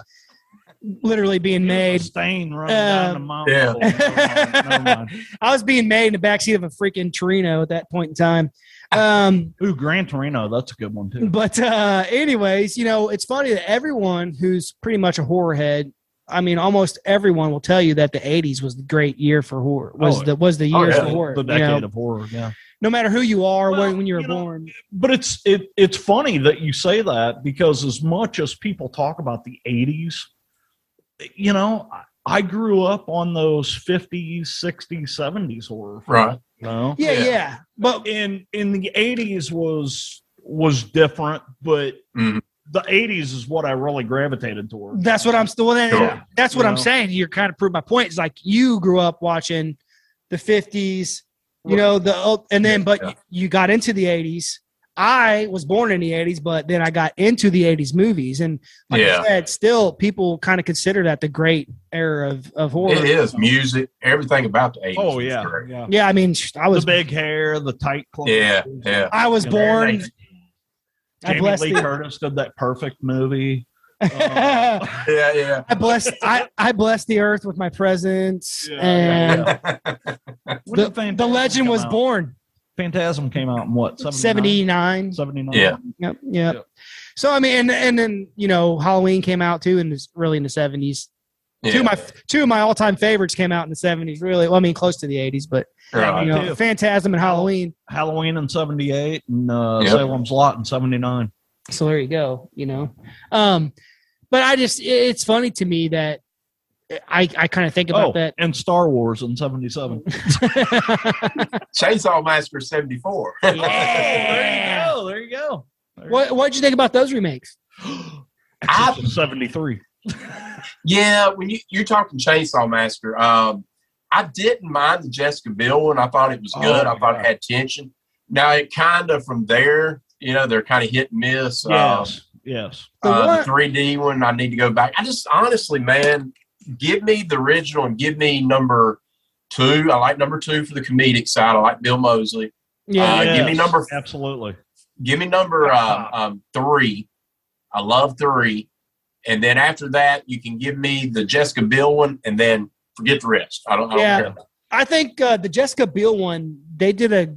A: literally being
B: there's
A: made.
B: a Stain running down
A: Um,
B: the mom.
C: Yeah.
B: Never mind.
A: I was being made in the back seat of a freaking Trino at that point in time. Um,
B: Ooh, Gran Torino. That's a good one, too.
A: But uh anyways, you know, it's funny that everyone who's pretty much a horror head, I mean, almost everyone will tell you that the 80s was the great year for horror. Was
B: Oh,
A: the was the
C: oh,
A: year
C: yeah.
A: for horror.
B: the
A: you know?
B: decade of horror, yeah.
A: No matter who you are,
B: Well,
A: when, when you were
B: you know,
A: born.
B: But it's it it's funny that you say that because as much as people talk about the 80s, you know, I, I grew up on those 50s, 60s, 70s horror. films,
C: Right.
B: You know?
A: Yeah, yeah.
C: yeah.
A: But
B: in in the 80s was was different but
C: Mhm.
B: the 80s is what i really gravitated towards
A: Mm-hmm. that's what I'm still well, then-
C: Sure.
A: that's what
B: You
A: I'm
B: know.
A: saying. You're kind of proved my point. It's like you grew up watching the 50s, you know the old- and then but
C: Yeah.
A: you got into the 80s i was born in the 80s but then i got into the 80s movies and like
C: Yeah.
A: i said still people kind of consider that the great era of, of horror
C: It is music, everything about the 80s.
B: Oh
C: was
B: yeah,
C: great.
B: yeah.
A: yeah i mean sh- i
B: The
A: was
B: big hair, the tight clothes.
C: Yeah, yeah.
A: i was
B: Yeah.
A: born i
B: Jamie
A: blessed
B: Lee
A: it.
B: Curtis did that perfect movie. Uh,
A: i
C: Yeah, yeah.
A: blessed i i blessed the earth with my presence
B: Yeah,
A: and
B: yeah, When
A: The,
B: did Phantasm
A: the legend
B: come
A: was
B: out?
A: born
B: Phantasm came out in what 79?
A: 79
B: 79?
C: Yeah.
A: Yep, yep.
B: Yeah.
A: So I mean, and, and then you know, Halloween came out too, and it's really in the seventies. Two of my two of my all time favorites came out in the seventies. Really, well, I mean, close to the eighties, but
C: Right.
A: you know,
B: do.
A: Phantasm and Halloween.
B: Halloween in 78 and uh,
C: Yep.
B: Salem's Lot in 79.
A: So there you go. You know, um, but I just it- it's funny to me that I I kind of think about
B: oh,
A: that.
B: and Star Wars in 77.
C: Chainsaw Massacre 74.
A: Yeah.
B: go. There you go. There you
A: What what did you think about those remakes?
B: go.
C: I-
B: Exorcist 73.
C: Yeah, when you, you're talking Chainsaw Massacre, um, I didn't mind the Jessica Biel one. I thought it was
B: Oh,
C: good. I
B: my
C: thought
B: God.
C: it had tension. Now it kind of from there, you know, they're kind of hit and miss. Uh,
B: Yes. Yes.
A: The
C: uh,
A: one-
C: the 3D one, I need to go back. I just honestly, man, give me the original and give me number two. I like number two for the comedic side. I like Bill Mosley.
A: Yeah,
C: Uh, give me
B: Yes,
C: number-
B: Absolutely.
C: Give me number um, um, three. I love three. And then after that, you can give me the Jessica Biel one, and then forget the rest. I don't. I don't
A: Yeah.
C: care.
A: I think uh, the Jessica Biel one. They did a.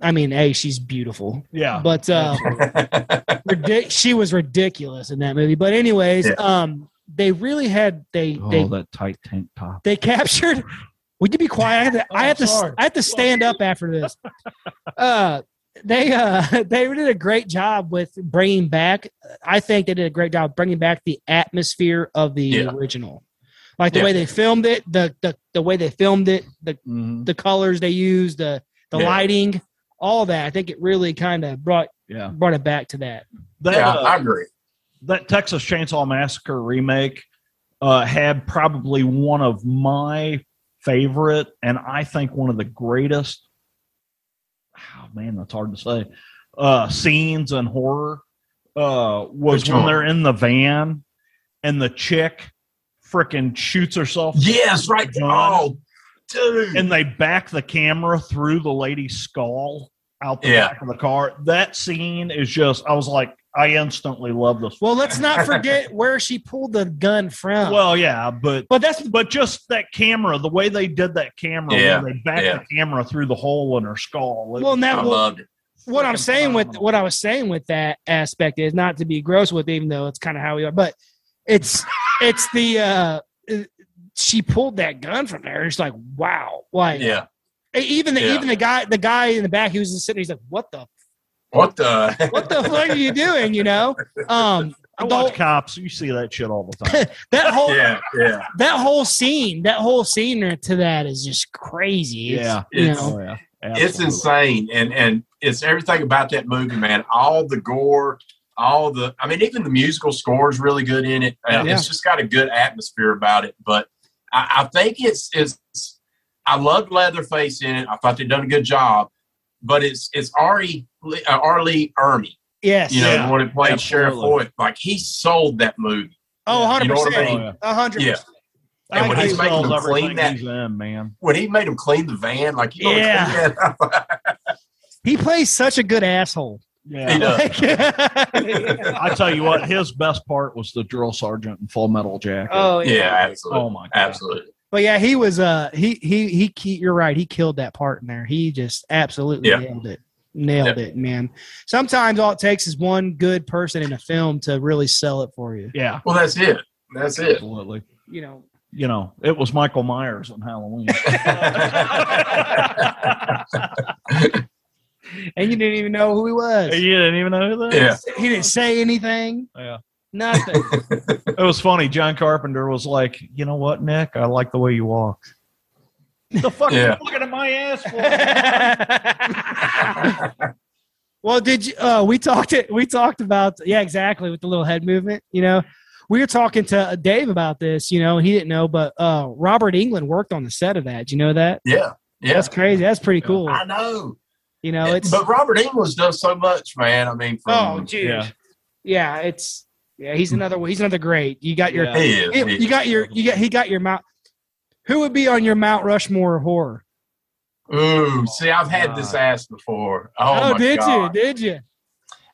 A: I mean, hey, she's beautiful,
B: Yeah.
A: but. Uh, ridic- she was ridiculous in that movie. But anyways,
C: Yeah.
A: um, they really had they
B: oh,
A: they
B: that tight tank top.
A: they captured. Would you be quiet? I have to. I
B: Oh,
A: have to.
B: sorry.
A: I have to stand up after this. Uh, they uh they did a great job with bringing back. I think they did a great job bringing back the atmosphere of the
C: Yeah.
A: original, like the
C: Yeah.
A: way they filmed it, the the the way they filmed it, the
B: Mhm.
A: the colors they used, the the
C: Yeah.
A: lighting, all that. I think it really kind of brought
B: Yeah.
A: brought it back to that.
B: That,
C: yeah,
B: uh,
C: I agree.
B: that Texas Chainsaw Massacre remake uh, had probably one of my favorite, and I think one of the greatest. Oh man, that's hard to say. Uh, scenes in horror uh, was
C: Which
B: when
C: one?
B: they're in the van, and the chick freaking shoots herself,
C: Yes, right. Oh, dude.
B: and they back the camera through the lady's skull out the
C: Yeah.
B: back of the car. That scene is just. I was like, I instantly love this.
A: Well, let's not forget where she pulled the gun from.
B: Well, yeah, but
A: but that's
B: but just that camera, the way they did that camera,
C: Yeah,
B: where they backed
C: yeah.
B: the camera through the hole in her skull. it-
A: well,
C: I
A: now well,
C: loved it.
A: what I'm
B: freaking
A: saying with
B: phenomenal.
A: what I was saying with that aspect is not to be gross with, even though it's kind of how we are, but it's it's the uh it- she pulled that gun from there. It's like wow, like
C: Yeah.
A: e- even the
C: Yeah.
A: even the guy the guy in the back he was just sitting. there, He's like, what the
C: What the?
A: what the fuck are you doing? You know, um,
B: I
A: the
B: watch
A: whole-
B: cops. You see that shit all the time.
A: that whole
C: yeah, yeah.
A: that whole scene, that whole scene to that is just crazy.
B: Yeah.
A: it's, you
C: It's-
A: know,
B: oh, yeah,
C: It's
B: Absolutely.
C: insane, and and it's everything about that movie, man. All the gore, all the. I mean, even the musical score is really good in it. Uh,
A: Yeah.
C: It's just got a good atmosphere about it. But I, I think it's it's. I loved Leatherface in it. I thought they done a good job, but it's it's Ari uh, Arlie Ermy.
A: yes,
C: You know,
B: Yeah,
C: the one that played Sheriff
B: absolutely.
C: Hoyt. Like he sold that movie.
A: oh,
B: Yeah.
C: You
A: 100
C: know what I
A: percent,
C: mean?
B: Oh,
A: hundred
C: Yeah.
A: percent.
B: yeah.
A: And when
B: I
A: he's
B: think
C: making
B: sells
C: them clean
B: everything
C: that-
B: he's in, man.
C: when he made him clean the van, like you know,
A: Yeah. He plays such a good asshole.
C: He
B: Yeah,
C: does.
A: Like-
B: I tell you what, his best part was the drill sergeant in Full Metal Jacket.
A: oh yeah.
C: yeah, absolutely,
B: Oh, my god,
C: absolutely,
A: But yeah, he was uh he he he ke- you're right, he killed that part in there. He just absolutely
C: Yeah.
A: nailed it. Nailed it, man. Sometimes all it takes is one good person in a film to really sell it for you.
B: yeah,
C: Well, that's it. That's it.
B: absolutely.
A: You know.
B: You know, it was Michael Myers on Halloween.
A: And you didn't even know who he was.
B: you didn't even know who that.
C: Yeah.
A: He didn't say anything.
B: yeah.
A: Nothing.
B: It was funny. John Carpenter was like, "You know what, Nick? I like the way you walk." The fuck
C: Yeah.
B: you looking at my ass
A: well, did you? Uh, we talked it. We talked about yeah, exactly with the little head movement. You know, we were talking to uh, Dave about this. You know, he didn't know, but uh, Robert England worked on the set of that. Do you know that?
C: Yeah, Yeah,
A: That's crazy. That's pretty cool.
C: I know.
A: You know, it's
C: but Robert Englund's done so much, man. I mean,
A: oh,
C: from,
A: dude, yeah.
B: Yeah.
A: it's yeah. He's another. He's another great. You got your.
B: Yeah.
C: he is.
A: it-
C: he
A: you got
C: is.
A: your. You got. He got your mount. Who would be on your Mount Rushmore of horror?
C: Ooh, see, I've had this
B: God.
C: asked before. Oh, my
A: did
C: God.
A: you? Did you?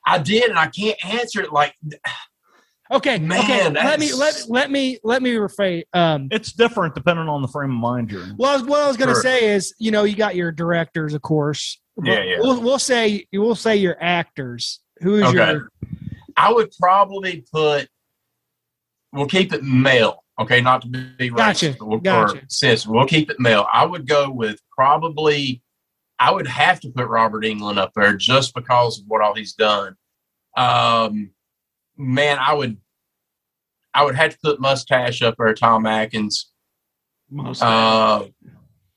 C: I did, and I can't answer it. Like,
A: Okay.
C: Man,
A: okay. Let me let
C: that's-
A: let me let me rephrase. Um.
B: It's different depending on the frame of mind you're in.
A: Well, I was- what I was going to
C: Sure.
A: say is, you know, you got your directors, of course. but
C: Yeah, yeah.
A: We'll, we'll say we'll say your actors. Who is
C: Okay.
A: your?
C: I would probably put. We'll keep it male, okay? Not to be racist
A: Gotcha,
C: or,
A: gotcha.
C: or cis. We'll keep it male. I would go with probably. I would have to put Robert England up there just because of what all he's done. Um, man, I would. I would have to put Mustache up there, Tom Atkins.
B: Most
C: Uh,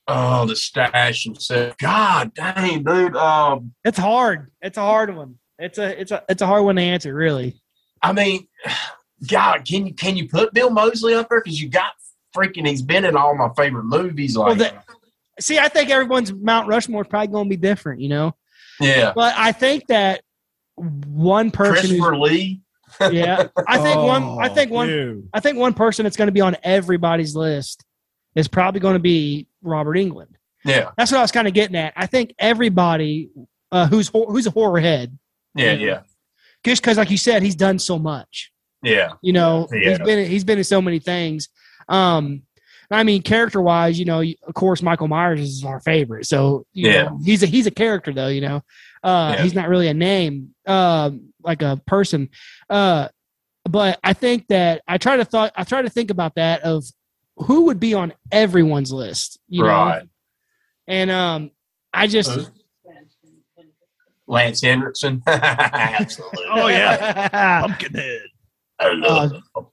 C: oh, the stash himself. God dang, dude. Um,
A: It's hard. It's a hard one. It's a it's a it's a hard one to answer, really.
C: I mean, God, can you can you put Bill Mosley up there? Because you got freaking. He's been in all my favorite movies.
A: Well,
C: Like,
A: that- See, I think everyone's Mount Rushmore is probably going to be different, you know.
C: yeah,
A: But I think that one person, who's-
C: Christopher Lee.
A: yeah, I think one, I think one,
B: Oh, Dude.
A: I think one person that's going to be on everybody's list is probably going to be Robert England.
C: Yeah,
A: That's what I was kind of getting at. I think everybody uh, who's hor- who's a horror head,
C: yeah, yeah,
A: just because, like you said, he's done so much.
C: yeah.
A: You know, he's
C: Yeah.
A: been he's been in so many things. Um, I mean, character wise, you know, you- of course, Michael Myers is our favorite. So you
C: Yeah.
A: know, he's a he's a character though. You know, uh,
C: Yeah.
A: he's not really a name, um, like a person. Uh, but I think that I try to thought I try to think about that of who would be on everyone's list. You
C: Right.
A: know, and um, I just.
C: Who? Lance Hendrickson. Absolutely.
B: Oh,
A: yeah.
B: Pumpkinhead.
C: I love him.
A: Uh, oh,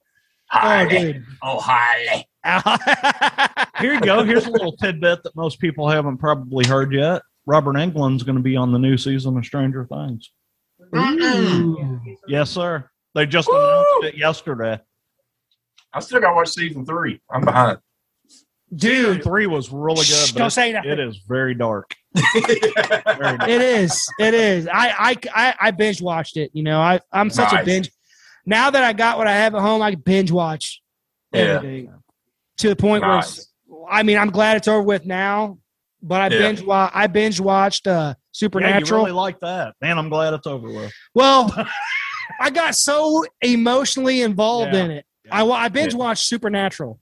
C: Harley.
A: dude.
C: Oh, Harley.
B: Here you go. Here's a little tidbit that most people haven't probably heard yet. Robert Englund's going to be on the new season of Stranger Things.
A: Ooh.
B: Yes, sir. They just
C: Woo!
B: announced it yesterday.
C: I still got to watch season three. I'm behind.
B: Season three was really
A: Shh,
B: good.
A: don't
B: But
A: say
B: it- it
A: nothing.
B: is very dark. Very dark.
A: It is. It is. I I I, I binge watched it. You know, I I'm such a
C: Nice.
A: binge. Now that I got what I have at home, I binge watch
C: yeah.
A: everything to the point where it's-
C: Nice.
A: I mean I'm glad it's over with now. But I
C: Yeah.
A: binge wa- I binge watched uh,
B: Yeah, you
A: Supernatural.
B: really like that. Man, I'm glad it's over with.
A: well, I got so emotionally involved
B: Yeah.
A: in it.
B: Yeah.
A: I wa- I binge watched Supernatural.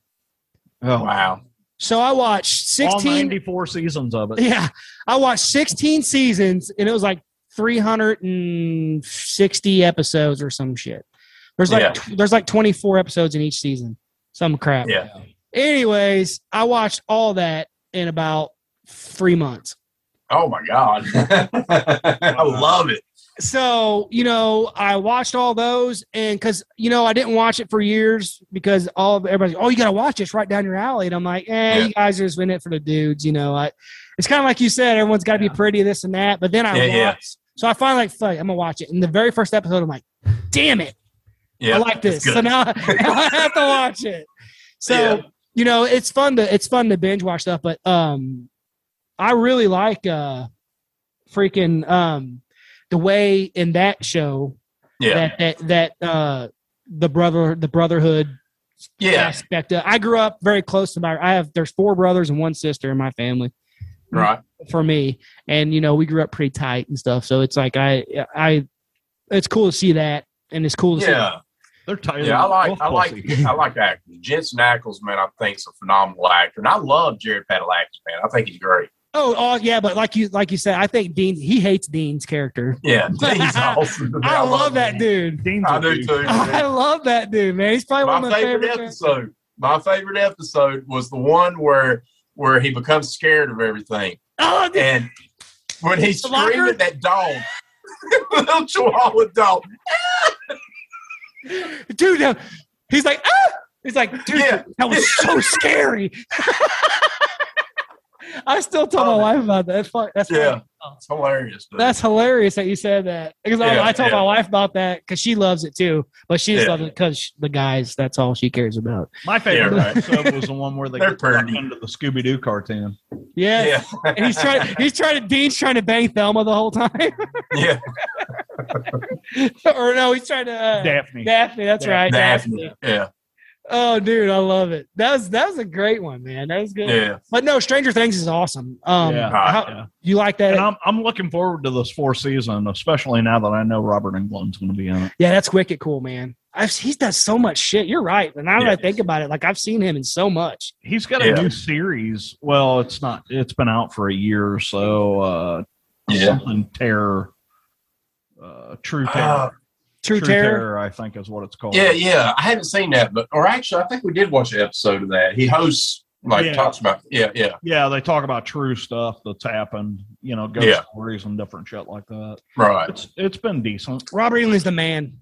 B: Oh,
C: Wow.
A: So I watched
B: All
A: 16
B: 94 seasons of it.
A: Yeah, I watched 16 seasons and it was like 360 episodes or some shit. There's like
C: Yeah.
A: tw- there's like 24 episodes in each season. Some crap.
C: Yeah.
A: Anyways, I watched all that in about 3 months.
C: Oh my God. I love it.
A: So, you know, I watched all those and cuz you know, I didn't watch it for years because all of everybody's, "Oh, you got to watch it. It's right down your alley." And I'm like, "Eh,
C: Yeah.
A: you guys are just in it for the dudes, you know." I it's kind of like you said, everyone's got to
B: Yeah.
A: be pretty this and that, but then I
C: Yeah, yeah.
A: watched So I finally like, fuck, I'm gonna watch it. And the very first episode, I'm like, damn it,
C: Yeah.
A: I like this.
C: it's good.
A: So now, now I have to watch it. So
C: Yeah.
A: you know, it's fun to it's fun to binge watch stuff, but um, I really like uh, freaking um, the way in that show
C: Yeah.
A: that that that uh, the brother the brotherhood
C: Yeah.
A: aspect. Of, I grew up very close to my. I have there's four brothers and one sister in my family
C: Right.
A: for me and you know we grew up pretty tight and stuff so it's like i i it's cool to see that and it's cool to
C: Yeah.
B: They're tired.
C: Yeah. I like.
B: of
C: I like.
B: pussy.
C: I like actors. Jensen Ackles, man, I think is a phenomenal actor, and I love Jared Padalecki, man. I think he's great.
A: see oh, oh yeah but like you like you said i think dean he hates dean's character
C: Yeah. He's awesome.
A: i, love that dude
B: Dean's
C: I
B: a
C: do
B: douche.
C: too.
A: i
C: man.
A: love that dude man he's probably one
C: My
A: of my
C: favorite
A: favorite,
C: episode. My favorite episode was the one where where he becomes scared of everything,
A: oh dude,
C: and when he
A: The locker?
C: screamed at that dog, little Chihuahua dog.
A: dude no. he's like ah! he's like dude
C: Yeah.
A: that was so scary I still tell my
C: Oh.
A: wife about that. Fuck, that's
C: Yeah.
A: funny.
C: It's hilarious. But
A: That's hilarious that you said that because
C: Yeah,
A: I, I told
C: yeah.
A: my wife about that because she loves it too, but she just
C: Yeah.
A: loves it because the guys. That's all she cares about.
B: My favorite
C: Yeah, right.
B: episode was the one where they
C: They're
B: get sucked
C: pretty.
B: into the Scooby Doo cartoon.
A: Yes.
C: yeah,
A: And he's trying. He's trying to. Dean's trying to bang Thelma the whole time,
C: yeah,
A: or no, he's trying to. Uh, Daphne.
B: Daphne.
A: That's
B: Daphne.
A: right.
C: Daphne. Yeah,
A: Oh, dude, I love it. That was that was a great one, man. That was good.
C: yeah.
A: But no, Stranger Things is awesome. Um,
B: Yeah.
A: how-
B: Yeah.
A: you like that?
B: And I'm, I'm looking forward to this fourth season, especially now that I know Robert Englund's going to be in it.
A: Yeah, that's wicked cool, man. I've, he's done so much shit. You're right. And now that I
C: Yeah.
A: think about it, like I've seen him in so much.
B: He's got a
C: Yeah.
B: new series. Well, it's not. It's been out for a year or so. Uh,
C: Yeah.
B: Something terror. Uh, true terror.
C: Uh,
A: True, Terror.
B: I think is what it's called.
C: Yeah, yeah. I haven't seen that, but or actually, I think we did watch an episode of that. He hosts like
B: Yeah.
C: talks about yeah, yeah,
B: Yeah, they talk about true stuff that's happened. You know, ghost
C: Yeah.
B: stories and different shit like that.
C: right.
B: It's it's been decent.
A: Robert Englund's the man.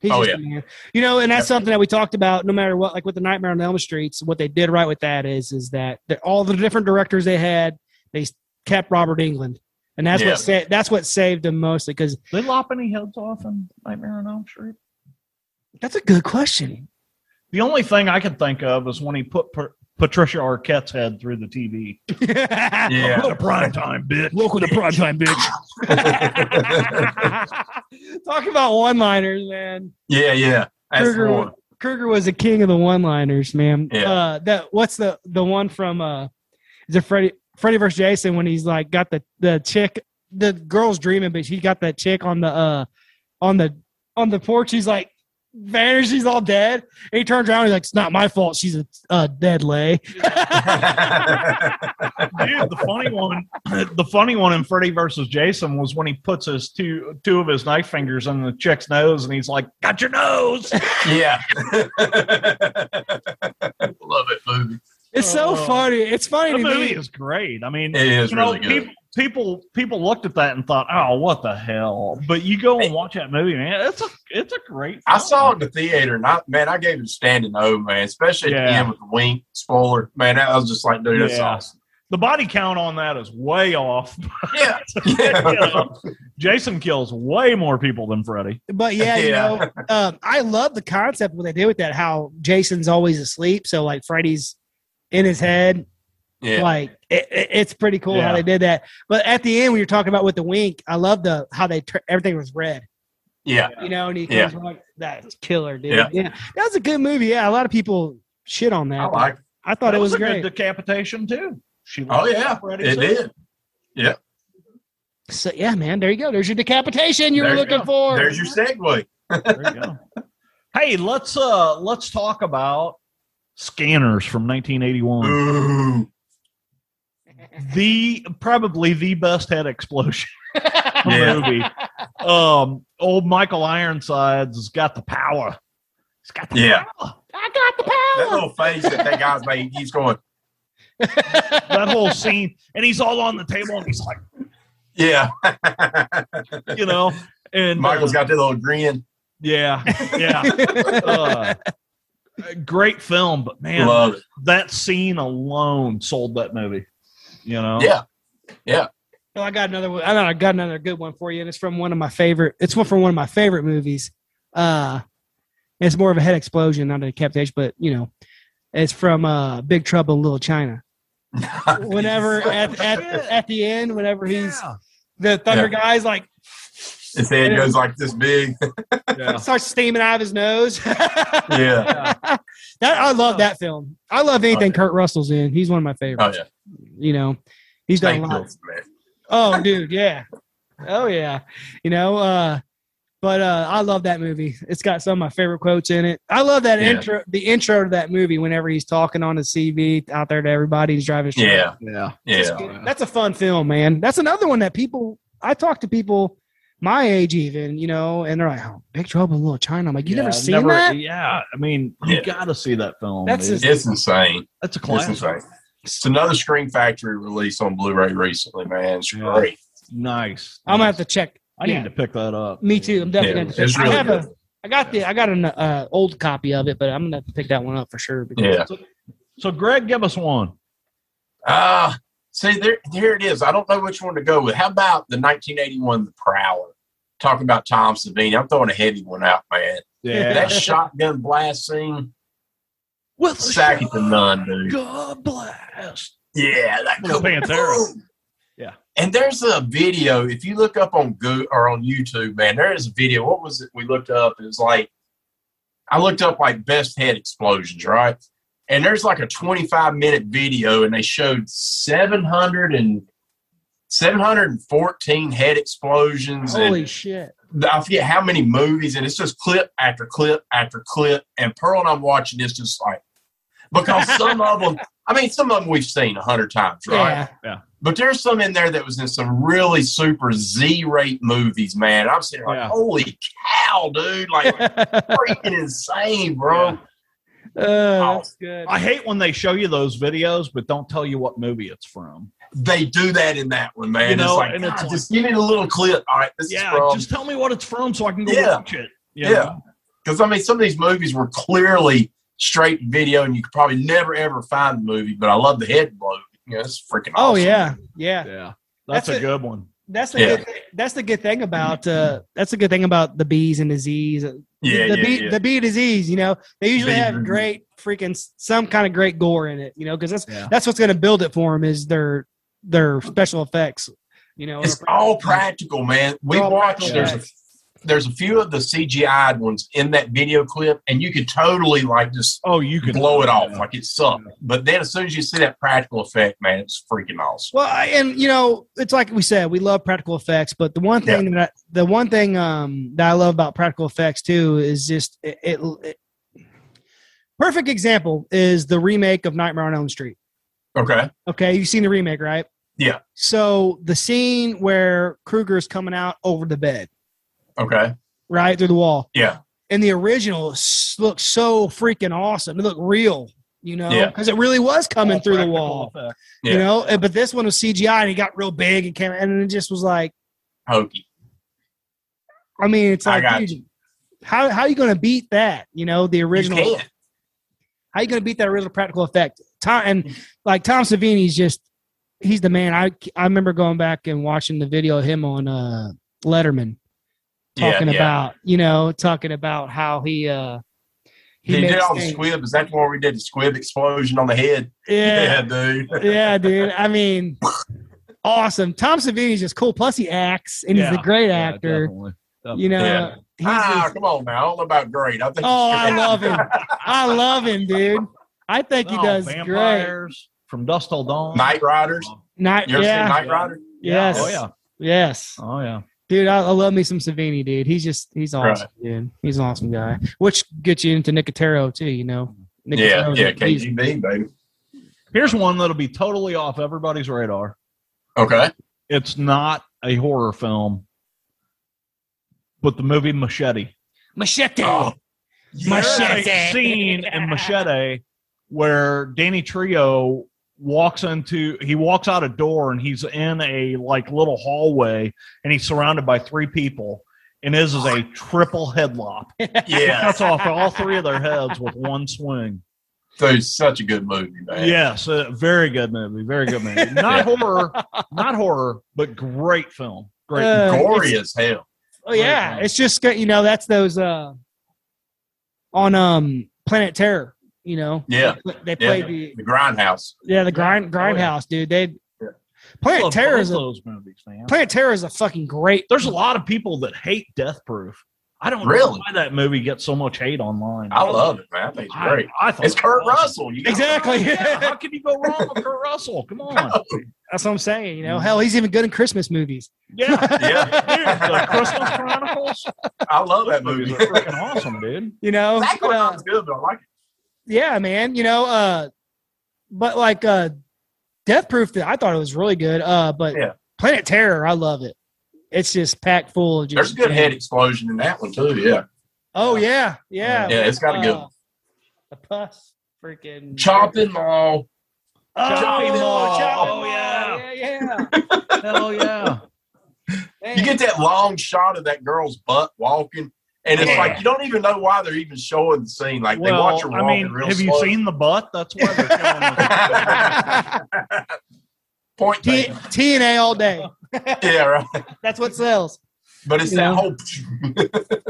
A: He's
C: Oh,
A: just
C: yeah.
A: the man. You know, and that's something that we talked about. No matter what, like with the Nightmare on Elm Streets, what they did right with that is, is that the- all the different directors they had, they s- kept Robert England, and that's
C: Yeah.
A: what sa- that's what saved him mostly. Because
B: They lop any heads off in Nightmare on Elm Street.
A: that's a good question.
B: The only thing I can think of is when he put Pat- Patricia Arquette's head through the TV.
C: Yeah.
B: Welcome to prime time, bitch.
A: Welcome to prime time, bitch. Talk about one-liners, man.
C: Yeah, yeah. That's the
A: Kruger,
C: one.
A: Kruger was the king of the one-liners, man.
C: Yeah.
A: Uh, that what's the the one from? Uh, is it Freddy Freddy versus Jason when he's like got the the chick, the girl's dreaming, but she got that chick on the uh on the on the porch. He's like vanished. She's all dead. And he turns around. He's like, "It's not my fault. She's a, a dead lay."
B: Dude, the funny one, the funny one in Freddy versus Jason was when he puts his two two of his knife fingers in the chick's nose, and he's like, "Got your nose."
C: yeah. Love it movie.
A: It's so
B: Oh.
A: funny. It's funny
B: The
A: to me.
B: movie is great. I mean,
C: It is
B: you know,
C: really good.
B: people, people people looked at that and thought, "Oh, what the hell?" But you go and watch that movie, man. It's a it's a great.
C: I
B: film.
C: saw it in the theater, and I man, I gave it a standing O, man. Especially at the
B: Yeah.
C: end with the wink spoiler, man. I was just like, dude, that's
B: Yeah.
C: awesome.
B: the body count on that is way off.
C: Yeah,
B: You
C: yeah,
B: know, Jason kills way more people than Freddy.
A: But yeah, you
C: Yeah.
A: know, um, I love the concept what they did with that. How Jason's always asleep, so like Freddy's in his head.
C: yeah.
A: Like it, it- it's pretty cool
B: Yeah.
A: how they did that. But at the end, when you're talking about with the wink, I love the how they tur everything was red.
C: yeah.
A: You know, and he
C: Yeah.
A: comes from like that's killer, dude. Yeah.
C: Yeah.
A: that was a good movie. Yeah, a lot of people shit on that.
C: Oh, I like. It.
A: I thought
B: That
A: it was,
B: a
A: great.
B: good decapitation too. She
C: Oh
B: liked
C: yeah,
B: Freddy
C: it
B: too.
C: did.
A: so yeah, man, there you go. There's your decapitation you were
C: There you
A: looking
B: go.
A: for.
C: There's your segue.
B: There you go. hey, let's uh let's talk about scanners from 1981.
C: Ooh.
B: The probably the best head explosion
C: Yeah.
B: movie. Um, old Michael Ironsides has got the power. He's got the
C: Yeah.
B: power.
A: I got the
C: That
A: power.
C: little face that that guy's made, he's going,
B: That whole scene, and he's all on the table, and he's like,
C: yeah.
B: you know, and
C: Michael's
B: uh,
C: got that little grin.
B: yeah, yeah. uh, great film, but man,
C: Love it.
B: that scene alone sold that movie. You know,
C: Yeah.
A: Oh, I got another one. I know I got another good one for you, and it's from one of my favorite. It's one from one of my favorite movies. Uh, it's more of a head explosion, not a decapitation, but you know, it's from uh, Big Trouble in Little China. Whenever at, at at the end, whenever he's
B: Yeah.
A: the thunder guy's like
C: his head goes like this big.
B: Yeah.
A: starts steaming out of his nose. that
C: Yeah.
A: I love that film. I love anything Kurt Russell's in. He's one of my
C: Oh
A: favorites.
C: yeah.
A: You know, he's done
C: Thank
A: a
C: you,
A: lot.
C: man.
A: Oh, dude, yeah. Oh, yeah. You know, uh, but uh, I love that movie. It's got some of my favorite quotes in it. I love that
C: Yeah.
A: intro, the intro to that movie. Whenever he's talking on his CV out there to everybody, he's driving. His truck.
C: Yeah.
B: yeah.
C: Yeah.
A: that's a fun film, man. That's another one that people. I talk to people my age, even you know, and they're like, "Oh, Big Trouble in Little China." I'm like, "You
B: Yeah,
A: never
B: I've
A: seen
C: e-
A: that?"
B: Yeah, I mean,
C: Yeah.
B: you got to see that film.
A: That's
B: dude.
C: It's
A: just-
C: insane.
B: that's a
C: It's
B: classic.
C: insane. It's another Screen Factory release on Blu-ray recently, man. It's
B: Yeah.
C: great.
B: Nice.
A: I'm gonna
B: nice.
A: have to check.
B: I
A: yeah.
B: need to pick that up.
A: Me too. I'm
C: Yeah,
A: definitely gonna have to
C: it's
A: check. I
C: really
A: have
C: good.
A: a. I got the. I got an uh, old copy of it, but I'm gonna have to pick that one up for sure.
C: Yeah.
B: So, Greg, give us one.
C: Ah, See, there, here it is. I don't know which one to go with. How about the 1981 The Prowler? Talk about Tom Savini. I'm throwing a heavy one out, man. That shotgun blast scene,
B: With
C: sack it to none, dude.
B: God blast.
C: Yeah, that
B: Little Pantera.
C: Boom.
B: Yeah.
C: And there's a video. If you look up on Google or on YouTube, man, there is a video. What was it we looked up? It was like I looked up like best head explosions, right? And there's like a 25 minute video, and they showed 700 and 714 head explosions. and
A: Holy shit.
C: I forget how many movies, and it's just clip after clip after clip. And Pearl and I'm watching this just like because some of them, I mean, some of them we've seen a hundred times, right?
A: Yeah.
C: But there's some in there that was in some really super Z-rate movies, man. I'm sitting like,
B: Yeah.
C: holy cow, dude! Like freaking insane, bro.
B: Yeah.
A: Uh, that's good.
B: I hate when they show you those videos, but don't tell you what movie it's from.
C: They do that in that one, man.
B: You know,
C: it's like,
B: and it's
C: God,
B: like-
C: just give me a little clip. All right, this
B: Yeah,
C: is from.
B: just tell me what it's from so I can go
C: Yeah.
B: watch it.
C: Yeah. Because I mean, some of these movies were clearly straight video, and you could probably never ever find the movie. But I love the head blow. You know, it's freaking.
A: Oh
C: awesome.
A: yeah, yeah.
B: Yeah. That's,
A: That's
B: a
A: it.
B: good one.
A: That's the
C: Yeah.
A: good thing. that's the good thing about uh that's the good thing about the bees and the Z's. The,
C: yeah,
A: the
C: yeah,
A: bee
C: yeah.
A: the bee disease. You know they usually
C: Bee
A: have
C: disease.
A: great freaking some kind of great gore in it. You know because that's
B: Yeah.
A: that's what's going to build it for them is their their special effects. You know
C: It's all practical, man. We
A: They're all
C: watched.
A: practical
C: There's a there's a few of the CGI ones in that video clip, and you could totally like just
B: Oh, you can
C: blow it off
B: Yeah.
C: like it sucked. But then as soon as you see that practical effect, man, it's freaking awesome.
A: Well, I- and you know, it's like we said, we love practical effects, but the one thing that I, the one thing um, that I love about practical effects too is just it, it, it- Perfect example is the remake of Nightmare on Elm Street.
C: Okay,
A: Okay, you've seen the remake, right?
C: Yeah.
A: So the scene where Krueger is coming out over the bed,
C: okay,
A: right through the wall,
C: yeah,
A: and the original s- looked so freaking awesome. It looked real, you know,
C: Yeah.
A: because it really was coming
B: All
A: through the
B: practical
A: wall.
B: effect.
A: You
C: Yeah.
A: know, And- but this one was CGI and it got real big and came and it just was like,
C: hokey.
A: I mean, it's
C: I
A: like,
C: got
A: dude, how how you going to beat that? You know, the original.
C: You can't.
A: How you going to beat that original practical effect? Tom and like Tom Savini's just he's the man. I I remember going back and watching the video of him on uh, Letterman
C: Yeah,
A: talking
C: yeah.
A: about you know talking about how he uh
C: He did
A: makes
C: all the
A: things-
C: squib. Is that the one we did the squib explosion on the head?
A: yeah
C: dude.
A: yeah, dude. I mean, awesome. Tom Savini's just cool. Plus, he acts, and he's
B: Yeah.
A: a great
B: Yeah,
A: actor.
B: definitely. definitely.
A: you know,
C: Yeah.
A: he's
C: ah,
A: just-
C: come on now. I don't know about great. I think
A: oh, I love him. I love him, dude. I think he
B: Oh,
A: does great.
B: vampires from Dust Till Dawn.
C: Night Riders.
A: Night,
C: You ever seen
A: yeah,
C: Night Rider?
A: yes,
B: Oh yeah.
A: yes,
B: Oh yeah.
A: dude. I, I love me some Savini, dude. He's just he's
C: Right.
A: awesome, dude. He's an awesome guy. Which gets you into Nicotero too, you know.
C: Yeah,
A: Nicotero's
C: yeah,
A: like, he's-
C: KGB, baby.
B: Here's one that'll be totally off everybody's radar.
C: Okay.
B: It's not a horror film, but the movie Machete.
A: Machete. Uh,
C: Oh,
A: Machete.
B: There is a scene in Machete where Danny Trio walks into he walks out a door and he's in a like little hallway and he's surrounded by three people and his is a triple headlock.
C: Yeah.
B: Cuts off all three of their heads with one swing.
C: Dude, such a good movie, man.
B: Yes, a very good movie. Very good movie. Not horror, not horror, but great film. Great.
A: Uh,
C: Gory as hell.
A: Oh yeah,
B: Right.
A: it's just good. You know, that's those uh on um Planet Terror. You know,
C: Yeah.
A: they
C: Yeah.
A: played the
C: The Grindhouse.
A: yeah the grind grindhouse dude. They
B: I
A: Planet
B: love
A: Terror
B: both
A: is a,
B: those movies, man.
A: Planet Terror is a fucking great.
B: There's a lot of people that hate Death Proof. I don't
C: Really?
B: know why that movie gets so much hate online.
C: I love it, man. I think it's
B: I-
C: great.
B: I thought
C: It's
B: it
C: Kurt
B: was-
C: Russell. You got-
A: Exactly.
B: Yeah, how can you go wrong with Kurt Russell? Come on.
A: That's what I'm saying. You know, hell, he's even good in Christmas movies.
B: Yeah.
C: Yeah.
B: Dude, the Christmas Chronicles.
C: I love that
B: Movies
C: movie.
B: are freaking awesome, dude.
A: You know,
C: That
A: But, uh,
C: one's good, but I like it.
A: yeah, man. You know, uh, but like uh, Death Proof, that I thought it was really good. Uh, but
C: Yeah.
A: Planet Terror, I love it. It's just packed full of just.
C: There's a good head explosion in that one, too. Yeah.
A: Oh yeah, yeah.
C: Yeah, it's got a good
A: Uh,
C: one.
A: The pus, freaking
C: Chopping Mall.
A: Oh,
B: Chopping Mall.
A: Chopping
B: Oh,
A: Mall.
B: yeah.
A: yeah,
B: Hell yeah.
A: yeah.
C: You get that long shot of that girl's butt walking. And it's
B: Yeah.
C: like you don't even know why they're even showing the scene. Like they
B: well,
C: watch her walking
B: I mean,
C: real
B: have
C: slow.
B: you seen the butt? That's why they're showing us.
C: Point
A: T-
C: taken.
A: TNA all day.
C: yeah, right.
A: That's what sells.
C: But it's
A: Yeah.
C: that whole.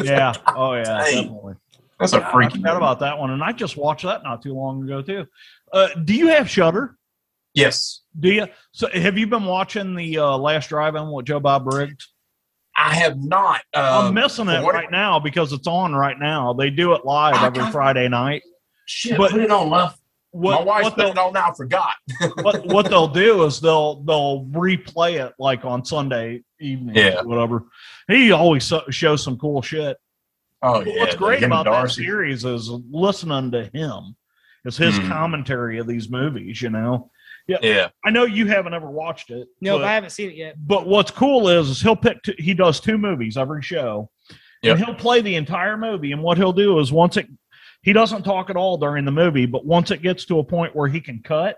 B: Yeah. Oh yeah.
C: Hey.
B: Definitely.
C: That's a
B: Yeah, I
C: freaky.
B: forgot about that one, and I just watched that not too long ago too. Uh, do you have Shutter?
C: Yes,
B: Do you? So have you been watching the uh, Last Drive-In with Joe Bob Briggs?
C: I have not. Um,
B: I'm missing it
C: for what-
B: right now because it's on right now. They do it live
C: I
B: every
C: got-
B: Friday night.
C: Shit,
B: but-
C: put it on, love. My
B: What,
C: wife's
B: what
C: put
B: they'll
C: it on now. Forgot.
B: what, what they'll do is they'll they'll replay it like on Sunday evening,
C: Yeah.
B: or whatever. He always so- shows some cool shit.
C: Oh
B: But
C: yeah.
B: what's great
C: him and
B: about that
C: Darcy.
B: series is listening to him. It's his
C: Hmm.
B: commentary of these movies, you know.
C: Yeah.
B: I know you haven't ever watched it.
A: No,
B: but,
A: I haven't seen it yet.
B: but what's cool is, is he'll pick. Two, he does two movies every show,
C: Yep.
B: and he'll play the entire movie. And what he'll do is once it, he doesn't talk at all during the movie, but once it gets to a point where he can cut,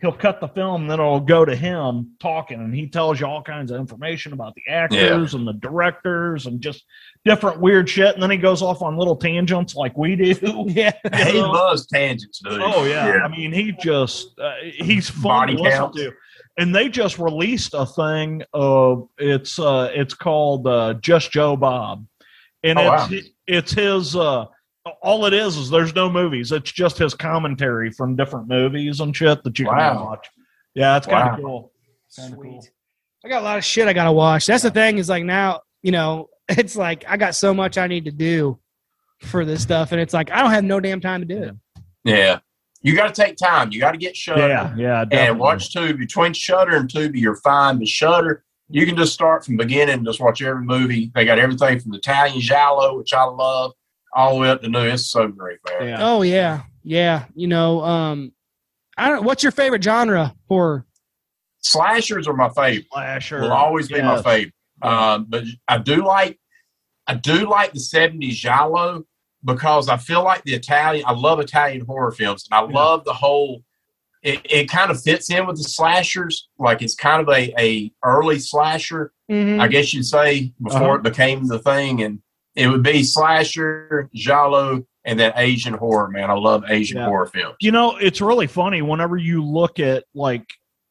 B: he'll cut the film. Then it'll go to him talking, and he tells you all kinds of information about the actors and the directors and just different weird shit. And then he goes off on little tangents like we do.
A: Yeah.
C: He loves tangents, dude.
B: uh, Oh yeah. I mean, he just uh, he's fun
C: Body
B: to listen
C: counts.
B: to. And they just released a thing of it's uh it's called uh Just Joe Bob. And
C: Oh,
B: it's it's his uh all it is is there's no movies. It's just his commentary from different movies and shit that you can
C: Wow.
B: watch. Yeah, it's kind
C: Wow.
B: of cool. Kinda cool.
A: Sweet. I got a lot of shit I gotta watch. That's the thing is like now, you know, it's like I got so much I need to do for this stuff, and it's like I don't have no damn time to do it.
C: Yeah. You got to take time. You got to get Shutter
B: Yeah, yeah,
C: and watch Tubi. Between Shutter and Tubi, you're fine. But Shutter, you can just start from beginning and just watch every movie. They got everything from Italian Giallo, which I love, all the way up to new. It's so great, man.
B: Yeah.
A: Oh yeah, yeah. You know, um, I don't. What's your favorite genre horror?
C: Slashers are my favorite.
B: Slasher.
C: Will always be my
B: Yes.
C: favorite. Um, but I do like, I do like the '70s Giallo because I feel like the Italian. I love Italian horror films, and I
B: Yeah.
C: love the whole. It, it kind of fits in with the slashers, like it's kind of a, a early slasher,
A: Mhm.
C: I guess you'd say, before
B: Mm-hmm. Uh-huh.
C: it became the thing, and it would be slasher, giallo, and that Asian horror. Man, I love Asian
B: Yeah.
C: horror films.
B: you know it's really funny whenever you look at like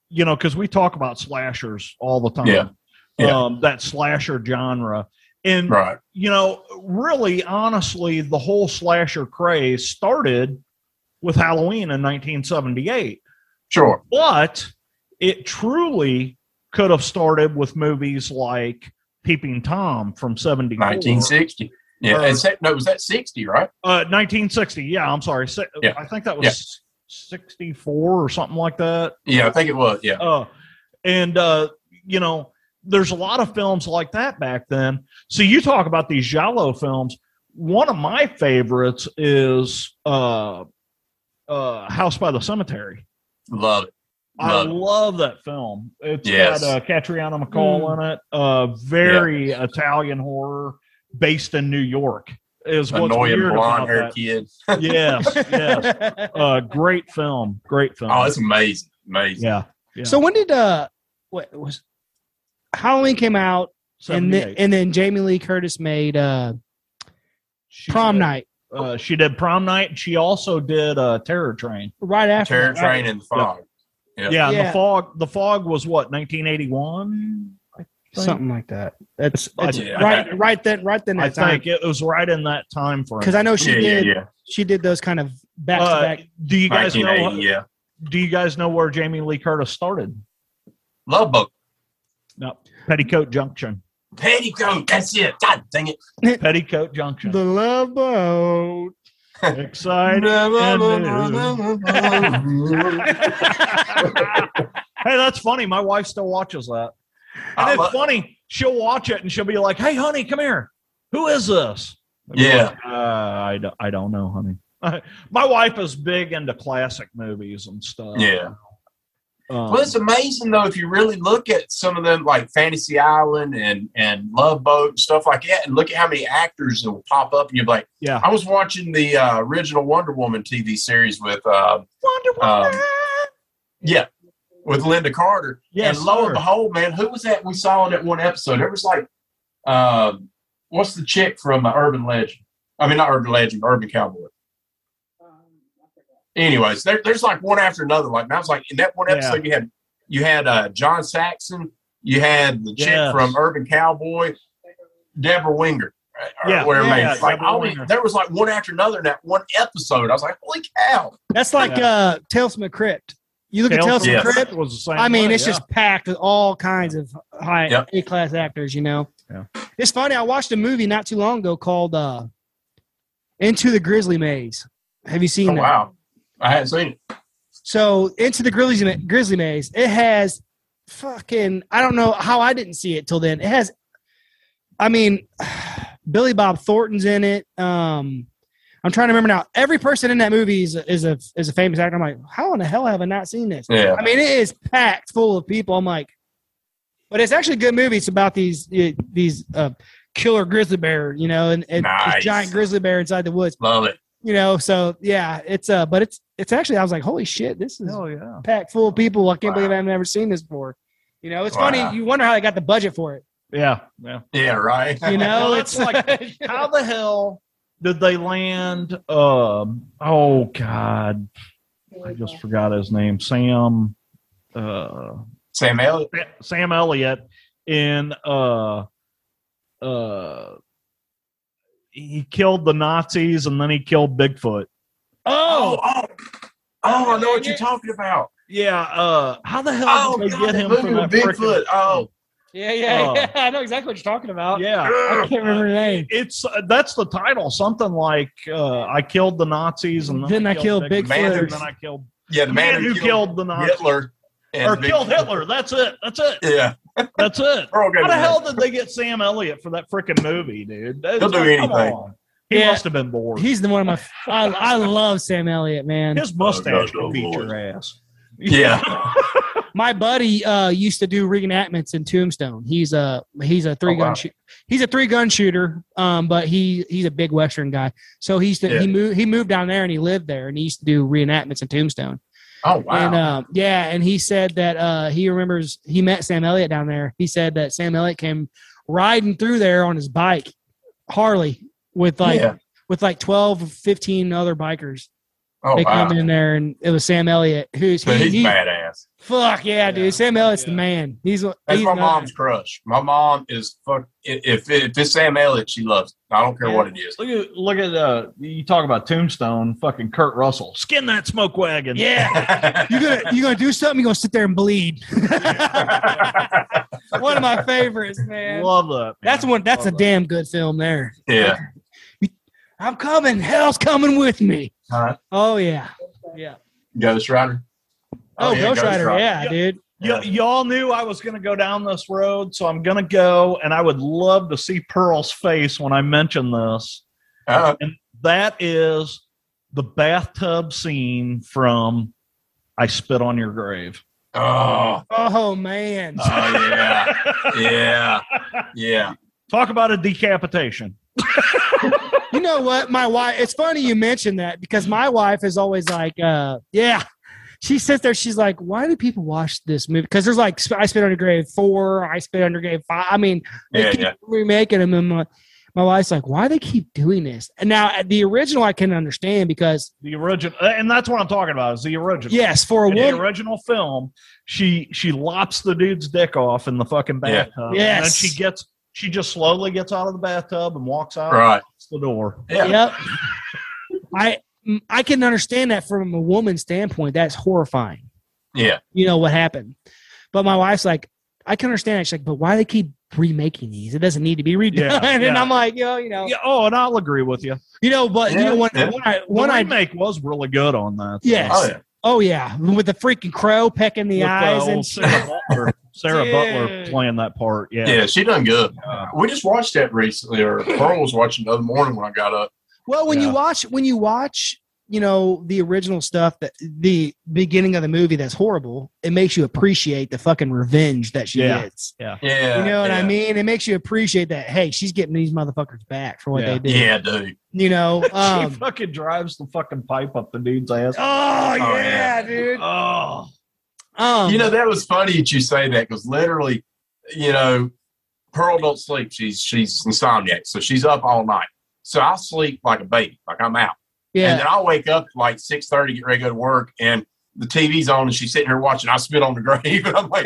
B: you know because we talk about slashers all the time
C: Yeah. Yeah.
B: Um, that slasher genre and
C: Right?
B: you know really honestly the whole slasher craze started with halloween in 1978
C: Sure.
B: but it truly could have started with movies like peeping tom from 74
C: 1960. Yeah,
B: Or-
C: and se- no, was that 60? Right?
B: uh, 1960 yeah i'm sorry Si-
C: Yeah.
B: i think that was
C: Yeah.
B: 64 or something like that
C: Yeah, I think it was. Yeah.
B: Uh, and uh, you know, there's a lot of films like that back then. So you talk about these Giallo films. One of my favorites is uh, uh, House by the Cemetery.
C: Love it. Love
B: I
C: it.
B: love that film. It's
C: Yes.
B: got uh, Catriona McCall
A: Mm.
B: in it. Uh, very Italian horror based in New York is what's
C: Annoying
B: weird
C: blonde
B: about
C: hair
B: that.
C: kid.
B: yes, yes. Uh, great film. Great film.
C: Oh, it's amazing. Amazing.
B: yeah. yeah.
A: So when did uh, what was Halloween came out, and then
B: 78.
A: and then Jamie Lee Curtis made uh
B: She
A: prom
B: did-
A: night
B: Uh, she did prom night. and She also did uh, Terror Train.
A: right after
C: Terror
A: that, right?
C: Train and the Fog. Yeah.
B: Yeah, and
A: Yeah.
B: the fog. The fog was what 1981.
A: something like that. That's
B: I-
A: it's
C: yeah.
A: right, right then, right then
B: I
A: that time.
B: think it was right in that time frame.
A: Because I know she
C: Yeah, yeah,
A: did.
C: yeah.
A: She did those kind of back to
B: Uh,
A: back.
B: do you guys
C: 1980,
B: know?
C: yeah.
B: Do you guys know where Jamie Lee Curtis started?
C: Love Boat.
B: No, Petticoat Junction.
C: Petticoat. That's it. God dang it.
B: Petticoat Junction.
A: The Love Boat.
B: Exciting. hey, that's funny. My wife still watches that. And
C: I
B: it's
C: lo-
B: funny. She'll watch it and she'll be like, "Hey, honey, come here. Who is this?" And we're
C: Yeah.
B: like, uh, I don't, I don't know, honey. My wife is big into classic movies and stuff.
C: Yeah.
B: Um,
C: Well, it's amazing though if you really look at some of them, like Fantasy Island and and Love Boat and stuff like that, and look at how many actors that will pop up, and you're like,
B: yeah.
C: I was watching the uh, original Wonder Woman TV series with, uh,
B: Wonder
C: um, yeah, with Linda Carter,
B: Yes,
C: and lo
B: sir.
C: and behold, man, who was that we saw in that one episode? There was like, um, what's the chick from uh, Urban Legend? I mean, not Urban Legend, Urban Cowboy. Anyways, there, there's like one after another. Like, and I was like, in that one
B: Yeah.
C: episode, you had You had uh, John Saxon. You had the chick
B: Yes.
C: from Urban Cowboy, Deborah Winger. or
B: Yeah,
C: whatever
B: yeah,
C: her name is.
B: yeah,
C: like
B: Deborah
C: all these,
B: Winger.
C: there was like one after another in that one episode. I was like, holy cow!
A: That's like
B: Yeah.
A: uh, Tales from the Crypt. You look at Tales from
C: Yes.
A: the Crypt.
B: was the same.
A: I mean,
B: way,
A: it's
B: yeah.
A: just packed with all kinds of high
C: Yep.
A: A class actors, you know.
B: Yeah.
A: It's funny. I watched a movie not too long ago called uh, Into the Grizzly Maze. Have you seen
C: Oh,
A: that?
C: wow, I hadn't seen it.
A: So Into the Grizzly Ma- Grizzly Maze. It has fucking. I don't know how I didn't see it till then. It has. I mean, Billy Bob Thornton's in it. Um, I'm trying to remember now. Every person in that movie is a, is a is a famous actor. I'm like, how in the hell have I not seen this?
C: Yeah,
A: I mean, it is packed full of people. I'm like, but it's actually a good movie. It's about these uh, these uh, killer grizzly bear, you know, and, and
C: Nice.
A: this giant grizzly bear inside the woods,
C: love it.
A: you know. So yeah, it's uh, but it's it's actually I was like, holy shit, this is
B: Hell yeah.
A: packed full of people. I can't
C: Wow.
A: believe I've never seen this before. You know, it's
C: Wow.
A: funny. You wonder how they got the budget for it.
B: Yeah. Yeah.
C: Yeah, right.
A: You know,
B: Well,
A: it's
B: it's like- How the hell did they land? Um, oh God, I just forgot his name. Sam, uh,
C: Sam Elliott.
B: Sam Elliott in uh, uh, he killed the Nazis and then he killed Bigfoot.
C: Oh, oh, oh! I know what you're talking about.
B: Yeah. Uh, how the hell
C: Oh,
B: did they
C: God,
B: get
C: that
B: him
C: movie
B: from that
C: with
B: frickin-
C: Bigfoot. Oh,
A: yeah,
B: Oh.
A: I know exactly what you're talking about.
B: Yeah.
A: I can't remember the name.
B: It's uh, that's the title, something like uh, "I killed the Nazis" and
A: Then I killed
B: Bigfoot,
C: Bigfoot.
B: and then I killed
C: yeah, the man, who, killed,
B: the Nazis
C: Hitler and
B: or
C: Bigfoot.
B: killed Hitler. That's it. That's it.
C: Yeah,
B: That's it.
C: we're all good
B: How the
C: with
B: hell did they get Sam Elliott for that freaking movie, dude? That's
C: He'll do
B: like, come
C: anything.
B: on. He
A: Yeah.
B: must have been bored.
A: He's the one of my. I, I love Sam Elliott, man.
B: His mustache
C: Oh,
B: can beat
C: Lord.
B: your ass.
C: that. Yeah,
A: My buddy uh, used to do reenactments in Tombstone. He's a he's a three gun
C: Oh, wow.
A: shoot, he's a three gun shooter, um, but he he's a big Western guy. So he used to
C: Yeah.
A: he moved he moved down there and he lived there and he used to do reenactments in Tombstone.
C: oh wow.
A: And uh, yeah, and he said that uh, he remembers he met Sam Elliott down there. He said that Sam Elliott came riding through there on his bike, Harley, with like
C: Yeah.
A: with like 12 or 15 other bikers.
C: oh
A: they
C: wow,
A: come in there and it was Sam Elliott who's
C: but
A: he,
C: he's
A: he-
C: badass.
A: Fuck yeah,
B: Yeah.
A: dude. Sam Elliott's the
B: Yeah.
A: man. He's
C: That's
A: he's
C: my
A: nuts.
C: mom's crush. My mom is fuck. i- If if it's Sam Elliott, she loves. It. I don't care
B: Yeah.
C: what it is.
B: Look at look at uh you talk about Tombstone, fucking Kurt Russell. Skin that smoke wagon.
A: Yeah. You gonna you gonna do something? You gonna sit there and bleed? one of my favorites, man.
B: Love that.
A: That's
B: man.
A: one. That's a
B: Love that.
A: damn good film. There.
C: yeah.
A: I'm coming. Hell's coming with me.
C: Huh?
A: Oh yeah. Yeah.
C: Ghost Rider.
A: Oh,
C: yeah,
A: Ghost Rider. Yeah,
B: Yeah.
A: dude.
B: Y- y'all knew I was going to go down this road, so I'm going to go, and I would love to see Pearl's face when I mention this.
C: Uh,
B: That is the bathtub scene from "I Spit on Your Grave."
C: oh,
A: Oh man.
C: oh yeah, yeah, yeah.
B: Talk about a decapitation.
A: you know what? My wife. It's funny you mentioned that because my wife is always like, uh, yeah. She sits there. She's like, why do people watch this movie? Because there's like, I spit on your grave four. I spit on your grave five. I mean, They
C: Yeah,
A: keep
C: yeah.
A: remaking them. And my, my wife's like, why they keep doing this? And now uh, the original I can understand because
B: The original, and that's what I'm talking about is the original.
A: yes, for a
B: In the
A: woman,
B: original film, she she lops the dude's dick off in the fucking
C: Yeah.
B: bathtub. And then
A: Yes.
B: she gets she just slowly gets out of the bathtub and walks out
C: Right.
B: locks the door.
C: Yeah.
A: yep. I mm, I can understand that from a woman's standpoint. That's horrifying.
C: Yeah.
A: You know what happened, but my wife's like, I can understand. It. She's like, but why they keep remaking these? It doesn't need to be redone.
B: Yeah,
A: And
B: yeah.
A: I'm like, yo, you know,
B: Yeah, oh, and I'll agree with you.
A: you know, but you
C: Yeah,
A: know, when,
C: yeah.
A: when I
B: The
A: when I
B: remake was really good on that.
A: Yes.
C: Oh yeah.
A: oh yeah, with the freaking crow pecking the
B: With, uh,
A: eyes
B: old
A: and
B: Sarah Butler, Sarah Butler
A: Dude.
B: playing that part. Yeah.
C: Yeah, she done good. We just watched that recently, or Pearl was watching the other morning when I got up.
A: Well, when you
B: Yeah.
A: watch when you watch, you know, the original stuff that the beginning of the movie that's horrible, it makes you appreciate the fucking revenge that she
B: Yeah.
A: gets.
C: Yeah,
A: You know what
C: yeah.
A: I mean? It makes you appreciate that hey, she's getting these motherfuckers back for what
B: Yeah.
A: they did.
C: Yeah, dude.
A: You know,
B: she
A: um
B: fucking drives the fucking pipe up the dude's ass.
A: Oh, yeah,
C: yeah.
A: dude.
B: Oh,
A: Um
C: You know that was funny that you say that because literally, you know, Pearl don't sleep. She's she's insomniac, so she's up all night. So I sleep like a baby, like I'm out. And
A: yeah.
C: then I'll wake up at like six thirty, get ready to go to work, and the TV's on and she's sitting here watching. I spit on the grave, and I'm like,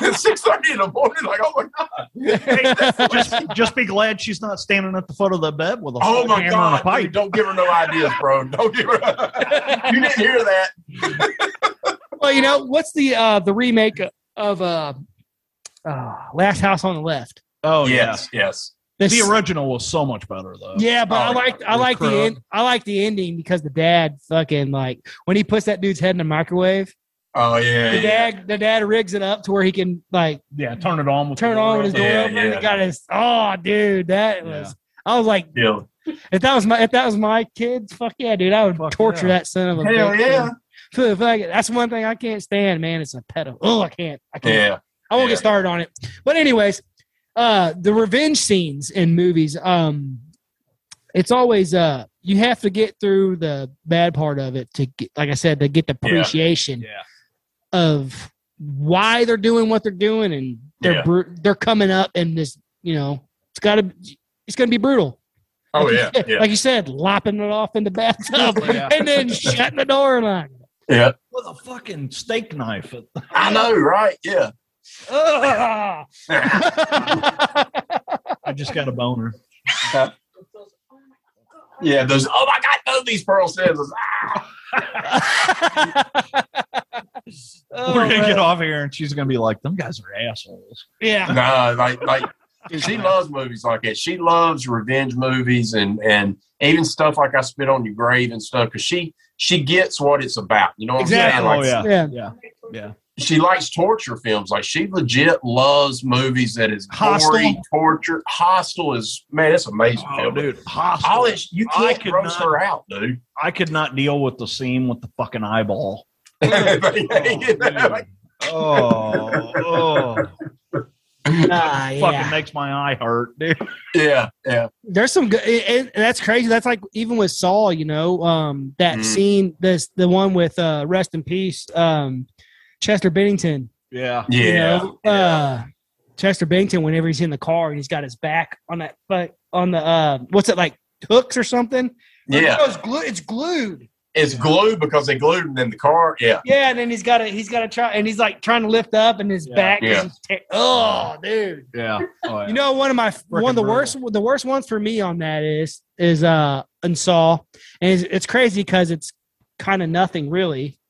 C: it's six thirty in the morning. Like, oh my god,
B: Hey, just, just be glad she's not standing at the foot of the bed with a
C: oh my
B: hammer and a
C: god, dude,
B: pipe.
C: don't give her no ideas, bro. Don't give her. you didn't hear that.
A: well, you know what's the uh the remake of uh, uh Last House on the Left?
B: Oh
C: yes, yes.
B: yeah,
A: This-
B: the original was so much better though.
A: yeah, but I
C: oh,
A: like I
B: the
A: like the
B: crud.
A: end, I like the ending because the dad fucking like when he puts that dude's head in the microwave,
C: Oh yeah,
A: the
C: yeah.
A: dad the dad rigs it up to where he can like
B: yeah. Turn it on. With
A: turn it
B: the
A: on with his door
B: door.
C: Yeah,
A: open and
C: yeah.
A: he got his oh dude that
B: Yeah.
A: was I was like
C: Yeah.
A: if that was my if that was my kids fuck yeah dude I would
B: Fuck
A: torture
B: yeah.
A: that son of a
C: Hell
A: bitch,
C: yeah.
A: man. Fuck, that's one thing I can't stand man it's a pedo oh I can't I can't
C: Yeah.
A: I won't
C: Yeah.
A: get started on it. But anyways, uh the revenge scenes in movies, um it's always uh you have to get through the bad part of it to get like I said, to get the
C: Yeah.
A: appreciation
B: Yeah.
A: of why they're doing what they're doing and they're
C: Yeah.
A: bru- they're coming up and this you know, it's gotta it's gonna be brutal.
C: Oh
A: Like you
C: yeah.
A: said-
C: Yeah.
A: Like you said, lopping it off in the bathtub
B: Yeah.
A: and then shutting the door and like
C: Yeah.
B: With a fucking steak knife.
C: I know, right? Yeah.
A: "Ugh."
B: I just got a boner.
C: Yeah. Those. Oh my God. Those these pearl scissors. Ah.
B: We're gonna get off here, and she's gonna be like, "Them guys are assholes."
A: Yeah.
C: Nah. Like like. She loves movies like that. She loves revenge movies and and even stuff like I spit on your grave and stuff because she she gets what it's about. You know what
A: Exactly.
C: I'm saying?
B: Oh
C: Like,
B: yeah.
A: Yeah.
B: Yeah. Yeah.
C: she likes torture films. Like she legit loves movies that is gory,
B: Hostile?
C: torture. Hostile is man, it's an amazing.
B: Oh,
C: film.
B: dude, hostile.
C: All it, you
B: I
C: can't
B: could
C: gross
B: not-
C: her out, dude.
B: I could not deal with the scene with the fucking eyeball.
C: Like,
B: Oh, oh,
A: Nah, yeah.
B: fucking makes my eye hurt, dude.
C: yeah, yeah,
A: There's some good. It, it- that's crazy. That's like even with Saul, you know, um, that
C: Mhm.
A: scene, this the one with uh, rest in peace, um, Chester Bennington.
B: Yeah,
C: yeah.
A: you know,
C: yeah.
A: uh, Chester Bennington. Whenever he's in the car and he's got his back on that, but on the uh, what's it like hooks or something?
C: Yeah.
A: No, it's glued. It's glued.
C: It's glued because they glued them in the car. Yeah,
A: Yeah, and then he's got to he's got to try, and he's like trying to lift up, and his
B: Yeah.
A: back.
C: Yeah.
A: Is te- oh, dude.
B: yeah. Oh, yeah.
A: You know, one of my one of the
B: brutal.
A: worst the worst ones for me on that is is uh Unsaw, and it's, it's crazy because it's kind of nothing really.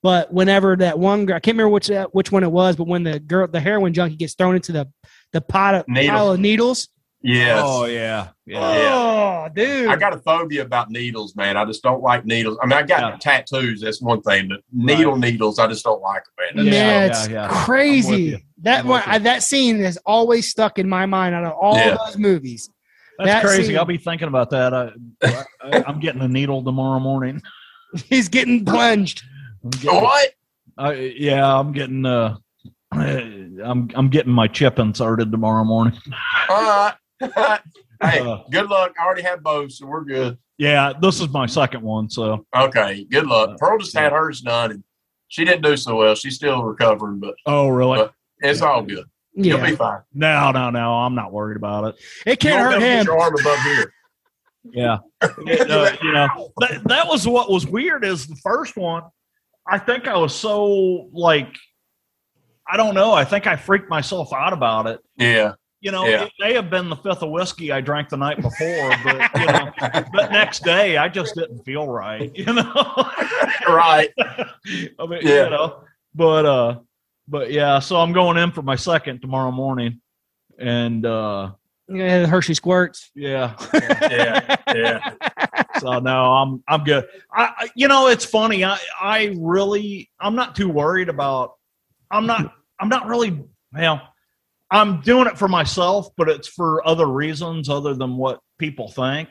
A: But whenever that one girl, I can't remember which that which one it was, but when the girl, the heroin junkie, gets thrown into the the pot of,
C: Needle.
A: pile of needles,
C: yes.
B: Oh, yeah, yeah.
A: oh, dude,
C: I got a phobia about needles, man. I just don't like needles. I mean, I got
B: Yeah.
C: tattoos. That's one thing, but needle needles, I just don't like 'em, man.
A: man,
C: That's-
B: Yeah,
A: it's
B: yeah, yeah. I'm with you.
A: crazy. That
B: I'm
A: one,
B: with you.
A: I, that scene has always stuck in my mind out of all
C: Yeah.
A: those movies.
B: That's
A: That
B: crazy.
A: scene-
B: I'll be thinking about that. I, I, I'm getting a needle tomorrow morning.
A: He's getting plunged.
B: I'm getting-
C: What?
B: I- yeah, I'm getting. Uh, I'm I'm getting my chip inserted tomorrow morning.
C: All right. hey,
B: Uh,
C: good luck. I already have both, so we're good.
B: yeah, this is my second one, so
C: Okay, good luck. Pearl just had hers done, and she didn't do so well. She's still recovering, but
B: oh really?
C: But- it's
B: Yeah.
C: all good. You'll
A: Yeah,
C: be fine.
B: No, no, no. I'm not worried about it.
A: it
C: You
A: can't
C: won't
A: hurt
C: be able to
A: him.
C: Get your arm above here.
B: Yeah. Uh, you know, that, that was what was weird is the first one, I think I was so like, I don't know. I think I freaked myself out about it.
C: Yeah,
B: You know,
C: Yeah.
B: it may have been the fifth of whiskey I drank the night before, but you know, but next day I just didn't feel right, you know. I
C: right.
B: mean,
C: Yeah.
B: you know, but uh but yeah, so I'm going in for my second tomorrow morning. And uh
A: Yeah, the Hershey squirts.
B: yeah,
C: Yeah, yeah,
B: so no, I'm I'm good. I, I you know it's funny. I I really I'm not too worried about. I'm not I'm not really well. I'm doing it for myself, but it's for other reasons other than what people think.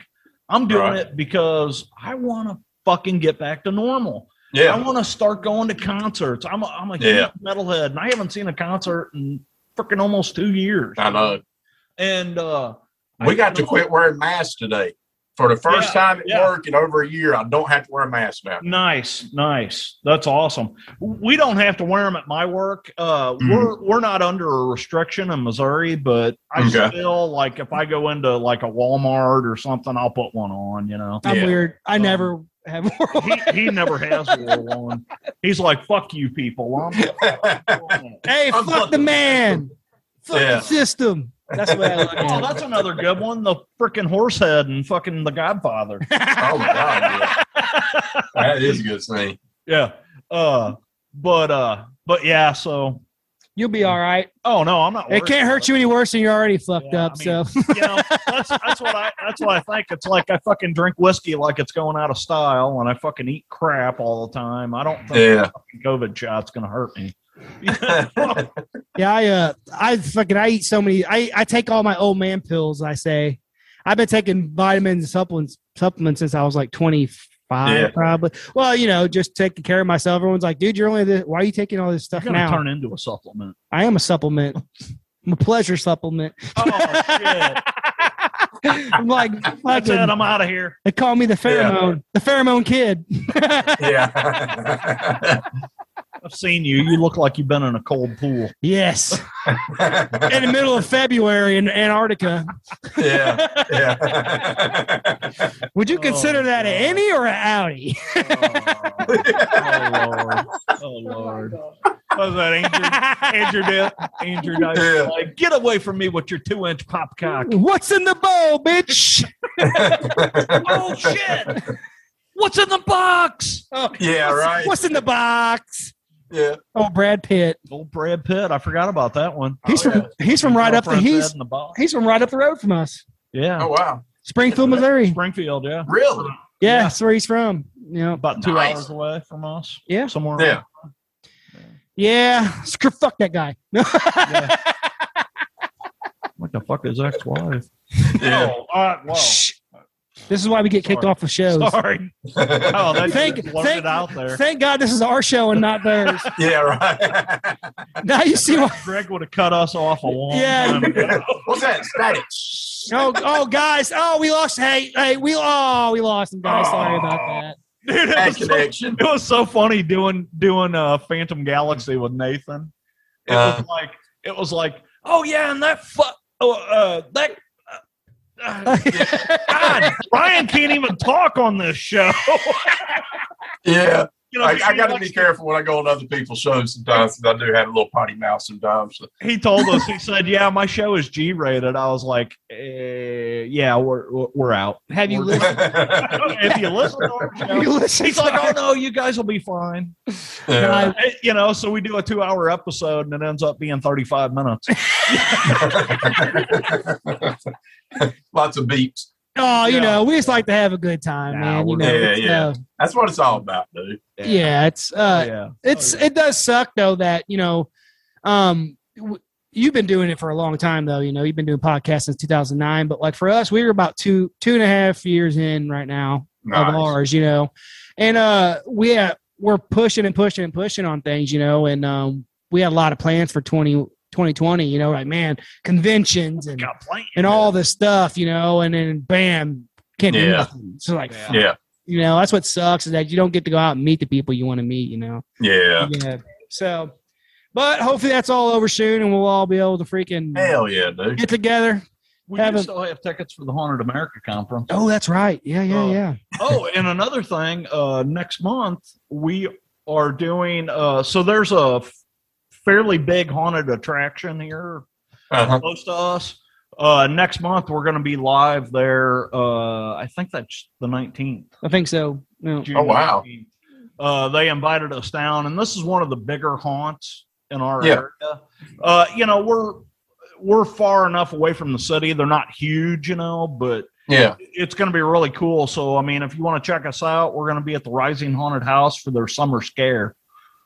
B: I'm doing
C: Right.
B: it because I want to fucking get back to normal. I
C: yeah.
B: want to start going to concerts. I'm a, I'm a
C: Yeah.
B: huge metalhead, and I haven't seen a concert in freaking almost two years.
C: I know.
B: And uh,
C: We
B: I-
C: got to quit wearing masks today. For the first
B: Yeah,
C: time at
B: yeah.
C: work in over a year, I don't have to wear a mask now.
B: Nice, nice. That's awesome. We don't have to wear them at my work. Uh,
C: Mm-hmm.
B: We're we're not under a restriction in Missouri, but I
C: Okay.
B: still like if I go into like a Walmart or something, I'll put one on. You know.
A: I'm
C: Yeah.
A: weird. I
B: Um,
A: never have World War.
B: he, he never has World War One. He's like, fuck you people. I'm oh,
A: Hey,
C: I'm
A: fuck the
C: fucking-
A: man. Fuck
C: Yeah.
A: the system. That's the way I look at
B: oh, that's another good one. The freaking horse head and fucking the Godfather.
A: it.
C: Oh my god, yeah. that is a good thing.
B: Yeah. Uh but uh but yeah, so
A: You'll be all right.
B: oh no, I'm not
A: It
B: worried
A: can't
B: about
A: hurt you any worse than you're already fucked
B: Yeah,
A: up.
B: I mean-
A: so
B: you know, that's that's what I that's what I think. It's like I fucking drink whiskey like it's going out of style, and I fucking eat crap all the time. I don't think
C: Yeah.
B: the COVID shot's gonna hurt me.
A: yeah, I uh, I fucking I eat so many. I I take all my old man pills. I say, I've been taking vitamins and supplements supplements since I was like 25,
C: Yeah.
A: probably. Well, you know, just taking care of myself. Everyone's like, dude, you're only this. Why are you taking all this
B: You're
A: stuff
B: gonna
A: now?
B: turn into a supplement.
A: I am a supplement. I'm a pleasure supplement.
B: Oh shit!
A: I'm like,
B: That's it.
A: fucking,
B: I'm out of here.
A: they call me the pheromone, the pheromone kid.
C: Yeah.
B: I've seen you. You look like you've been in a cold pool.
A: yes, in the middle of February in Antarctica.
C: yeah. Yeah.
A: Would you
B: Oh,
A: consider that
B: God.
A: an innie or an outie?
B: Oh, oh lord! Oh lord! Was that Andrew? Andrew did. Andrew Dice was
C: Yeah.
B: like, get away from me with your two-inch popcock.
A: What's in the bowl, bitch?
B: oh shit! What's in the box?
A: Oh,
C: yeah,
A: what's,
C: right.
A: What's in the box?
C: Yeah.
A: Oh, Brad Pitt.
B: Old Brad Pitt. I forgot about that one.
A: He's
C: Oh,
A: from he's from right up the
B: Front
A: he's
B: bed in the box.
A: he's from right up the road from us,
B: Yeah.
C: Oh wow.
A: Springfield, Missouri.
B: Springfield, yeah.
C: Really?
A: Yeah,
B: Yeah.
A: that's where he's from. You know.
B: About two
C: Nice.
B: hours away from us.
A: Yeah.
B: Somewhere.
C: Yeah.
A: Yeah, screw fuck that guy.
B: around- yeah. what the fuck is ex wife?
C: Yeah.
B: Oh, uh, whoa.
A: Shh. This is why we get kicked
B: Sorry.
A: off of shows.
B: Sorry. Oh, that
A: Thank-
B: just blurted
A: thank-
B: out there.
A: Thank God this is our show and not theirs.
C: yeah, right.
A: now you see why.
B: Greg would have cut us off a long
A: Yeah.
B: time ago.
C: What's that? Static.
A: Oh, oh, guys. Oh, we lost. Hey, hey, we. Oh, we lost him, guys. Sorry about that.
B: Dude, it
C: Bad
B: was, so, it
C: connection.
B: was so funny doing doing uh, Phantom Galaxy with Nathan. It
C: Uh.
B: was like it was like, oh yeah, and that fuck, oh, uh, that. uh, uh, God, Ryan can't even talk on this show.
C: Yeah.
B: you
C: I, I got to
B: he-
C: be careful when I go on other people's shows sometimes because I do have a little potty mouth sometimes. So.
B: He told us. He said, "Yeah, my show is G-rated." I was like, eh, "Yeah, we're we're- we're out."
A: Have you
B: We're
A: listened?
C: yeah.
B: if you listen to our
A: Have
B: show,
A: you listened?
B: he's like, "Oh no, you guys will be fine."
A: I-
B: Eh, You know, so we do a two-hour episode, and it ends up being thirty-five minutes.
C: Lots of beeps.
A: Oh, you
B: Yeah.
A: know, we just like to have a good time,
B: Nah,
A: man. You
B: we're-
A: know,
C: Yeah,
A: it's,
C: yeah.
A: uh,
C: That's what it's all about, dude.
A: yeah. it's uh,
B: yeah,
A: it's
B: Oh, yeah.
A: it does suck though that you know, um, w- you've been doing it for a long time though. You know, you've been doing podcasts since 2009, but like for us, we were about two two and a half years in right now of
C: Nice.
A: ours, you know, and uh, we uh, we're pushing and pushing and pushing on things, you know, and um, we had a lot of plans for 20, 2020, you know, like man, conventions and
B: got plenty.
A: and all this stuff, you know, and then bam, can't do
C: Yeah.
A: nothing. So like,
B: Yeah.
A: fuck,
C: Yeah.
A: you know, that's what sucks is that you don't get to go out and meet the people you want to meet, you know.
C: Yeah.
A: Yeah. So, but hopefully that's all over soon, and we'll all be able to freaking
C: Hell yeah, dude.
A: get together.
B: We
A: Have
B: do
A: a-
B: still have tickets for the Haunted America Conference.
A: Oh, that's right. Yeah, yeah,
B: Oh.
A: yeah.
B: oh, and another thing, uh, next month we are doing. Uh, so there's a f- fairly big haunted attraction here
C: Uh-huh.
B: close to us. Uh, next month we're going to be live there. Uh, I think that's the 19th.
A: I think so. No.
B: June
C: Oh, wow.
B: 19th. Uh, they invited us down, and this is one of the bigger haunts in our
C: Yeah.
B: area. Uh, you know, we're we're far enough away from the city. They're not huge, you know, but
C: Yeah.
B: it's going to be really cool. So, I mean, if you want to check us out, we're going to be at the Rising Haunted House for their summer scare.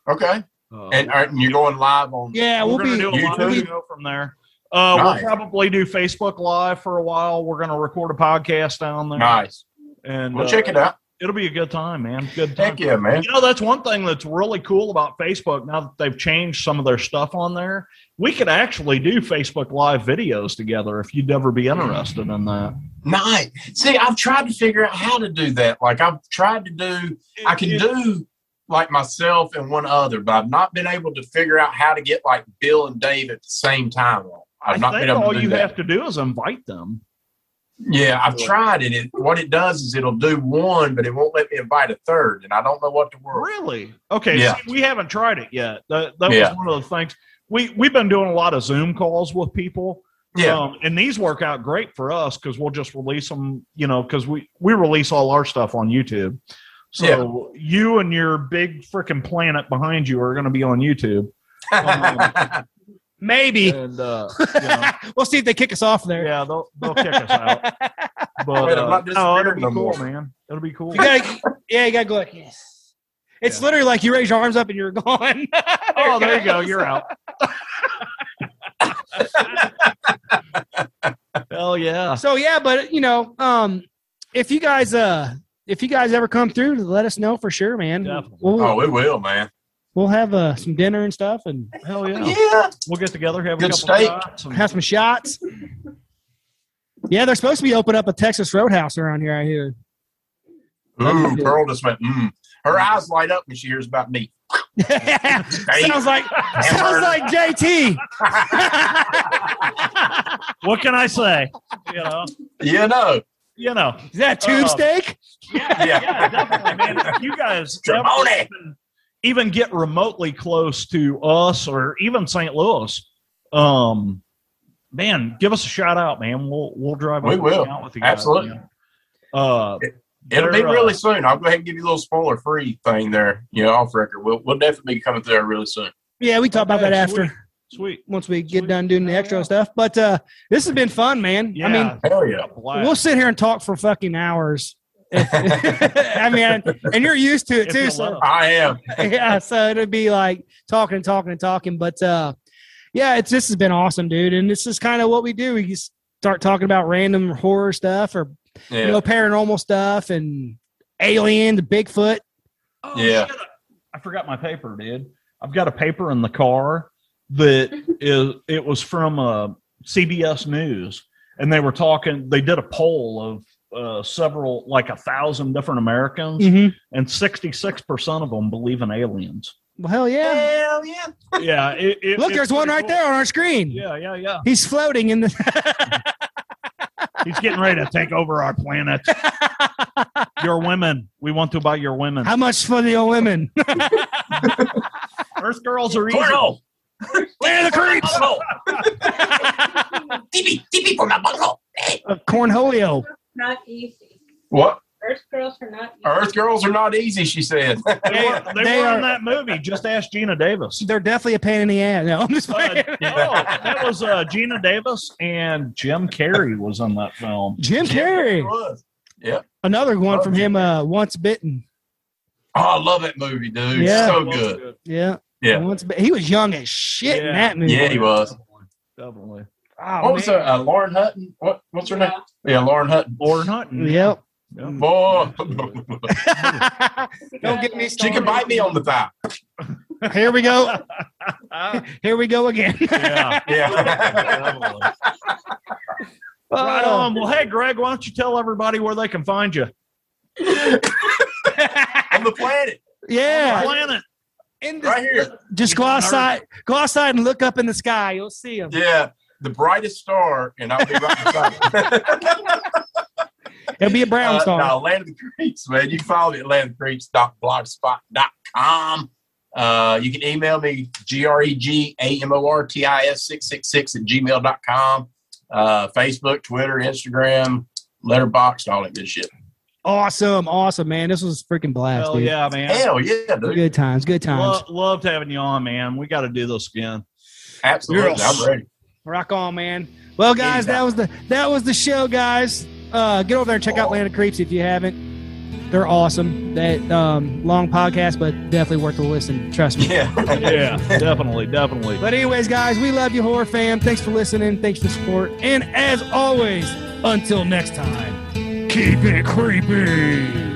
C: Okay.
B: Uh,
C: And, all right, and you're going live on.
A: Yeah,
B: we're
A: we'll
B: going
A: be.
B: to do a live
C: we'll be-
B: video from there. Uh,
C: Nice.
B: We'll probably do Facebook Live for a while. We're going to record a podcast down there.
C: Nice.
B: And
C: Well,
B: uh,
C: check it out.
B: It'll be a good time, man. Good time.
C: Heck yeah, man.
B: You know, that's one thing that's really cool about Facebook now that they've changed some of their stuff on there. We could actually do Facebook Live videos together if you'd ever be interested in that.
C: Nice. See, I've tried to figure out how to do that. Like, I've tried to do, I can do like myself and one other, but I've not been able to figure out how to get like Bill and Dave at the same time. on. I've
B: I
C: not
B: think
C: been able
B: all
C: to do
B: you
C: that.
B: have to do is invite them.
C: Yeah, I've tried it. it. What it does is it'll do one, but it won't let me invite a third, and I don't know what the world.
B: Really? Okay.
C: Yeah.
B: See, we haven't tried it yet. That, that
C: Yeah.
B: was one of the things. We, we've been doing a lot of Zoom calls with people.
C: Yeah,
B: Um, and these work out great for us because we'll just release them, you know, because we, we release all our stuff on YouTube. So you and your big freaking planet behind you are going to be on YouTube. um,
A: Maybe.
B: And, uh, you know,
A: we'll see if they kick us off there.
B: yeah, they'll, they'll kick us out. But
C: Wait, I'm
B: uh,
C: not
B: no, it'll
C: disappearing
B: be
C: no
B: cool,
C: more.
B: man. It'll be cool.
A: You gotta, yeah, you gotta go like yes. It's
B: Yeah.
A: literally like you raise your arms up and you're gone.
B: oh, there you go. You're out. Hell yeah.
A: So yeah, but you know, um, if you guys, uh, if you guys ever come through, let us know for sure, man.
B: Definitely.
A: We'll,
C: oh, it will, man.
A: we'll have uh, some dinner and stuff and
B: Hell yeah.
C: Oh, Yeah,
B: We'll get together, have
C: Good
B: a couple
C: steak.
B: shots and-
A: have some shots. Yeah, they're supposed to be opening up a Texas Roadhouse around here. I hear.
C: ooh, Pearl just went. Mm. Her eyes light up when she hears about me.
A: sounds like sounds like JT.
B: what can I say? You know,
C: you know,
B: you know.
A: Is that tube
B: Uh,
A: steak?
B: Yeah,
C: Yeah.
B: yeah, definitely, man. If you guys ever
C: Jamone.
B: even, even get remotely close to us or even St. Louis, um, man, give us a shout out, man. We'll we'll drive
C: We
B: over
C: will.
B: and out with you guys,
C: Absolutely.
B: man. Uh,
C: it'll be
B: they're, uh,
C: really soon. I'll go ahead and give you a little spoiler free thing there. You know, off record. We'll we'll definitely be coming through there really soon.
A: Yeah, we talk about
B: okay,
A: that after
B: sweet, Sweet.
A: once we
B: Sweet.
A: get done doing the extra stuff. But uh, this has been fun, man.
B: Yeah,
A: I mean,
C: Hell yeah.
B: blast.
A: We'll sit here and talk for fucking hours. I mean, and you're used to it
B: If
A: too.
B: you
A: So,
B: love.
C: I am.
A: yeah, so it'd be like talking and talking and talking. But uh, yeah, it's this has been awesome, dude. And this is kind of what we do. We just start talking about random horror stuff or
C: Yeah.
A: you know paranormal stuff and aliens, Bigfoot.
B: Oh,
C: Yeah.
B: shit. I forgot my paper, dude. I've got a paper in the car that is it was from uh, CBS News, and they were talking. They did a poll of uh, several, like a thousand different Americans,
A: Mm-hmm.
B: and sixty-six percent of them believe in aliens.
A: Well, hell yeah!
C: Hell yeah.
B: Yeah, it, it-
A: Look,
B: it's
A: there's one
B: pretty
A: right
B: cool.
A: there on our screen.
B: Yeah, yeah, yeah.
A: He's floating in the.
B: He's getting ready to take over our planet. your women, we want to buy your women.
A: How much for the old women?
B: Earth girls are easy.
C: Porno.
A: Land of the creeps.
C: TP, TP for my bunghole.
A: of cornholio.
D: Not easy.
C: What?
D: Earth girls are not easy.
C: Earth girls are not easy, she said.
B: They, were, they
A: They
B: were
A: are-
B: in that movie. Just ask Gina Davis.
A: They're definitely a pain in the ass. No, I'm just
B: Uh,
A: playing.
B: oh, that was uh, Gina Davis and Jim Carrey was on that film.
A: Jim Carrey,
C: Oh,
A: another one from him. Uh, once bitten.
C: Oh, I love that movie, dude.
A: Yeah.
C: So good.
A: Yeah,
C: Yeah.
A: Once bitten. he was young as shit in
B: Yeah. Ah,
A: that movie.
C: Yeah, he was.
B: Definitely.
A: Oh,
C: What was
A: man.
C: her? Uh, Lauren Hutton? What? What's her name? Yeah, Lauren Hutton.
B: Or not.
A: Yep.
C: Boy,
A: Don't get me
C: she
A: started.
C: can bite me on the thigh.
A: Here we go. Here we go again.
B: yeah.
C: Yeah.
B: Definitely. Right
A: Oh.
B: on. Well, hey, Greg, why don't you tell everybody where they can find you?
C: on the planet,
B: On the
A: Yeah.
B: planet.
A: In the-
C: right here.
A: Just go outside. Go outside and look up in the sky. You'll see him.
C: Yeah, the brightest star, and I'll be right beside it.
A: It'll be a brown
C: Uh,
A: star.
C: No, Land of the Creeps, man. You can follow me at landofthecreeps.blogspot.com. Uh, you can email me, E G-R-E-G-A-M-O-R-T-I-S 666 at gmail.com. Uh, Facebook, Twitter, Instagram, Letterboxd, all that good shit.
A: Awesome, awesome, man. This was a freaking blast,
B: Hell
A: dude.
B: yeah, man.
C: Hell yeah, dude.
A: Good times. Good times.
B: Lo- loved having you on, man. We got to do this again.
C: Absolutely. I'm ready.
A: Rock on, man. Well, guys, that was the that was the show, guys. Uh, get over there and check out Land of Creeps if you haven't. They're awesome. That um, long podcast, but definitely worth a listen. Trust me.
C: Yeah.
B: Yeah, definitely, definitely.
A: But anyways, guys, we love you, horror fam. Thanks for listening. Thanks for support. And as always, until next time, keep it creepy.